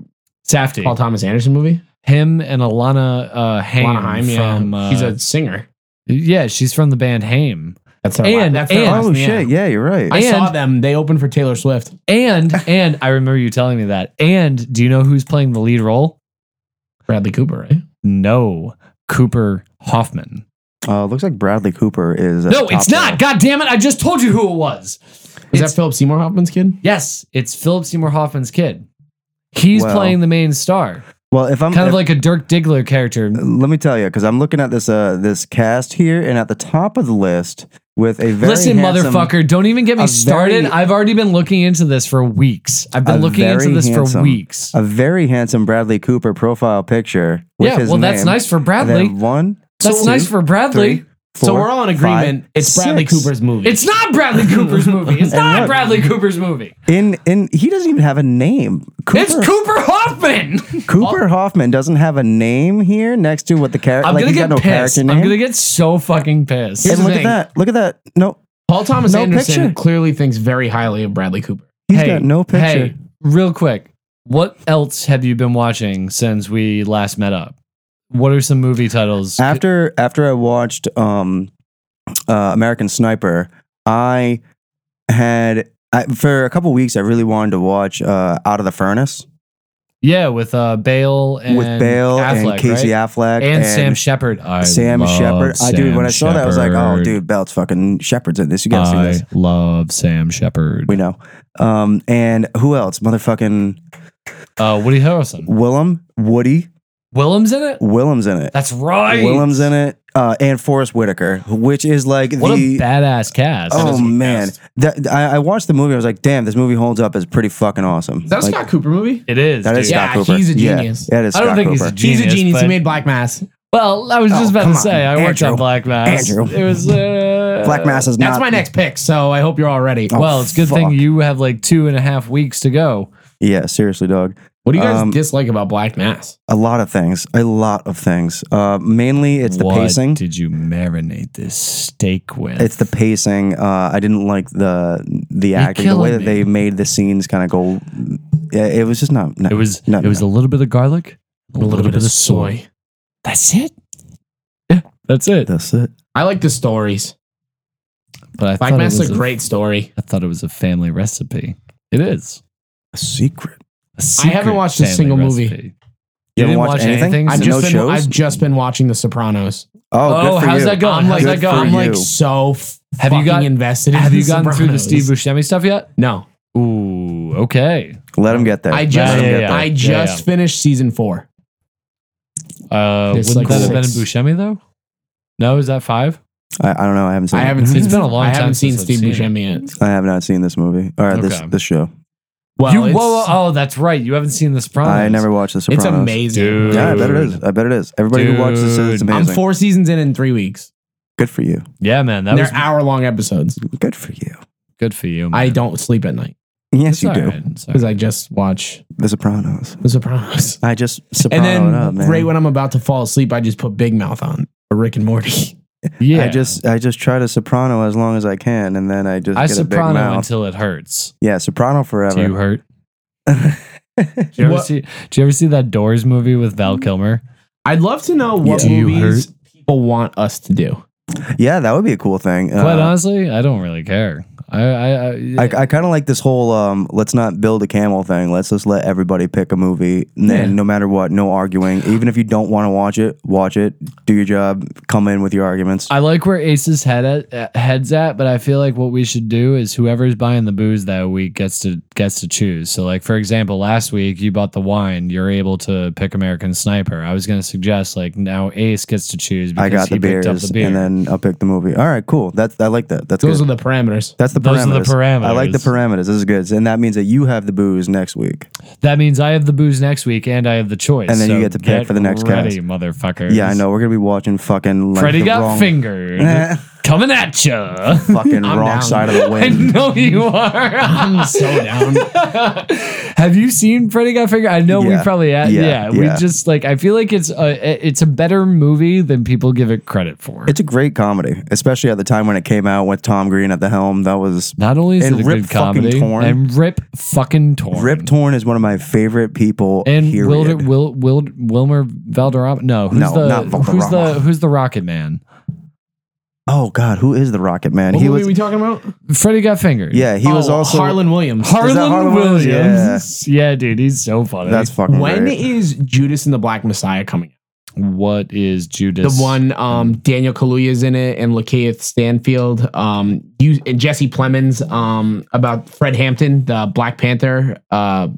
C: Safdie,
A: Paul Thomas Anderson movie.
C: him and Alana uh, Haim
A: Lana Heim, yeah.
C: from uh,
A: He's a singer.
C: yeah, she's from the band Haim.
A: That's her.
C: And-
A: that's their
C: and-
A: last
F: Oh
A: name.
F: shit! Yeah, you're right.
A: I saw
C: And-
A: them. They opened for Taylor Swift.
C: And and I remember you telling me that. And do you know who's playing the lead role?
A: Bradley Cooper, right?
C: No, Cooper Hoffman.
F: uh, looks like Bradley Cooper is. at
C: No,
F: the
C: it's
F: top
C: not. God damn it! I just told you who it was.
A: Is
C: It's-
A: that Philip Seymour Hoffman's kid?
C: Yes, it's Philip Seymour Hoffman's kid. He's
F: Well,
C: playing the main star,
F: Well, if I'm
C: kind of
F: if-
C: like a Dirk Diggler character.
F: let me tell you, because I'm looking at this uh this cast here, and at the top of the list with a very
C: Listen,
F: handsome-
C: motherfucker, don't even get
F: a
C: me started.
F: very-
C: I've already been looking into this for weeks. I've
F: a
C: been looking into
F: very
C: this for
F: handsome-
C: weeks.
F: A very handsome Bradley Cooper profile picture. With
C: Yeah,
F: his
C: well, that's
F: name.
C: nice for
F: And
C: Bradley.
F: Then one,
C: That's
F: two,
C: nice for Bradley.
F: three, four,
A: so we're all in agreement.
F: five,
A: it's Bradley
F: six.
A: Cooper's movie.
C: It's not Bradley Cooper's movie. It's
F: And
C: not
F: look-
C: Bradley Cooper's movie.
F: In in he doesn't even have a name. Cooper,
C: It's Cooper Hoffman.
F: Cooper Hoffman doesn't have a name here next to what the character.
C: Oh. I'm
F: like,
C: gonna
F: he's
C: get
F: got no
C: pissed.
F: character
C: I'm
F: name.
C: gonna get so fucking pissed.
A: Here's
F: and
A: the
F: look
A: thing.
F: at that. Look at that. No,
A: Paul Thomas
F: No
A: Anderson
F: picture.
A: clearly thinks very highly of Bradley Cooper.
F: he's got no picture.
C: Hey, real quick, what else have you been watching since we last met up? What are some movie titles?
F: After after I watched um uh, American Sniper, I had I, for a couple weeks I really wanted to watch uh, Out of the Furnace
C: Yeah, with uh, Bale and
F: with Bale
C: Affleck,
F: and Casey
C: right?
F: Affleck
C: and, Sam Shepard. I
F: Sam
C: love
F: Shepard. I dude, when I saw
C: Sam
F: that, I was like, "Oh,
C: Shepard.
F: dude, Belt's fucking Shepard's in this. You gotta see
C: I
F: this."
C: love Sam Shepard.
F: We know. Um, and who else? Motherfucking
C: Uh, Woody Harrelson.
F: Willem, Woody,
C: Willem's in it.
F: Willem's in it.
C: That's right.
F: Willem's in it, uh, and Forrest Whitaker, which is like
C: What
F: the
C: a badass cast.
F: oh
G: That's-
F: man. That, I, I watched the movie. I was like, "Damn, this movie holds up. It's pretty fucking awesome."
G: Is that a
F: Like,
G: Scott Cooper movie?
C: it is.
F: that is
C: dude.
G: Yeah,
F: Scott Cooper.
G: he's a
F: Yeah,
G: genius.
F: that is
C: I
F: Scott
C: don't think
F: Cooper.
C: he's a genius.
G: He's a genius.
C: but-
G: He made Black Mass.
C: Well, I was
F: Oh,
C: just about
F: come
C: to
F: on,
C: say I worked
F: Andrew.
C: on Black Mass.
F: Andrew.
C: It was uh,
F: Black Mass is
G: That's
F: not
G: my next pick, so I hope you're all ready.
F: Oh,
C: Well, it's a good thing
F: fuck.
C: you have like two and a half weeks to go.
F: Yeah, seriously, dog.
G: What do you guys
F: Um,
G: dislike about Black Mass?
F: A lot of things. A lot of things. Uh, mainly, it's the
C: What
F: pacing.
C: Did you marinate this steak with?
F: It's the pacing. Uh, I didn't like the the acting, the
C: killing
F: way that
C: me.
F: they made the scenes kind of go. Yeah, it was just not. No,
C: it was
F: No,
C: it was a little bit of garlic, a That's it. Yeah, that's it.
F: That's it.
G: I like the stories.
C: But I
G: Black
C: thought it
G: Mass is
C: was
G: a great story.
C: I thought it was a family recipe. It is.
F: A secret.
C: I
G: I haven't watched a single movie.
F: You
C: You,
F: haven't
C: didn't
F: watched
C: watch
F: anything?
C: anything?
F: Is
G: I've
F: it
G: just,
F: no
G: been,
F: shows?
G: I've just been watching The Sopranos.
F: Oh,
C: Oh,
F: good for
C: how's
F: you.
C: that going?
G: I'm like,
C: how's
F: Good
C: that
F: for
C: going?
G: I'm like
F: you.
G: so f-
C: Have you
G: fucking
C: gotten-
G: invested. in
C: Have you
G: The
C: gotten through the
G: Sopranos.
C: Steve Buscemi stuff yet?
G: No,
C: Ooh, okay.
F: Let him get there.
G: I just
F: Let him
C: Yeah,
F: get
C: yeah,
F: there.
G: I
C: yeah,
G: just
C: yeah.
G: finished season four.
C: Uh,
G: There's
C: wouldn't
G: like
C: that have been in
G: six.
C: Buscemi though? No, is that five?
F: I, I don't know. I haven't seen.
G: I
F: it.
G: haven't seen.
C: It's been a long
G: I
C: time
G: haven't seen
C: since I've
G: Steve
C: seen
G: Buscemi yet.
F: I have not seen this movie or this
C: Okay.
F: this show.
G: Well,
C: you,
G: it's,
C: whoa, whoa, oh, that's right. You haven't seen The Sopranos.
F: I never watched The
G: it's
F: Sopranos.
G: amazing.
C: Dude.
F: Yeah, I bet it is. I bet it is. Everybody who watches this says it's
C: Dude.
G: I'm
F: amazing.
G: four seasons in in three weeks.
F: good for you.
C: Yeah, man, that
G: And
C: was
G: They're hour long episodes.
F: Good for you.
C: good for you. Man.
G: I don't sleep at night
F: Yes,
C: It's
F: you
C: all
F: do.
C: right, it's all
G: because
C: right.
G: I just watch
F: The Sopranos.
G: The Sopranos.
F: I just
G: And
F: soprano
G: then
F: it up, man.
G: right when I'm about to fall asleep, I just put Big Mouth on or Rick and Morty.
C: yeah,
F: I just I just try to soprano as long as I can, and then I just
C: I
F: get a big
C: soprano
F: mouth.
C: until it hurts.
F: yeah, soprano
C: Do you
F: forever.
C: hurt? Do you, ever
G: What-
C: see, do you ever see that Doors movie with Val Kilmer?
G: I'd love to know what
C: Yeah. Do you
G: movies people want us to do.
F: yeah, that would be a cool thing.
C: Quite
F: Uh,
C: honestly, I don't really care. I, I, I,
F: I, I kind of like this whole um, let's not build a camel thing. Let's just let everybody pick a movie, and then
C: Yeah.
F: no matter what, no arguing. Even if you don't want to watch it, watch it. Do your job. Come in with your arguments.
C: I like where Ace's head at, uh, heads at, but I feel like what we should do is whoever's buying the booze that week gets to gets to choose. So, like for example, last week you bought the wine, you're able to pick American Sniper. I was going to suggest like now Ace gets to choose.
F: I got the
C: picked up
F: beers, and then I'll pick the movie. All right, cool. That's I like that. That's
G: Those
F: good.
G: are the parameters.
F: That's the
C: Those
F: parameters.
C: are the
F: I like the
C: parameters.
F: parameters. This is good, and that means that you have the booze next week.
C: that means I have the booze next week, and I have the choice.
F: And then you get to pick for the next
C: ready,
F: cast.
C: motherfucker.
F: Yeah, I know. We're gonna be watching fucking like
C: Freddy
F: the
C: got
F: wrong,
C: fingered. Coming at ya.
F: fucking
G: I'm
F: wrong
G: down.
F: side of the
C: I
F: wind.
C: know you are.
G: I'm so down.
C: Have you seen Freddy Got Fingered? I know
F: Yeah.
C: we probably yeah,
F: Yeah.
C: yeah, we
F: Yeah.
C: just like I feel like it's a it's a better movie than people give it credit for.
F: It's a great comedy, especially at the time when it came out with Tom Green at the helm. That was
C: Not only is
F: and
C: it a
F: Rip
C: good
F: fucking
C: comedy
F: Torn.
C: and Rip fucking torn,
F: Rip Torn is one of my favorite people.
C: and
F: period.
C: Wilder, Wil, Wil, Wilmer Valderrama. No, who's
F: No,
C: the
F: not
C: who's
F: Valderrama.
C: the who's the Rocket Man?
F: oh God, who is the Rocket Man?
G: What
F: he
G: movie
F: was
G: are we talking about? He
C: Freddy Got Fingered.
F: yeah, he was also
G: Harlan Williams.
C: Oh, Harlan,
F: Harlan Williams?
C: Williams. Yeah. dude, he's so funny.
F: That's fucking
G: When
F: great.
G: is Judas and the Black Messiah coming? out?
C: what is
G: The
C: Judas?
G: one um, Daniel Kaluuya's in it, and Lakeith Stanfield, um, you and Jesse Plemons um, about Fred Hampton, the Black Panther. Uh,
C: I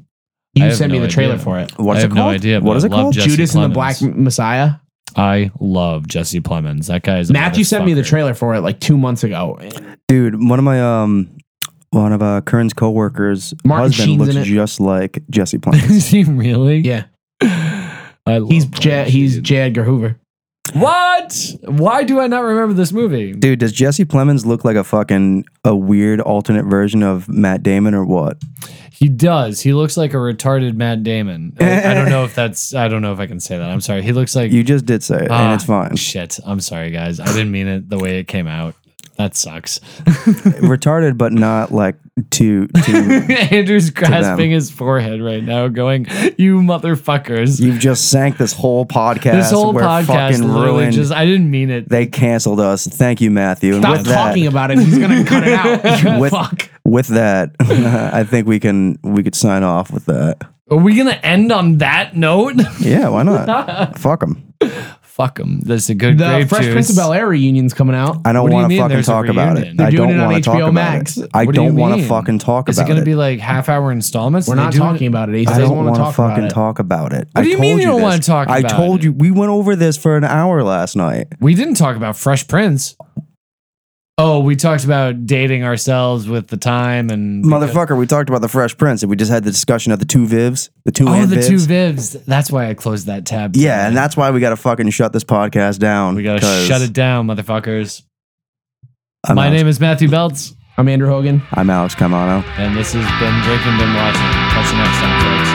G: you
C: have
G: sent me
C: no
G: the trailer
C: idea.
G: for it.
C: I
F: What's it
C: have no
F: called?
C: idea,
F: What
C: but
F: is
C: I
F: it
C: love
F: called?
C: Jesse
G: Judas and the
C: Plemons.
G: Black Messiah.
C: I love Jesse Plemons. That guy is a
G: Matthew sent me the
C: motherfucker.
G: trailer for it like two months ago. and
F: Dude, one of my um, one of uh, Kern's coworkers'
G: Martin
F: husband
G: Sheen's in
F: looks
G: it.
F: just like Jesse Plemons.
C: Is he really?
G: Yeah,
C: I love
G: he's
C: Martin
G: J- he's
C: Sheen.
G: J. Edgar Hoover.
C: What? Why do I not remember this movie?
F: Dude, does Jesse Plemons look like a fucking a weird alternate version of Matt Damon or what?
C: He does. He looks like a retarded Matt Damon. I, I don't know if that's. I don't know if I can say that. I'm sorry. He looks like.
F: You just did say it,
C: Ah,
F: and it's fine.
C: Shit. I'm sorry, guys. I didn't mean it the way it came out. That sucks.
F: retarded, but not like too too.
C: Andrew's grasping
F: them.
C: his forehead right now, going, "You motherfuckers!
F: You've just sank this whole podcast.
C: this whole
F: We're
C: podcast
F: fucking
C: literally
F: ruined.
C: just—I didn't mean it.
F: they canceled us. Thank you, Matthew. and
A: Stop
F: with
A: talking
F: that,
A: about it. He's gonna cut it out.
F: with,
C: Fuck.
F: with that, I think we can we could sign off with that.
C: Are we gonna end on that note?
F: Yeah, why not? Fuck them.
C: Fuck them. That's a good.
A: The
C: grape
A: Fresh
C: juice.
A: Prince of Bel Air reunion's coming out.
F: I
C: What
F: don't
C: do you
F: want to
C: mean
F: fucking
C: there's a
F: talk about it.
C: reunion? They're
F: I
A: doing
F: don't
A: it on
F: want to talk
A: HBO
F: about
A: Max.
F: it. I
C: What do you
F: don't want to
C: mean?
F: fucking talk
C: Is it
F: about
C: gonna be like half-hour installments?
A: We're
C: They
A: not
C: do it-
A: talking about it. He
F: I
A: doesn't
F: don't
A: want to talk
F: fucking
A: about it.
F: talk about it.
C: What
F: I
C: do you
F: told
C: mean you don't
F: this.
C: wanna talk
F: I
C: about
F: told
C: it?
F: you we went over this for an hour last night.
C: We didn't talk about Fresh Prince. Oh, we talked about dating ourselves with the time and
F: Motherfucker, we talked about the Fresh Prince and we just had the discussion of the two Vivs, the two
C: Oh,
F: and
C: the
F: Vivs.
C: two vivs. That's why I closed that tab.
F: yeah, and that's why we got to fucking shut this podcast down.
C: we gotta
F: 'cause
C: shut it down, motherfuckers.
F: I'm
C: My
F: Alex-
C: name is Matthew Belts,
A: I'm Andrew Hogan.
F: I'm Alex Camano.
C: and this has been Drinking, Been Watching. Catch you next time, folks.